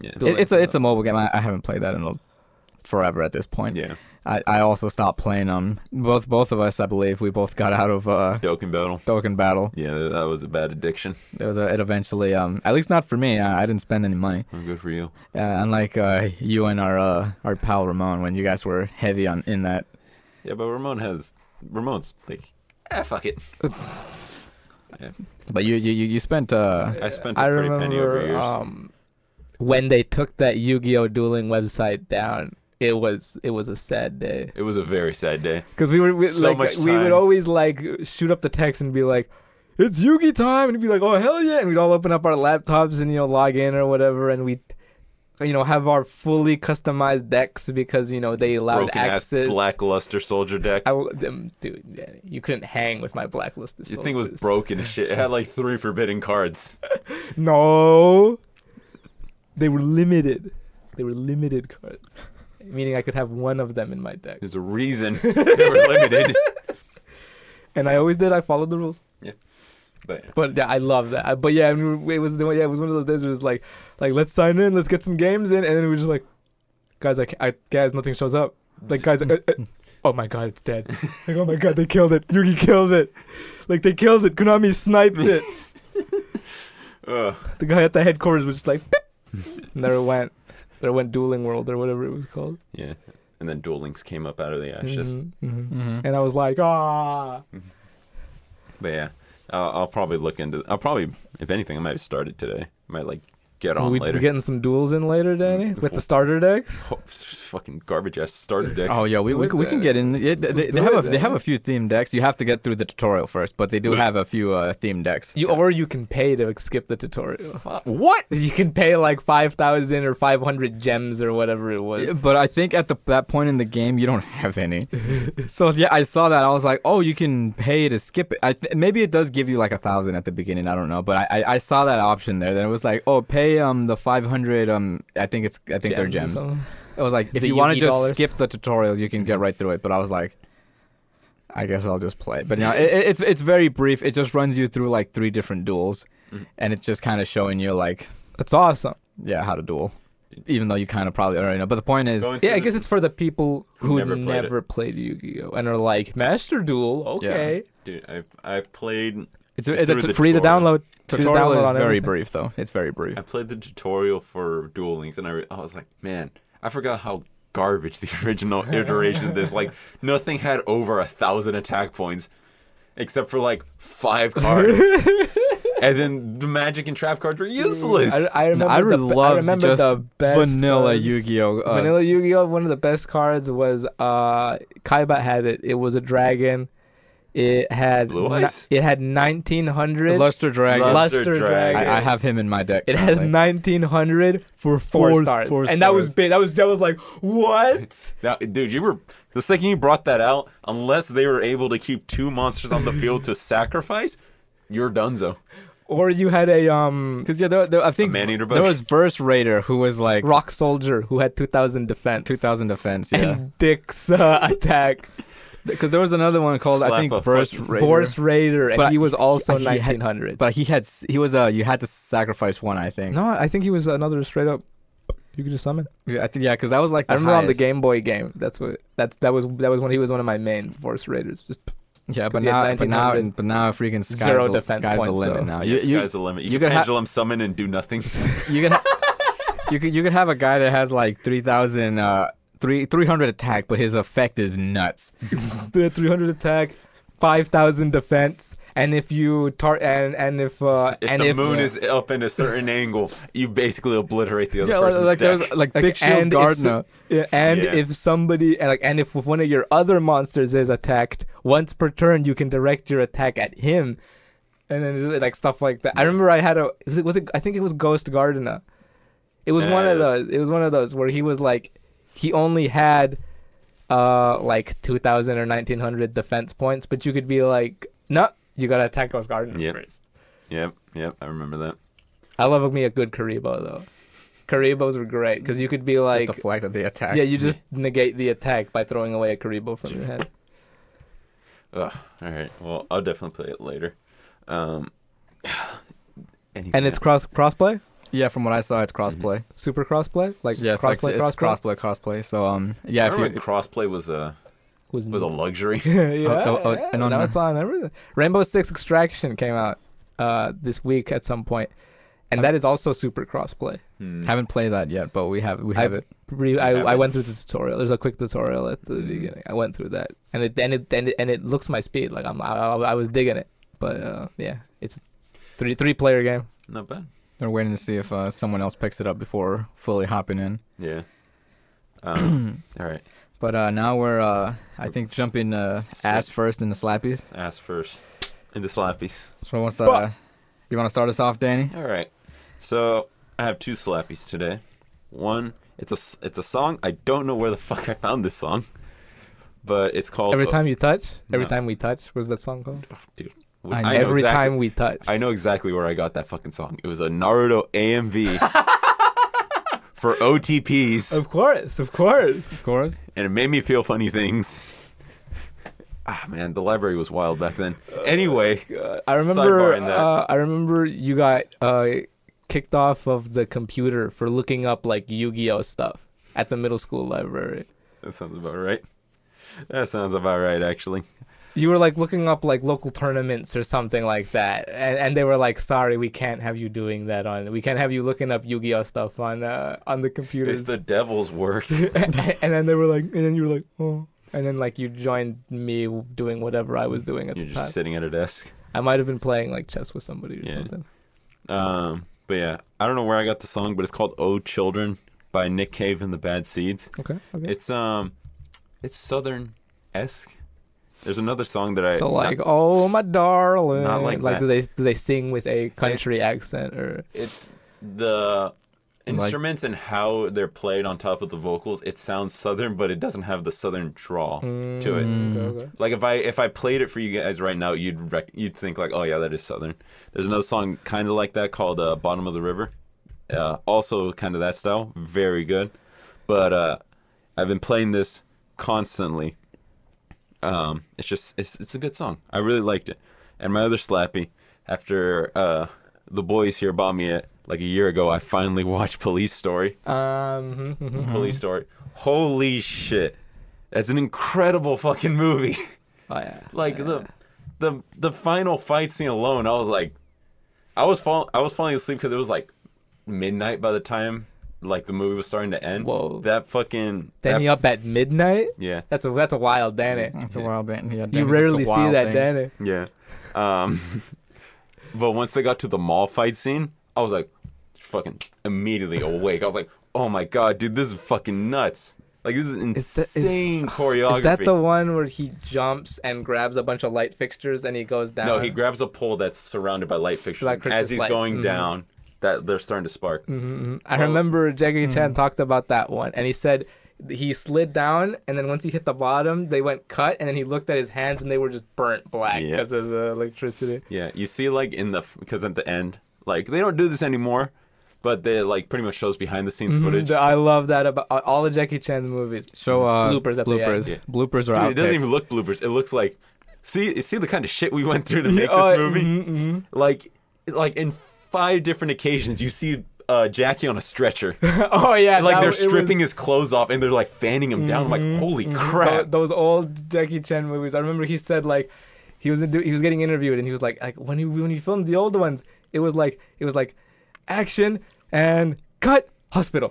yeah. Duel it- it's Links a is it's a mobile game. I, I haven't played that in a, forever at this point. yeah. I, I also stopped playing them. Both both of us, I believe, we both got out of uh, Doken Battle. Dokken Battle. Yeah, that was a bad addiction. It was a, it eventually, um, at least not for me. I, I didn't spend any money, Oh, good for you. uh, unlike uh, you and our uh, our pal Ramon when you guys were heavy on in that. Yeah, but Ramon has Ramon's like, ah, fuck it. But you you you you spent uh, I spent a I pretty penny over remember years. um, when they took that Yu-Gi-Oh dueling website down. It was it was a sad day. it was a very sad day. Because we would we, So like much we would time. always like shoot up the text and be like, "It's Yugi time," and be like, "Oh hell yeah!" And we'd all open up our laptops and you know log in or whatever, and we, would you know, have our fully customized decks because you know they allowed Broken access. ass lackluster soldier deck. I, will- um, dude, yeah, you couldn't hang with my blacklist. This thing was broken as shit. It had like three forbidden cards. No, they were limited. They were limited cards, meaning I could have one of them in my deck. There's a reason they were limited. And I always did. I followed the rules. But But yeah, I love that. I- But yeah, I mean, it was yeah, it was one of those days where it was like, like let's sign in, let's get some games in, and then we were just like, guys, I, ca- I guys, nothing shows up. Like guys, uh, uh, oh my god, it's dead. Like oh my god, they killed it. Yugi killed it. Like they killed it. Konami sniped it. uh, The guy at the headquarters was just like, "Beep." and there it went. There went Dueling World or whatever it was called. yeah, and then Duel Links came up out of the ashes. Mhm, mhm. mhm. And I was like, ah. But yeah, I'll, I'll probably look into. I'll probably, if anything, I might start it today. might like get on we later. be getting some duels in later, Danny, with the starter decks. Oh, fucking garbage ass starter decks. Oh yeah, we, do we, it we can then. get in. Yeah, they, they, Let's they do have a it they have then. a few theme decks. You have to get through the tutorial first, but they do have a few uh, theme decks. You or you can pay to skip the tutorial. what? You can pay like five thousand or five hundred gems or whatever it was. Yeah, But I think at the that point in the game, you don't have any. so yeah, I saw that. I was like, oh, you can pay to skip it. I th- maybe it does give you like a thousand at the beginning. I don't know, but I, I I saw that option there. Then it was like, oh, pay um the five hundred um I think it's I think or they're gems. something. It was like if The you want to Yugi just dollars. skip the tutorial, you can get right through it. But I was like. I guess I'll just play, but you know, it, it- it's it's very brief. It just runs you through like three different duels, Mhm. and it's just kind of showing you like That's awesome. yeah how to duel, even though you kind of probably already know. But the point is, Going Yeah, I through guess it's for the people Who who never never played played, it. Yu-Gi-Oh and are like Master Duel. Okay, Dude, I I played it's Through it's, it's the free to tutorial. download. tutorial download is on very everything. brief though. It's very brief. I played the tutorial for Duel Links, and I, re- I was like, man, I forgot how garbage the original iteration of this. Like, nothing had over a thousand attack points, except for like five cards, and then the magic and trap cards were useless. I, I remember. I the, really be- I loved remember just the best vanilla was- Yu-Gi-Oh. Uh, Vanilla Yu-Gi-Oh! One of the best cards was uh Kaibat had it. It was a dragon. It had Blue ni- Eyes? it had 1900 Luster Dragon. Lust- Luster, Luster Dragon. Dragon. I, I have him in my deck. It had currently. 1900 for four, Four- stars, four and that was stars. big. That was that was like what? Now, dude, you were the second you brought that out. Unless they were able to keep two monsters on the field to sacrifice, you're Uh, Dunzo. Or you had a um Because yeah, there, there, I think man-eater there bush. was Verse Raider who was like rock soldier who had 2000 defense, 2000 defense. Yeah, and Dick's uh, attack, because there was another one called Slap I think a Verse fucking- Raider. Force Raider, and But he was also I- he had- 1900. but he had s- he was uh you had to sacrifice one I think. no, I think he was another straight up. You could just summon. Yeah, I think yeah, because that was like the I remember on the highest. Game Boy game. That's what. That's that was that was when he was one of my mains. Force Raiders. Just Yeah, 'Cause but he had now, but now, 1900. but now, freaking sky's Zero the, defense sky's points, the limit though. now. You, You you, Sky's the limit. You, you can could ha- pendulum summon and do nothing. you could ha- you could you could have a guy that has like 3,000 uh three 300 attack, but his effect is nuts. the 300 attack, 5000 defense, and if you tar and and if uh If and the if moon yeah. is up in a certain angle, you basically obliterate the other Yeah, like, person's like deck. there's like Like, Big Shield uh, and if s- Gardner. yeah, and Yeah. if somebody and like and if one of your other monsters is attacked once per turn, you can direct your attack at him, and then it's like stuff like that. I remember I had a was it, was it I think it was Ghost Gardener. It was Yeah, one it of is. those. It was one of those where he was like, he only had, uh, like two thousand or nineteen hundred defense points, but you could be like, no, you gotta attack Ghost Gardener Yep. first. Yep, yep, I remember that. I love me a good Karibo though. Karibos were great because you could be like, just the flag that they attack. yeah, you just negate the attack by throwing away a Karibo from your head. Ugh, all right, well, I'll definitely play it later. Um, anything And it's else? cross crossplay, yeah. From what I saw, it's crossplay. super crossplay, like Yes, crossplay, like, it's crossplay, crossplay. crossplay. So um, I yeah, if remember you crossplay was a was, was a luxury. yeah, oh, oh, yeah, and on- now it's on everything. Rainbow Six Extraction came out uh, this week at some point, and that is also super crossplay. Hmm. haven't played that yet, but we have we have it. Re- I, Yeah, I but- went through the tutorial. There's a quick tutorial at the beginning. I went through that, and it and it and it, and it looks my speed. Like I'm I, I I was digging it, but uh, yeah, it's three three player game. Not bad. They're waiting to see if uh, someone else picks it up before fully hopping in. Yeah. Um, all right. But uh, now we're, uh, I think, jumping uh, ass first in the slappies. Ass first into slappies. So what's that? Uh, you want to start us off, Danny? All right. So I have two slappies today. One, it's a s- it's a song. I don't know where the fuck I found this song, but it's called Oh, uh, Every time you touch, every No. time we touch, was that song called? I I know exactly- every time we touch. I know exactly where I got that fucking song. It was a Naruto AMV for OTPs, Of course, of course. Of course. and it made me feel funny things. Ah man, the library was wild back then. Anyway, I Sidebar remember. in that. Uh, I remember you got uh, kicked off of the computer for looking up like Yu-Gi-Oh stuff at the middle school library. that sounds about right. That sounds about right, actually. you were like looking up like local tournaments or something like that and, and they were like sorry we can't have you doing that on we can't have you looking up yu-gi-oh stuff on uh, on the It's computers the devil's work. and then they were like and then you were like oh and then like you joined me doing whatever i was doing at You're the just time sitting at a desk. i might have been playing like chess with somebody or Yeah. something Um, but yeah, I don't know where I got the song, but it's called "Oh Children" by Nick Cave and the Bad Seeds. okay okay It's um, it's southern esque. There's another song that I so like oh my darling uh, Not like that. do they do they sing with a country accent or it's the Like- instruments and how they're played on top of the vocals. It sounds southern, but it doesn't have the southern drawl to it. Mm, okay, okay. Like if I if I played it for you guys right now, you'd rec- you'd think like, oh yeah, that is southern. There's another song kind of like that called uh, "Bottom of the River," uh, also kind of that style, very good. But uh, I've been playing this constantly. Um, it's just it's it's a good song. I really liked it. And my other slappy, after uh, the boys here bought me it like a year ago, I finally watched Police Story. um mhm, mhm. Police Story. Holy shit, that's an incredible fucking movie. oh yeah like the the the final fight scene alone i was like i was fall i was falling asleep because it was like midnight by the time like the movie was starting to end Whoa. that fucking then that- you up at midnight yeah That's a that's a wild Danny. It's a wild Danny. Yeah, You Danny's rarely a see wild that thing. Danny. yeah um but once they got to the mall fight scene i was like fucking immediately awake i was like oh my god dude this is fucking nuts Like this is Is that- is- insane choreography. Is that the one where he jumps and grabs a bunch of light fixtures and he goes down? No, he grabs a pole that's surrounded by light fixtures Like Christmas as he's lights. going Mm-hmm. Mhm. down. That they're starting to spark. I remember Jackie mm. Chan talked about that one, and he said he slid down, and then once he hit the bottom, they went cut, and then he looked at his hands, and they were just burnt black Yeah. because of the electricity. Yeah, you see, like in the because at the end, like they don't do this anymore, but they like pretty much shows behind the scenes footage. The- I love that about uh, all of Jackie Chan's movies. So uh, Bloopers at the end. bloopers, Yeah. bloopers Dude, are it doesn't outtakes. even look bloopers. It looks like see see the kind of shit we went through to make Uh, this movie. mhm, mhm. Like like in five different occasions, you see uh, Jackie on a stretcher. oh yeah, And, like that they're w- it stripping was- Mm-hmm, his clothes off and they're like fanning him down. I'm like holy tho- crap! Those old Jackie Chan movies. I remember he said like he was do- he was getting interviewed and he was like like when he when he filmed the old ones, it was like it was like action and cut hospital,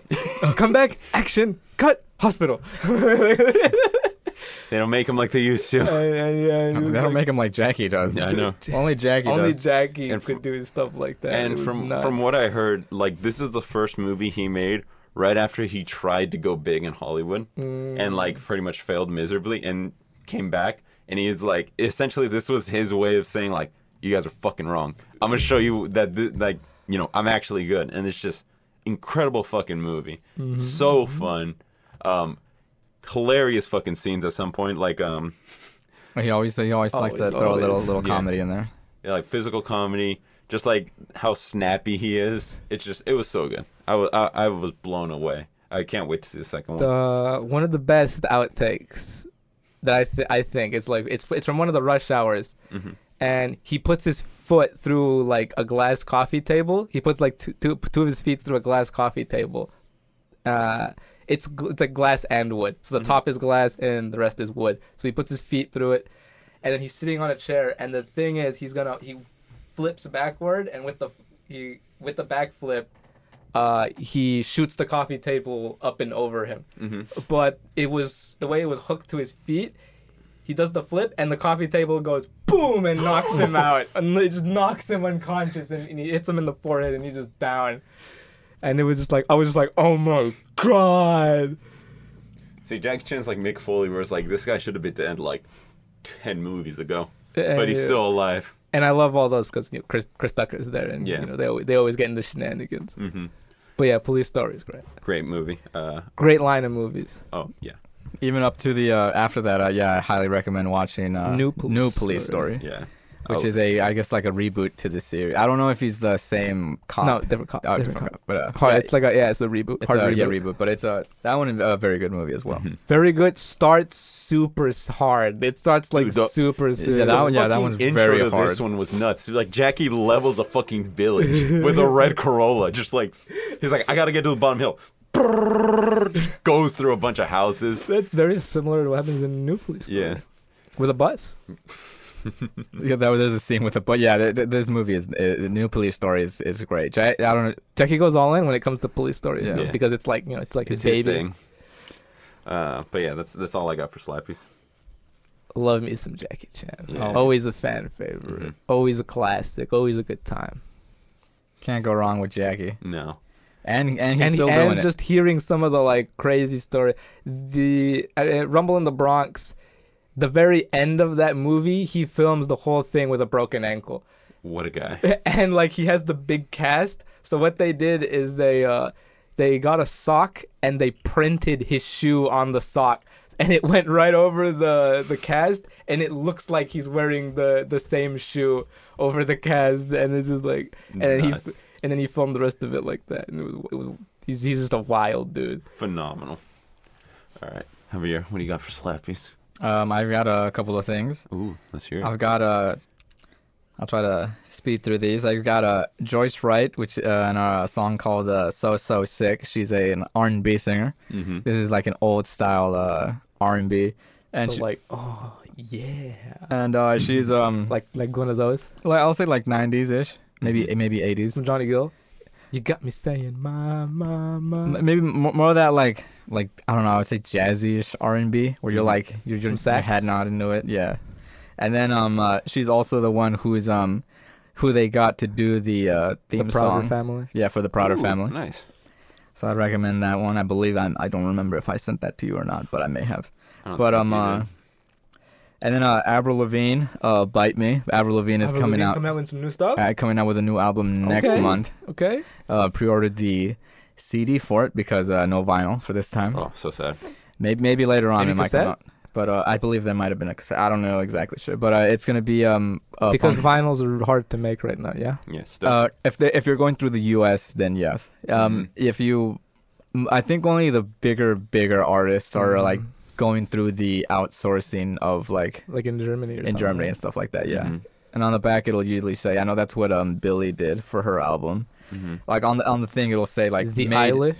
come back action cut hospital. They don't make him like they used to. And- and, yeah, and he was That'll like, make him like Jackie does. Yeah, I know. Only Jackie only does. Jackie And could from- do stuff like that. And from from what I heard, like this is the first movie he made right after he tried to go big in Hollywood and like pretty much failed miserably and came back and he's like essentially this was his way of saying like you guys are fucking wrong. I'm going to show you that th- like you know, I'm actually good and it's just incredible fucking movie. So fun. Um hilarious fucking scenes at some point like um He always he always likes to Always, throw a little always. little Yeah. comedy in there. yeah, like physical comedy, just like how snappy he is. It's just it was so good. I was I, I was blown away. I can't wait to see the second one. the one of the best outtakes that I th- I think it's like it's it's from one of the rush hours, and he puts his foot through like a glass coffee table. He puts like two two, two of his feet through a glass coffee table. Uh, it's gl- it's like glass and wood. So the top is glass and the rest is wood. So he puts his feet through it, and then he's sitting on a chair. And the thing is, he's gonna he flips backward, and with the f- he with the back flip, uh, he shoots the coffee table up and over him. Mm-hmm. But it was the way it was hooked to his feet. He does the flip, and the coffee table goes boom and knocks him out. And it just knocks him unconscious, and, and he hits him in the forehead, and he's just down. And it was just like I was just like, oh my god. see, Jackie Chan's like Mick Foley, where it's like this guy should have been dead like ten movies ago, but he's yeah. still alive. And I love all those because you know, Chris Chris Tucker's there, and Yeah. you know they always, they always get into shenanigans. But yeah, Police Story is great. Mm-hmm. Great movie. Uh, Great line of movies. oh yeah, Even up to the uh, after that, uh, yeah, I highly recommend watching uh, New Police Story, Story. yeah. which Oh, is a I guess like a reboot to the series. I don't know if he's the same cop. No, different cop. Oh, different different cop. cop, but uh, Hard, yeah, it's like a yeah, it's a reboot. it's hard a, reboot. yeah reboot, but it's a that one a very good movie as well. Mm-hmm. Very good. Starts super s- hard. It starts like Dude, the- super soon. that the one- yeah, that fucking one's intro very to This hard. one was nuts. Like Jackie levels a fucking village with a red Corolla. Just like he's like, I gotta get to the bottom hill. Goes through a bunch of houses. That's very similar to what happens in New Police. Story. Yeah. With a bus. Yeah, that was, there's a scene with the but yeah, th- th- this movie is uh, the New Police Story is, is great. Ja- I don't know. Jackie goes all in when it comes to Police Story. Yeah. you know, Yeah. Because it's like you know it's like it's his his baby. thing. Uh, but yeah, that's that's all I got for Slappies. Love me some Jackie Chan. Oh. Yeah. Always a fan Mm-hmm. favorite. Mhm. Always a classic. Always a good time. Can't go wrong with Jackie, No, and and he's and still and doing it. just hearing some of the like crazy story, the uh, uh, Rumble in the Bronx, the very end of that movie, he films the whole thing with a broken ankle. what a guy. and like he has the big cast. So what they did is they uh they got a sock and they printed his shoe on the sock and it went right over the the cast and it looks like he's wearing the the same shoe over the cast and it's just like and then he Nuts. and then he filmed the rest of it like that and it was, it was he's he's just a wild dude. Phenomenal. All right, Javier, what do you got for Slappies? Um, I've got a couple of things. Ooh, let's hear it. I've got a. I'll try to speed through these. I've got a Joyce Wright, which uh, and a song called uh, "So So Sick." She's a, an R and B singer. Mm-hmm. This is like an old style uh, R and B, and so she- like oh yeah. and uh, she's um like, Like Mm-hmm. like one of those like I'll say like '90s ish, maybe maybe '80s, some Johnny Gill. You got me saying my my my M- maybe more, more of that like like I don't know. I would say jazzy-ish R and B, where you're Mhm. like you're Some just your sax. head nodding to it, yeah. And then um uh, she's also the one who is um who they got to do the uh, the theme Proud song, family. yeah, for the Prouder family. Nice. So I'd recommend that one. I believe I'm. I don't remember if I sent that to you or not, but I may have. I don't But think um, you uh, did. and then uh, Avril Lavigne, uh, bite me. Avril Lavigne is Avril coming Lavigne out. Coming out with some new stuff. Uh, coming out with a new album next Okay. month. Okay. Uh, pre-ordered the CD for it because uh, no vinyl for this time. oh, so sad. Maybe maybe later on Maybe it might come cassette? out. But uh, I believe there might have been a cassette. I don't know exactly sure, but uh, it's gonna be um uh, because punk- vinyls are hard to make right now. Yeah. Yeah, still. uh, if they, if you're going through the U.S. then yes. Um, Mhm. Mm-hmm. if you, m- I think only the bigger bigger artists are like Mhm. going through the outsourcing of like like in Germany. Or in something. Germany and stuff like that. Uh, Yeah. Mm-hmm. Mhm. And on the back it'll usually say, I know that's what um Billy did for her album. Mhm. Like on the on the thing it'll say like the made, Eilish.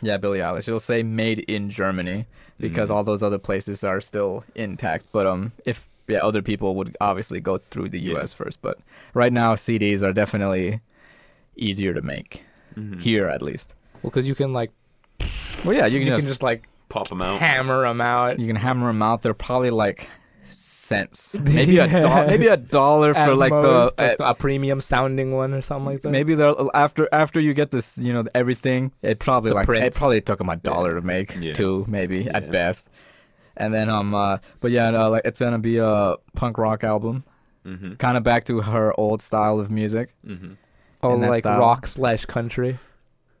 Yeah, Billie Eilish. It'll say made in Germany because Mm. all those other places are still intact. But um, if yeah, other people would obviously go through the Yeah. U.S. first. But right now, CDs are definitely easier to make Mhm. here, at least. Well, because you can like Well, yeah, you you can, just, Oh. can just like Pop them out. hammer them out. you can hammer them out. They're probably like cents, maybe a dollar, Yeah. maybe a dollar for At like most, the. eh, like, a premium sounding one or something like that. Maybe they're after after you get this, you know, everything. It probably The like print. it probably took them a dollar to make, Yeah. two maybe Yeah. at best. And then um, uh, but yeah, no, like it's gonna be a punk rock album, Mm-hmm. kind of back to her old style of music. Mm-hmm. oh, in that like style. rock slash country.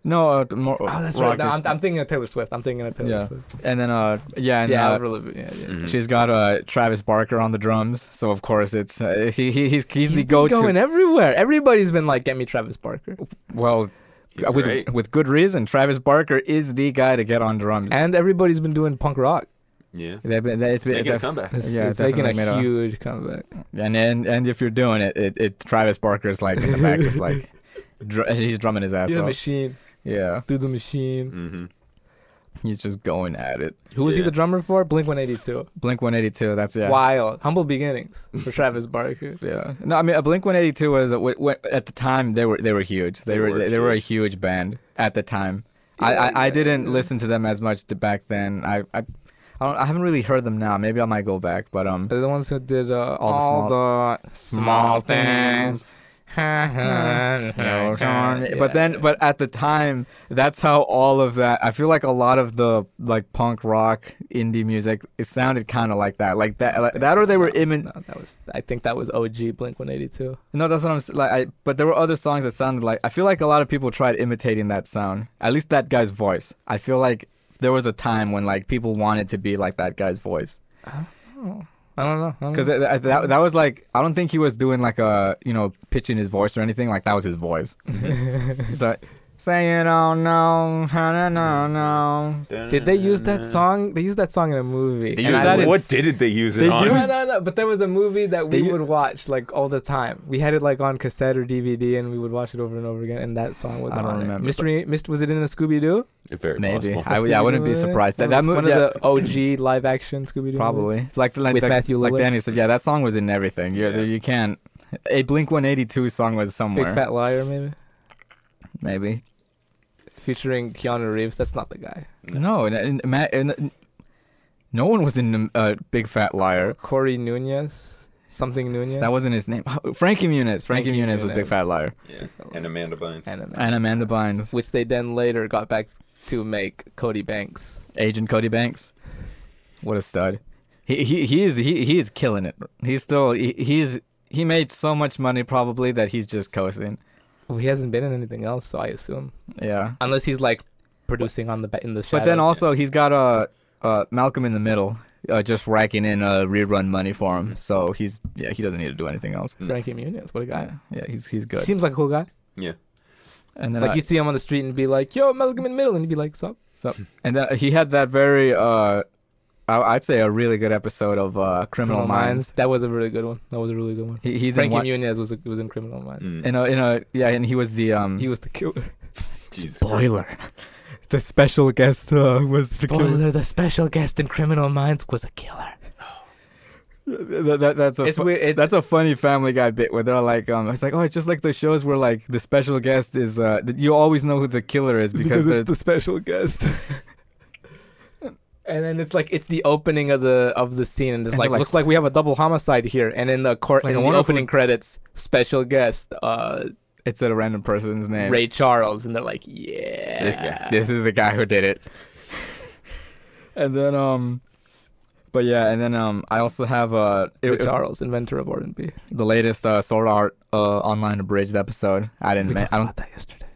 No, uh, more Oh, that's rock right. No, is- I'm, I'm thinking of Taylor Swift. I'm thinking of Taylor Yeah. Swift. and then uh, yeah, and yeah, uh, Avril Lavigne, yeah, yeah. Mhm. she's got uh Travis Barker on the drums, so of course it's uh, he, he he's he's, the been go-to. going everywhere. Everybody's been like, get me Travis Barker, well, He's with great. with good reason. Travis Barker is the guy to get on drums. and everybody's been doing punk rock. Yeah. They've been- they- it's been- They get it's a a- comeback. It's, Yeah, it's making definitely made a a- huge comeback. And and and if you're doing it, it, it Travis Barker's like in the back, just like dr- he's drumming his ass He's a off. machine. Yeah, Dude's a machine. Mm-hmm. he's just going at it. Who was he Yeah. the drummer for? Blink 182. Blink 182. That's yeah. Wild. Humble beginnings for Travis Barker. Yeah. No, I mean uh, Blink 182 was w- w- at the time they were they were huge. They, They were, were they, they were a huge band at the time. I, Yeah, I, I yeah, didn't yeah. listen to them as much to back then. I I I, don't, I haven't really heard them now. Maybe I might go back, but um. They're the ones who did uh, All the small- all, the small, things. but then but at the time that's how all of that i feel like a lot of the like punk rock indie music it sounded kind of like that like that like, that or they were No, immin that was. I think that was OG Blink 182. no that's what i'm s- like I, but there were other songs that sounded like i feel like a lot of people tried imitating that sound at least that guy's voice i feel like there was a time when like people wanted to be like that guy's voice I don't know. I don't because know. that, that, that was like i don't think he was doing like a you know pitching his voice or anything like that was his voice the, saying oh no no no no did they use that song? They used that song in a movie. They and used I that in- would- what did they use it They on? used- No, no, no. But there was a movie that we They- would watch like all the time. We had it like on cassette or DVD, and we would watch it over and over again. And that song was I don't on it. remember, Mystery, mist, was it in the Scooby Doo? Very Maybe. possible. I- yeah, I wouldn't be surprised. That- that one movie- of the OG live action Scooby Doo. Probably. It's Like like With like, Matthew like Lillard. Danny said, yeah, that song was in everything. You're, Yeah. You can't. A Blink 182 song was Big somewhere. Fat Liar, maybe Maybe. featuring Keanu Reeves. That's not the guy. No, and, and, Ma- and- no one was in uh, Big Fat Liar. Corey Nunez, something Nunez. That wasn't his name. Frankie Muniz. Frankie, Frankie Muniz was Big Muniz. Fat Liar. Yeah. And Amanda Bynes. Oh, Anna Mac- And Amanda Bynes. which they then later got back to make Cody Banks. Agent Cody Banks. What a stud. He he he is he, he is killing it. He's still he, he's he made so much money probably that he's just coasting. Well, he hasn't been in anything else, so I assume Yeah. unless he's like producing on the ba- in the shadows. But then also he's got uh, uh, Malcolm in the Middle, uh, just racking in uh, rerun money for him. So he's yeah he doesn't need to do anything else. Frankie Muniz, what a guy. Yeah, yeah he's he's good. Seems like a cool guy. Yeah. And then Like uh, you'd see him on the street and be like, "Yo, Malcolm in the middle," and he'd be like, "Sup?" and then he had that very uh, I, I'd say a really good episode of uh, Criminal, Minds. That was a really good one. That was a really good one. He, he's Frankie in one. Muniz was was in Criminal Minds. Mm. In a, in a yeah, and he was the um He was the killer. Jesus spoiler. The special guest uh, was the killer. the special guest in Criminal Minds was a killer. That, that, that's a It's fu- weird. It, That's a funny Family Guy bit where they're like, um, it's like, oh, it's just like the shows where like the special guest is, uh, th- you always know who the killer is because, because it's they're- the special guest. and then it's like it's the opening of the of the scene, and it's And like, they're like- looks like we have a double homicide here. And in the court, Like, I in the wonder who- opening credits, special guest, uh, it said a random person's name. Ray Charles, and they're like, yeah. This, this is the guy who did it. and then um, but yeah, and then um, I also have uh, it- Ray it- Charles, inventor of R&B. the latest uh, Sword Art uh, Online Abridged episode. I didn't. We men- talked I don't. about that yesterday.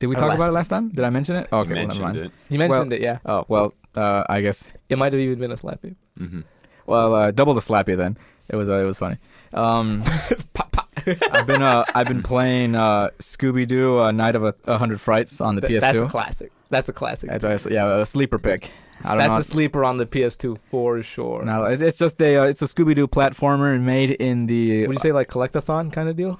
Did we or talk last about it last time? Did I mention it? Okay, you well, never mentioned mind. it. You mentioned it, yeah. Oh well, uh, I guess. It might have even been a slappy. hmm Well, uh, double the slappy then. It was uh, it was funny. Um, I've been uh, I've been playing uh, Scooby Doo uh, Night of a, a Hundred Frights on the Th- PS2. That's a classic. That's a classic. That's a, yeah, a sleeper pick. I don't That's know. a sleeper on the PS2 for sure. No, it's, it's just a uh, it's a Scooby Doo platformer made in the uh, Would you say like collectathon kind of deal?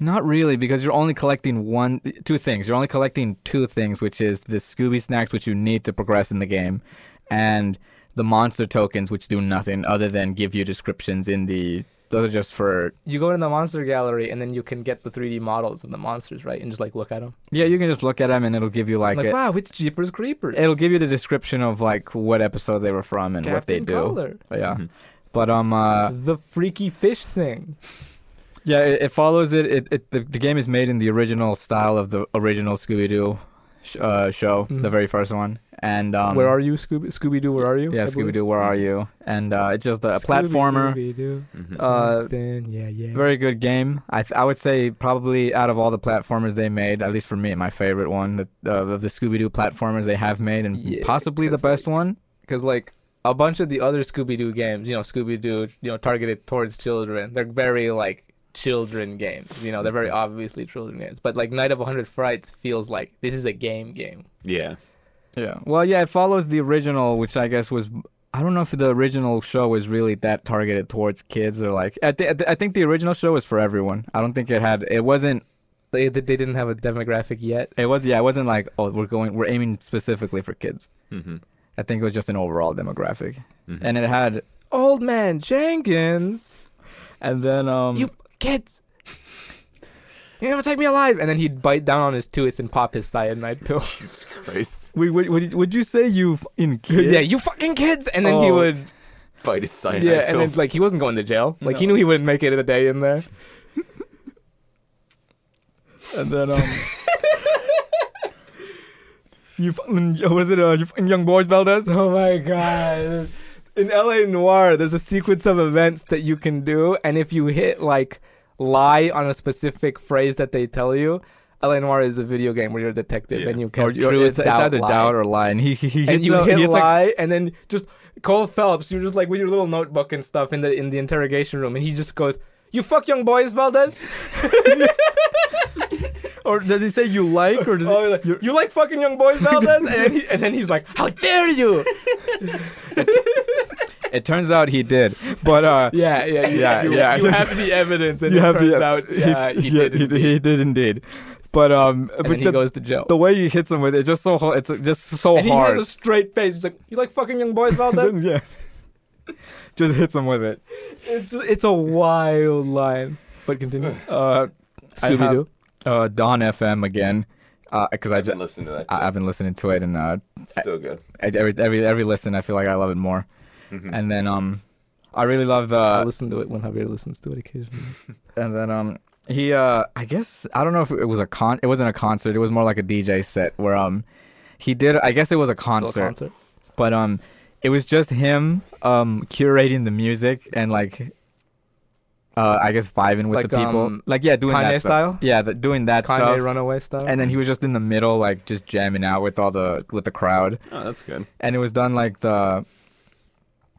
not really because you're only collecting one two things. You're only collecting two things, which is the Scooby snacks which you need to progress in the game, and the monster tokens which do nothing other than give you descriptions in the. Those are just for You go in the monster gallery and then you can get the 3D models of the monsters, right? And just like look at them. yeah. You can just look at them and it'll give you like, Like, a- wow, it's Jeepers Creepers. it'll give you the description of like what episode they were from and what they Captain do. Collar. Yeah, but um uh. the freaky fish thing. Yeah, it, it follows it. It, it the, the game is made in the original style of the original Scooby Doo sh- uh, show, Mhm. the very first one. And um, where are you, Scooby? Scooby Doo? Where are you? Yeah, Scooby Doo, where are you? And uh, it's just a platformer. Mm-hmm. hmm Uh, then yeah, yeah. Very good game. I th- I would say probably out of all the platformers they made, at least for me, my favorite one that uh, of the Scooby Doo platformers they have made, and Yeah, possibly the 'cause, best like- one. because like a bunch of the other Scooby Doo games, you know, Scooby Doo, you know, targeted towards children. They're very like children games. You know, they're very obviously children games. But like Night of 100 Frights feels like this is a game game. Yeah. Yeah. Well, yeah, it follows the original, which I guess was. I don't know if the original show was really that targeted towards kids or like. I, th- I think the original show was for everyone. I don't think it had. It wasn't. They they they didn't have a demographic yet. It was. Yeah, it wasn't like. Oh, we're going. We're aiming specifically for kids. hmm I think it was just an overall demographic, Hmm. Mm-hmm. and it had. Old man Jenkins, And then um. you kids. You never take me alive, and then he'd bite down on his tooth and pop his cyanide pill. Jesus Christ. Wait, wait, would, you- would you say you in kid? yeah, you fucking kids! And then he Oh. would Fight his cyanide Yeah, and pill. then like he wasn't going to jail. Like he knew he wouldn't make it a day in there. And then um. you fucking what is it? Uh, you fucking young boys, Valdez. Oh my god. In LA Noir, there's a sequence of events that you can do, and if you hit like lie on a specific phrase that they tell you, LA Noir is a video game where you're a detective Yeah. and you can Or, truth, or it's, it's doubt, either lie. doubt or lie, and he he, he hits and you a- hit he hits a- lie, and then just Cole Phelps, you're just like with your little notebook and stuff in the in the interrogation room, and he just goes, "You fuck young boys, Valdez." Or does he say you like, or does Oh, like, you like fucking young boys, Valdez? and, then he, and then he's like, "How dare you!" it, it turns out he did, but uh, Yeah, yeah, you, Yeah, you, yeah. You have the evidence, and you it have turns the- out yeah, he, yeah, did. he, indeed. did- he did indeed, but um, and but then he the, goes to jail. the way he hits him with it, just so hard- it's uh, just so and he hard, has a straight face. He's like, "You like fucking young boys, Valdez?" yeah, just hits him with it. it's it's a wild line. But continue. Uh, I Scooby Doo. uh, Don FM again, uh, because I I've just been listening to that. I've been listening to it, and uh, Still good. every every every listen, I feel like I love it more, Mhm. and then um, I really love the. I listen to it when Javier listens to it occasionally. and then um he uh i guess i don't know if it was a con it wasn't a concert it was more like a dj set where um he did i guess it was a concert, Still a concert. but um it was just him um curating the music and like uh i guess vibing with Like, the people um, like yeah doing Kanye that stuff. style? yeah the, doing that Kanye stuff Runaway style. and then he was just in the middle like just jamming out with all the with the crowd Oh, that's good. and it was done like the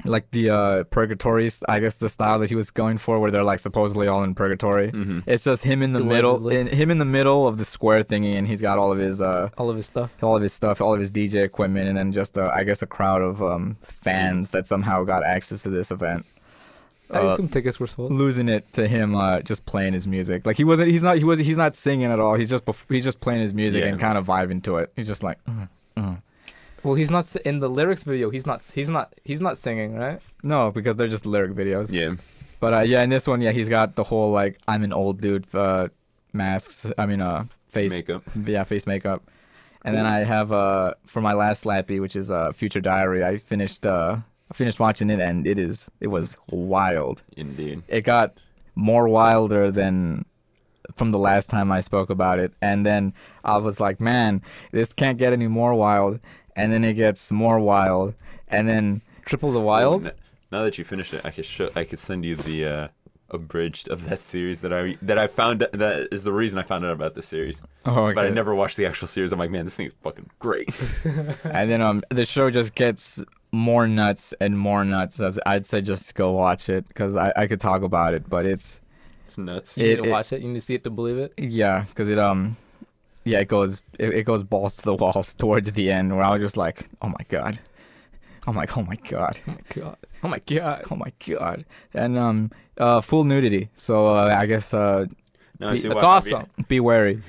like the uh purgatory i guess the style that he was going for where they're like supposedly all in purgatory Mm. Mhm. it's just him in the middle, Allegedly. in, him in the middle of the square thingy, and he's got all of his uh, all of his stuff. all of his stuff, all of his DJ equipment, and then just uh, I guess a crowd of um fans that somehow got access to this event, I Uh, assume tickets were sold. losing it to him uh, just playing his music. Like he wasn't, he's not, he was, he's not singing at all. He's just bef- he's just playing his music Yeah. and kind of vibing to it. He's just like, "Mm, mm." Well, he's not s- in the lyrics video. He's not. He's not. He's not singing, right? no, because they're just lyric videos. Mm-hmm. Yeah. But uh, yeah, in this one, yeah, he's got the whole like I'm an old dude uh, masks. I mean, uh, face Makeup. yeah, face makeup. And then I have uh for my last slappy, which is uh Future Diary. I finished uh I finished watching it, and it is it was wild. Indeed. It got more wilder than from the last time I spoke about it. And then I was like, man, this can't get any more wild. And then it gets more wild. And then Triple the Wild. N- Now that you finished it, I could show, I could send you the uh, abridged of that series that I that I found that is the reason I found out about this series. Oh, But I okay. never watched the actual series. I'm like, man, this thing is fucking great. and then um the show just gets more nuts and more nuts. As I'd say just go watch it because I, I could talk about it, but it's it's nuts. You It- need to it- watch it. You need to see it to believe it. yeah because it um yeah it goes it, it goes balls to the walls towards the end where I was just like oh my god, I'm like oh my god. Oh my god. Oh my god. Oh my god! And um, uh, full nudity. So uh, I guess uh, No, It's see, That's Oh, watch it. awesome. be wary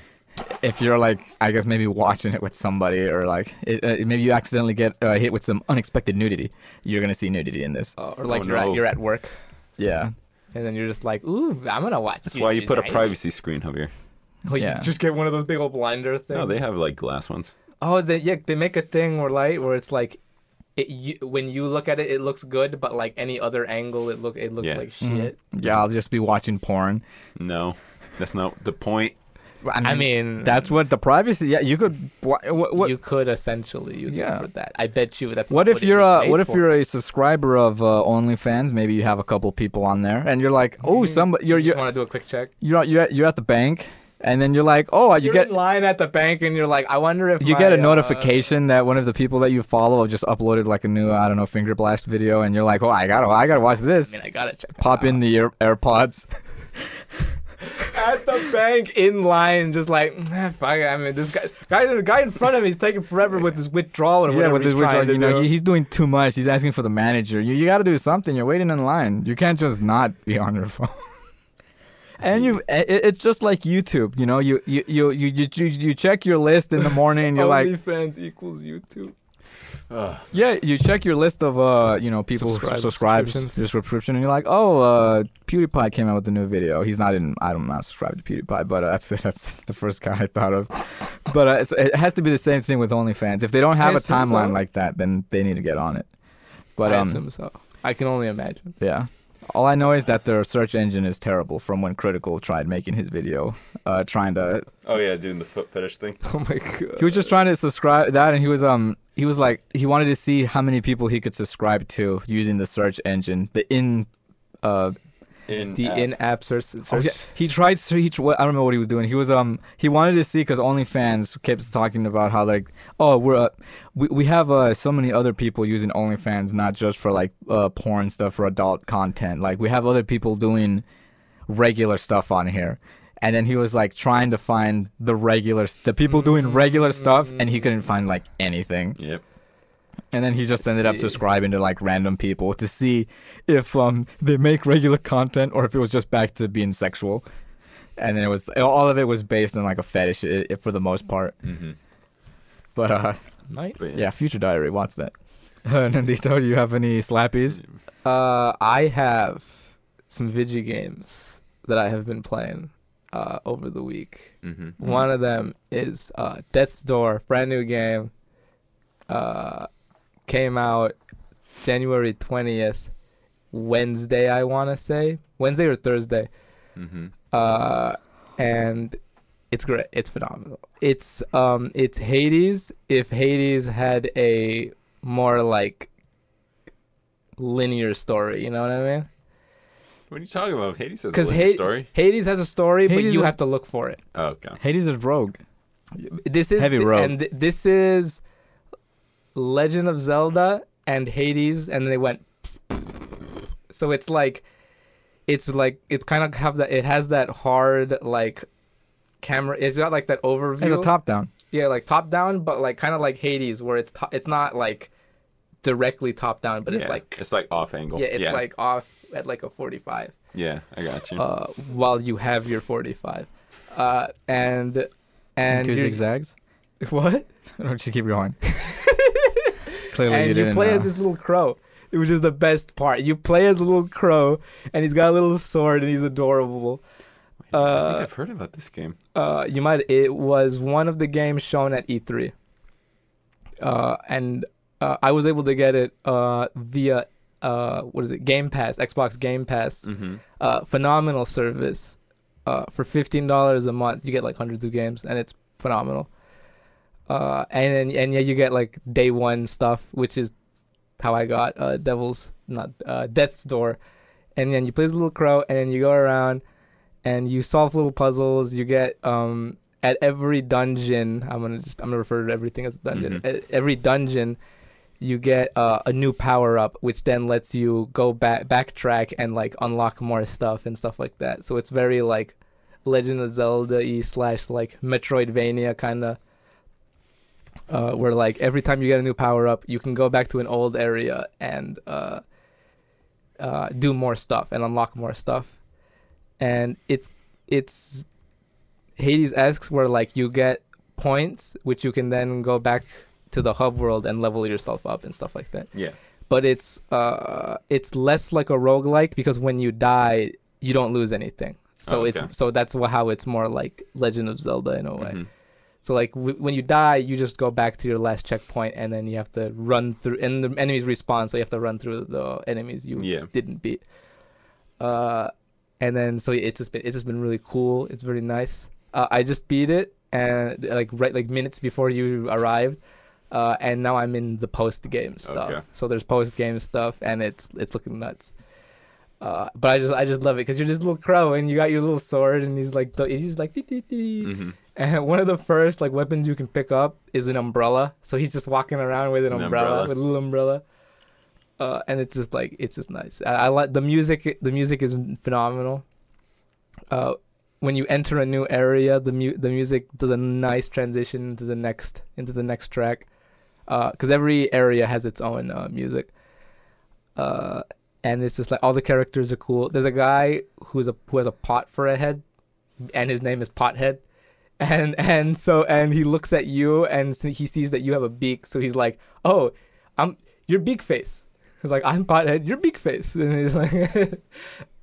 if you're like I guess maybe watching it with somebody or like it, uh, maybe you accidentally get uh, hit with some unexpected nudity. You're gonna see nudity in this. Oh, or like Oh, you're no. at you're at work, Yeah. and then you're just like, ooh, I'm gonna watch. That's why you put a tonight." privacy screen Javier. Oh, you Yeah. just get one of those big old blinder things. No, they have like glass ones. Oh, they yeah, they make a thing where like where it's like, it you, when you look at it, it looks good, but like any other angle, it look it looks Yeah. like Mhm. shit. Yeah, I'll just be watching porn. No, that's not the point. I mean, that's what the privacy. Yeah, you could. What? What, you could essentially use Yeah. it for that. I bet you that's what not if what you're a a What if you're a subscriber of uh, OnlyFans? Maybe you have a couple people on there, and you're like, oh, Mm-hmm. somebody. You're you you're want to do a quick check. you're at- you're at, you're at the bank, and then you're like, oh, you You're get in line at the bank, and you're like, I wonder if you get a my, uh, notification that one of the people that you follow just uploaded like a new I don't know finger blast video, and you're like, oh, I gotta I gotta watch I this. mean, I uh, gotta check. that Pop out. in the Air- AirPods. at the bank in line, just like "Ah, fuck. it, I mean, this guy, guy, the guy in front of me is taking forever with his withdrawal or yeah, whatever with this he's trying withdrawal, to you know, do. he, he's doing too much. He's asking for the manager. You, you got to do something. You're waiting in line. You can't just not be on your phone. And you, it, it's just like YouTube, you know. You you, you you you you you check your list in the morning. and You're like, OnlyFans equals YouTube. Ugh. yeah, you check your list of uh, you know, people Subscribe- subscribe, subscribes subscriptions. your subscription, and you're like, oh, uh, PewDiePie came out with a new video. He's not in. I don't not subscribe to PewDiePie, but uh, that's that's the first guy I thought of. But uh, it's, it has to be the same thing with OnlyFans. If they don't have I a assume timeline so. like that, then they need to get on it. But I um, assume so. I can only imagine. yeah. All I know is that their search engine is terrible from when Critical tried making his video. Uh, trying to Oh yeah, doing the foot fetish thing. Oh my god. he was just trying to subscribe that and he was um he was like he wanted to see how many people he could subscribe to using the search engine. The in uh In the app. in-app search. search. oh, yeah. he tried to he tr- what- I don't know what he was doing. He was um he wanted to see cuz OnlyFans keeps talking about how like oh we're uh, we we have uh, so many other people using OnlyFans not just for like uh, porn stuff or adult content. Like we have other people doing regular stuff on here. And then he was like trying to find the regular, the people doing regular stuff, and he couldn't find like anything. Yep. And then he just ended up see. subscribing to like random people to see if um they make regular content or if it was just back to being sexual. And then it was all of it was based on like a fetish i i for the most part. Mm-hmm. But uh nice. yeah, Future Diary, watch that. Uh, Nandito, do you have any slappies? Uh, I have some video games that I have been playing uh, over the week. Mm-hmm. One of them is uh, Death's Door, brand new game. Uh, came out January 20th, Wednesday, I want to say. Wednesday or Thursday. Mm-hmm. Uh, and it's great. It's phenomenal. It's um it's Hades if Hades had a more like linear story, you know what I mean? What are you talking about? Hades has a 'Cause linear Hades- story. Hades has a story, but Hades you is- have to look for it. Oh god. Hades is rogue. This is Heavy th- road. and th- this is Legend of Zelda and Hades, and they went. So it's like, it's like it's kind of have that. It has that hard like camera. It's got like that overview. It's a top down. Yeah, like top down, but like kind of like Hades, where it's to- it's not like directly top down, but it's Yeah, like it's like off angle. yeah, it's yeah. like off at like a forty-five yeah. I got you. uh, while you have your forty-five, uh, and and two you- zigzags. what? Don't you keep going. Clearly, you and you, didn't uh, play know. as this little crow, which is the best part. You play as a little crow, and he's got a little sword, and he's adorable. I Uh, think I've heard about this game. uh, you might. It was one of the games shown at E3, uh, and uh, I was able to get it uh, via Mm. uh, what is it? Game Pass, Xbox Game Pass. Mm-hmm. Uh, phenomenal service. uh, for fifteen dollars a month, you get like hundreds of games, and it's phenomenal. Uh, and then and yeah, you get like day one stuff, which is how I got uh, Devil's not uh, Death's Door, and then you play as a little crow, and then you go around, and you solve little puzzles. You get um at every dungeon. I'm gonna just, I'm gonna refer to everything as a dungeon. At every dungeon, you get uh, a new power up, which then lets you go back backtrack and like unlock more stuff and stuff like that. So it's very like Legend of Zelda e slash like Metroidvania kind of. Uh, where like every time you get a new power up, you can go back to an old area and uh, uh, do more stuff and unlock more stuff, and it's it's Hades asks where like you get points, which you can then go back to the hub world and level yourself up and stuff like that. Yeah. But it's uh it's less like a roguelike because when you die, you don't lose anything. So Oh, okay. it's so that's wh- how it's more like Legend of Zelda in a way. Mhm. So like w- when you die, you just go back to your last checkpoint and then you have to run through and the enemies respawn, so you have to run through the enemies you Yeah. didn't beat. Uh, and then so it's just been it's just been really cool. It's very nice. Uh, I just beat it and like right like minutes before you arrived, uh, and now I'm in the post game stuff. Okay. So there's post game stuff, and it's it's looking nuts. Uh, but I just I just love it because you're this little crow and you got your little sword and he's like he's like "Dee, dee, dee." Mhm. and one of the first like weapons you can pick up is an umbrella. So he's just walking around with an, An umbrella, umbrella. with a little umbrella. Uh, and it's just like it's just nice. I, I like the music. The music is phenomenal. Uh, when you enter a new area, the mu- the music does a nice transition into the next into the next track, because every area has its own uh, music. Uh, and it's just like all the characters are cool. There's a guy who's a who has a pot for a head, and his name is Pothead, and and so and he looks at you and s- he sees that you have a beak, so he's like, "Oh, I'm your beak face." He's like, "I'm Pothead, your beak face," and he's like, and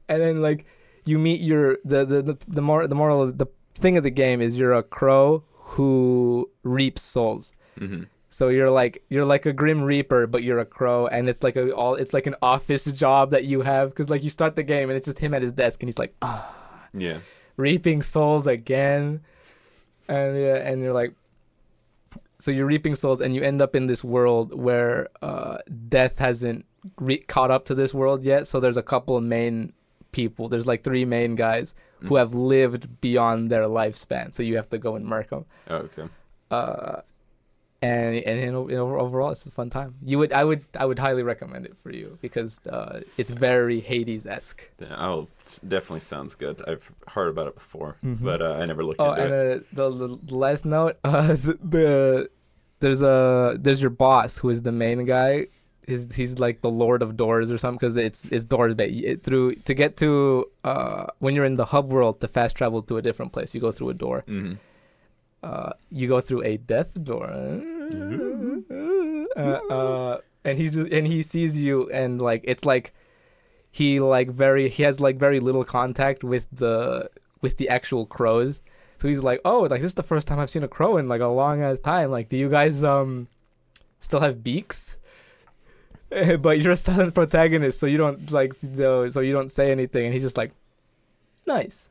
then like you meet your the the the, the more the moral the thing of the game is you're a crow who reaps souls. Mhm. So you're like you're like a grim reaper, but you're a crow, and it's like a all it's like an office job that you have because like you start the game and it's just him at his desk and he's like "Ah, Yeah. reaping souls again, and yeah, and you're like, so you're reaping souls and you end up in this world where uh, death hasn't re- caught up to this world yet. So there's a couple of main people. There's like three main guys who have lived beyond their lifespan. So you have to go and mark them Oh, okay. uh, and and in, o- in over- overall, it's a fun time. You would, I would, I would highly recommend it for you because uh, it's very Hades esque. Yeah, Oh, s- definitely sounds good. I've heard about it before, but uh, I never looked Oh, into and it. uh, the, the the last note, uh, the there's a there's your boss who is the main guy. He's, he's like the lord of doors or something because it's it's doors but it, through to get to uh when you're in the hub world to fast travel to a different place you go through a door Mhm. uh, you go through a death door, uh, uh, and he's just, and he sees you, and like it's like he like very he has like very little contact with the with the actual crows, so he's like, oh, like this is the first time I've seen a crow in like a long ass time. Like, do you guys um still have beaks? but you're a silent protagonist, so you don't like so so you don't say anything, and he's just like, nice.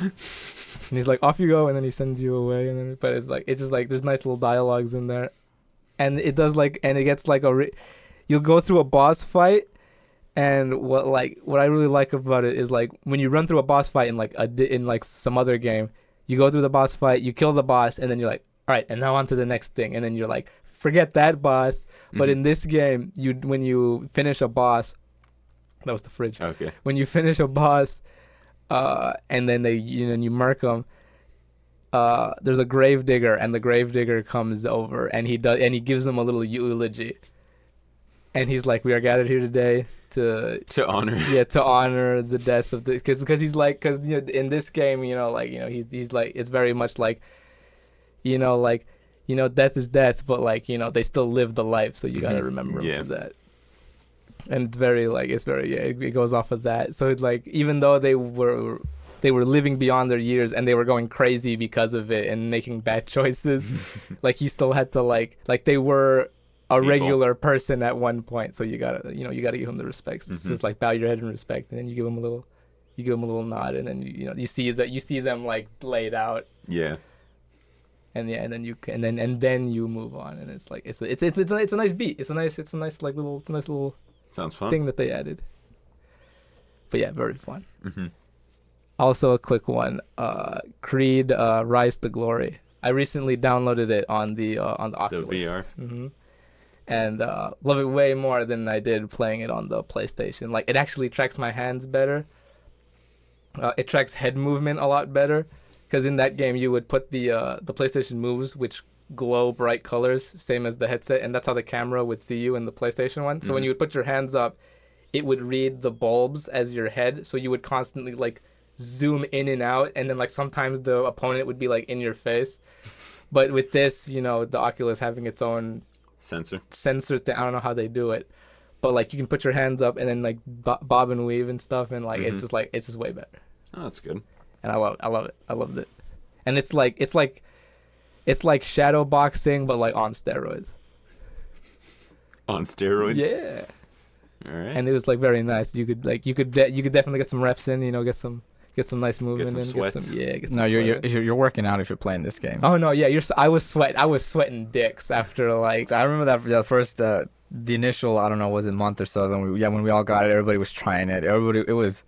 And he's like, off you go, and then he sends you away. And then, but it's like, it's just like, there's nice little dialogues in there, and it does like, and it gets like a, re- you'll go through a boss fight, and what like, what I really like about it is like, when you run through a boss fight in like a di- in like some other game, you go through the boss fight, you kill the boss, and then you're like, all right, and now on to the next thing, and then you're like, forget that boss. But Mhm. in this game, you when you finish a boss, that was the fridge Okay. when you finish a boss, uh, and then they you know you mark them. Uh, there's a grave digger, and the grave digger comes over, and he does, and he gives them a little eulogy, and he's like, "We are gathered here today to To honor. yeah to honor the death of the because because he's like because you know in this game you know like you know he's he's like it's very much like you know like you know death is death but like you know they still live the life so you gotta Mhm. remember 'em Yeah. for that and it's very like it's very yeah it, it goes off of that so it's like even though they were they were living beyond their years and they were going crazy because of it and making bad choices like he still had to like like they were a People. regular person at one point so you gotta you know you gotta give him the respect it's Mhm. just like bow your head in respect and then you give him a little You give them a little nod, and then you, you know you see that you see them like laid out, Yeah. and yeah, and then you c- and then and then you move on, and it's like it's a, it's it's it's a, it's a nice beat. It's a nice it's a nice like little it's a nice little Sounds fun. thing that they added. But yeah, very fun. Mm-hmm. Also, a quick one: uh, Creed uh, Rise to Glory. I recently downloaded it on the uh, on the The Oculus VR. and uh, love it way more than I did playing it on the PlayStation. Like it actually tracks my hands better. Uh, it tracks head movement a lot better because in that game you would put the uh, the PlayStation moves which glow bright colors, same as the headset, and that's how the camera would see you in the PlayStation one. So when you would put your hands up, it would read the bulbs as your head, so you would constantly like zoom in and out, and then like sometimes the opponent would be like in your face. But with this, you know, the Oculus having its own Sensor. sensor thing. I don't know how they do it, but like you can put your hands up and then like bo- bob and weave and stuff, and like Mm-hmm. it's just like it's just way better. Oh, that's good. And I love, I love it, I loved it. And it's like it's like it's like shadow boxing, but like on steroids. On steroids. Yeah. All right. And it was like very nice. You could like you could de- you could definitely get some reps in. You know, get some get some nice movement some in. Get sweats. some yeah. Get some No, you're, sweat you're in. you're you're working out if you're playing this game. Oh no, yeah, you're. s- I was sweat. I was sweating dicks after like. I remember that that first uh, the initial I don't know was it month or so then we yeah when we all got it everybody was trying it everybody it was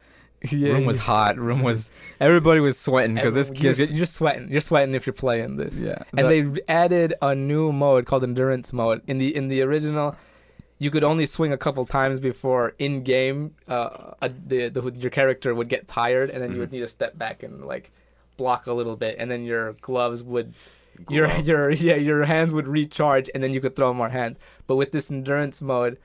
room was hot room was everybody was sweating because this Everyone- kid you're, s- you're sweating. You're sweating if you're playing this. yeah and they re- added a new mode called endurance mode. In the in the original, you could only swing a couple times before in game, uh, a, the, the your character would get tired, and then you would Mm-hmm. need to step back and like block a little bit, and then your gloves would. Your Glove. your yeah your hands would recharge and then you could throw more hands. But with this endurance mode,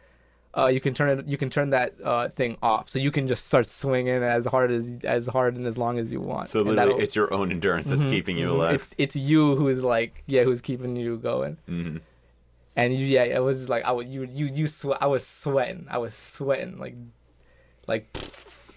uh, you can turn it you can turn that uh, thing off, so you can just start swinging as hard as as hard and as long as you want. so And literally, that'll- it's your own endurance that's keeping you Mhm. alive. It's it's you who's like yeah, who's keeping you going. Mhm. And you, yeah, it was just like I would you you you swe- I was sweating, I was sweating like, like,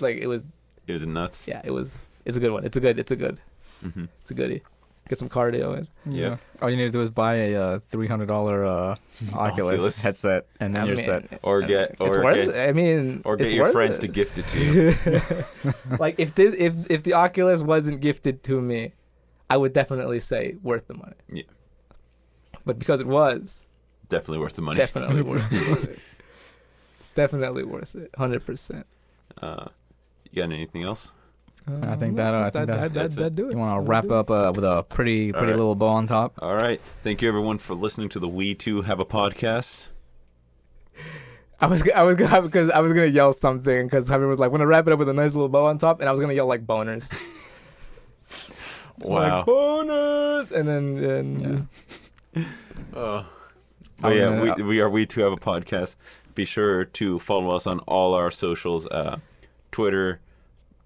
like it was It was nuts. yeah, it was it's a good one. It's a good it's a good Mhm. it's a goodie. Get some cardio in. Yeah. yeah. all you need to do is buy a uh, three hundred dollar uh, Oculus, Oculus. headset and then I you're mean, set Or get it's or worth. get it. I mean, or it's get your worth friends it. to gift it to you. like if this if if the Oculus wasn't gifted to me, I would definitely say worth the money. Yeah. But because it was, Definitely worth the money. Definitely worth it. Definitely worth it. Hundred percent. Uh, you got anything else? I think that, uh, I think that- that's it. do it. you want That'd to wrap do it. up uh, with a pretty pretty right. little bow on top All right. Thank you everyone for listening to the We Two Have a Podcast. I was g- I was gonna because I was gonna yell something because Javier was like, "Want to wrap it up with a nice little bow on top," and I was gonna yell like boners, Wow. like, boners, and then and Yeah. just- Oh. I was yeah, gonna- we, we are We Two Have a Podcast. Be sure to follow us on all our socials uh, Twitter,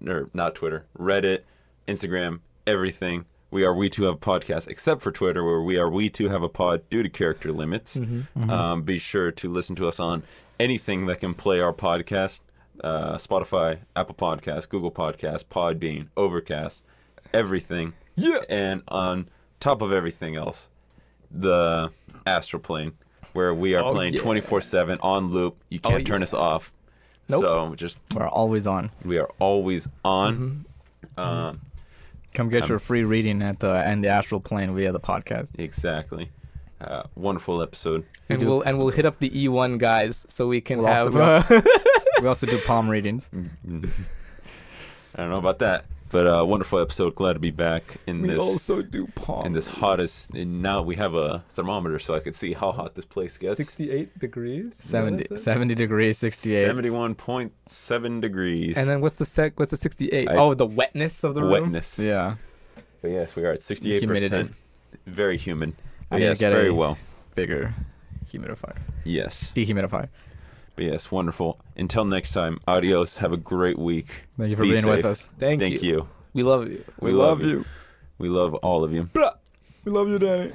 or not Twitter, Reddit, Instagram, everything. We are We Two Have a Podcast, except for Twitter, where we are We Two Have a Pod due to character limits. Um, be sure to listen to us on anything that can play our podcast uh, Spotify, Apple Podcast, Google Podcast, Podbean, Overcast, everything. yeah. And on top of everything else, the astral plane, where we are Oh, playing yeah. Oh, twenty four seven on loop. You can't turn us off. Nope. So just we're always on we are always Mm-hmm. on. Um, come get your free reading at the and the astral plane via the podcast exactly. Uh, wonderful episode. And do. we'll and we'll hit up the E1 guys so we can We'll also- have. we'll uh, we also do palm readings Mm-hmm. I don't know about that, but uh, wonderful episode. Glad to be back in we this also do in palm. this hottest. And now we have a thermometer, so I could see how hot this place gets. 68 degrees. Is that what it 70, said? 70 degrees sixty eight Seventy-one point seven degrees. And then what's the sec? What's the 68? I- oh, the wetness of the room. wetness. yeah But yes, we are at 68%. Humidity. Very humid. I But need to yes, get very a- well. bigger humidifier Yes. dehumidifier But yes, wonderful. Until next time, adios. Have a great week. Thank you for Be being with safe. us. Thank, you. We love you. We love you. We love all of you. Bruh. We love you, Danny.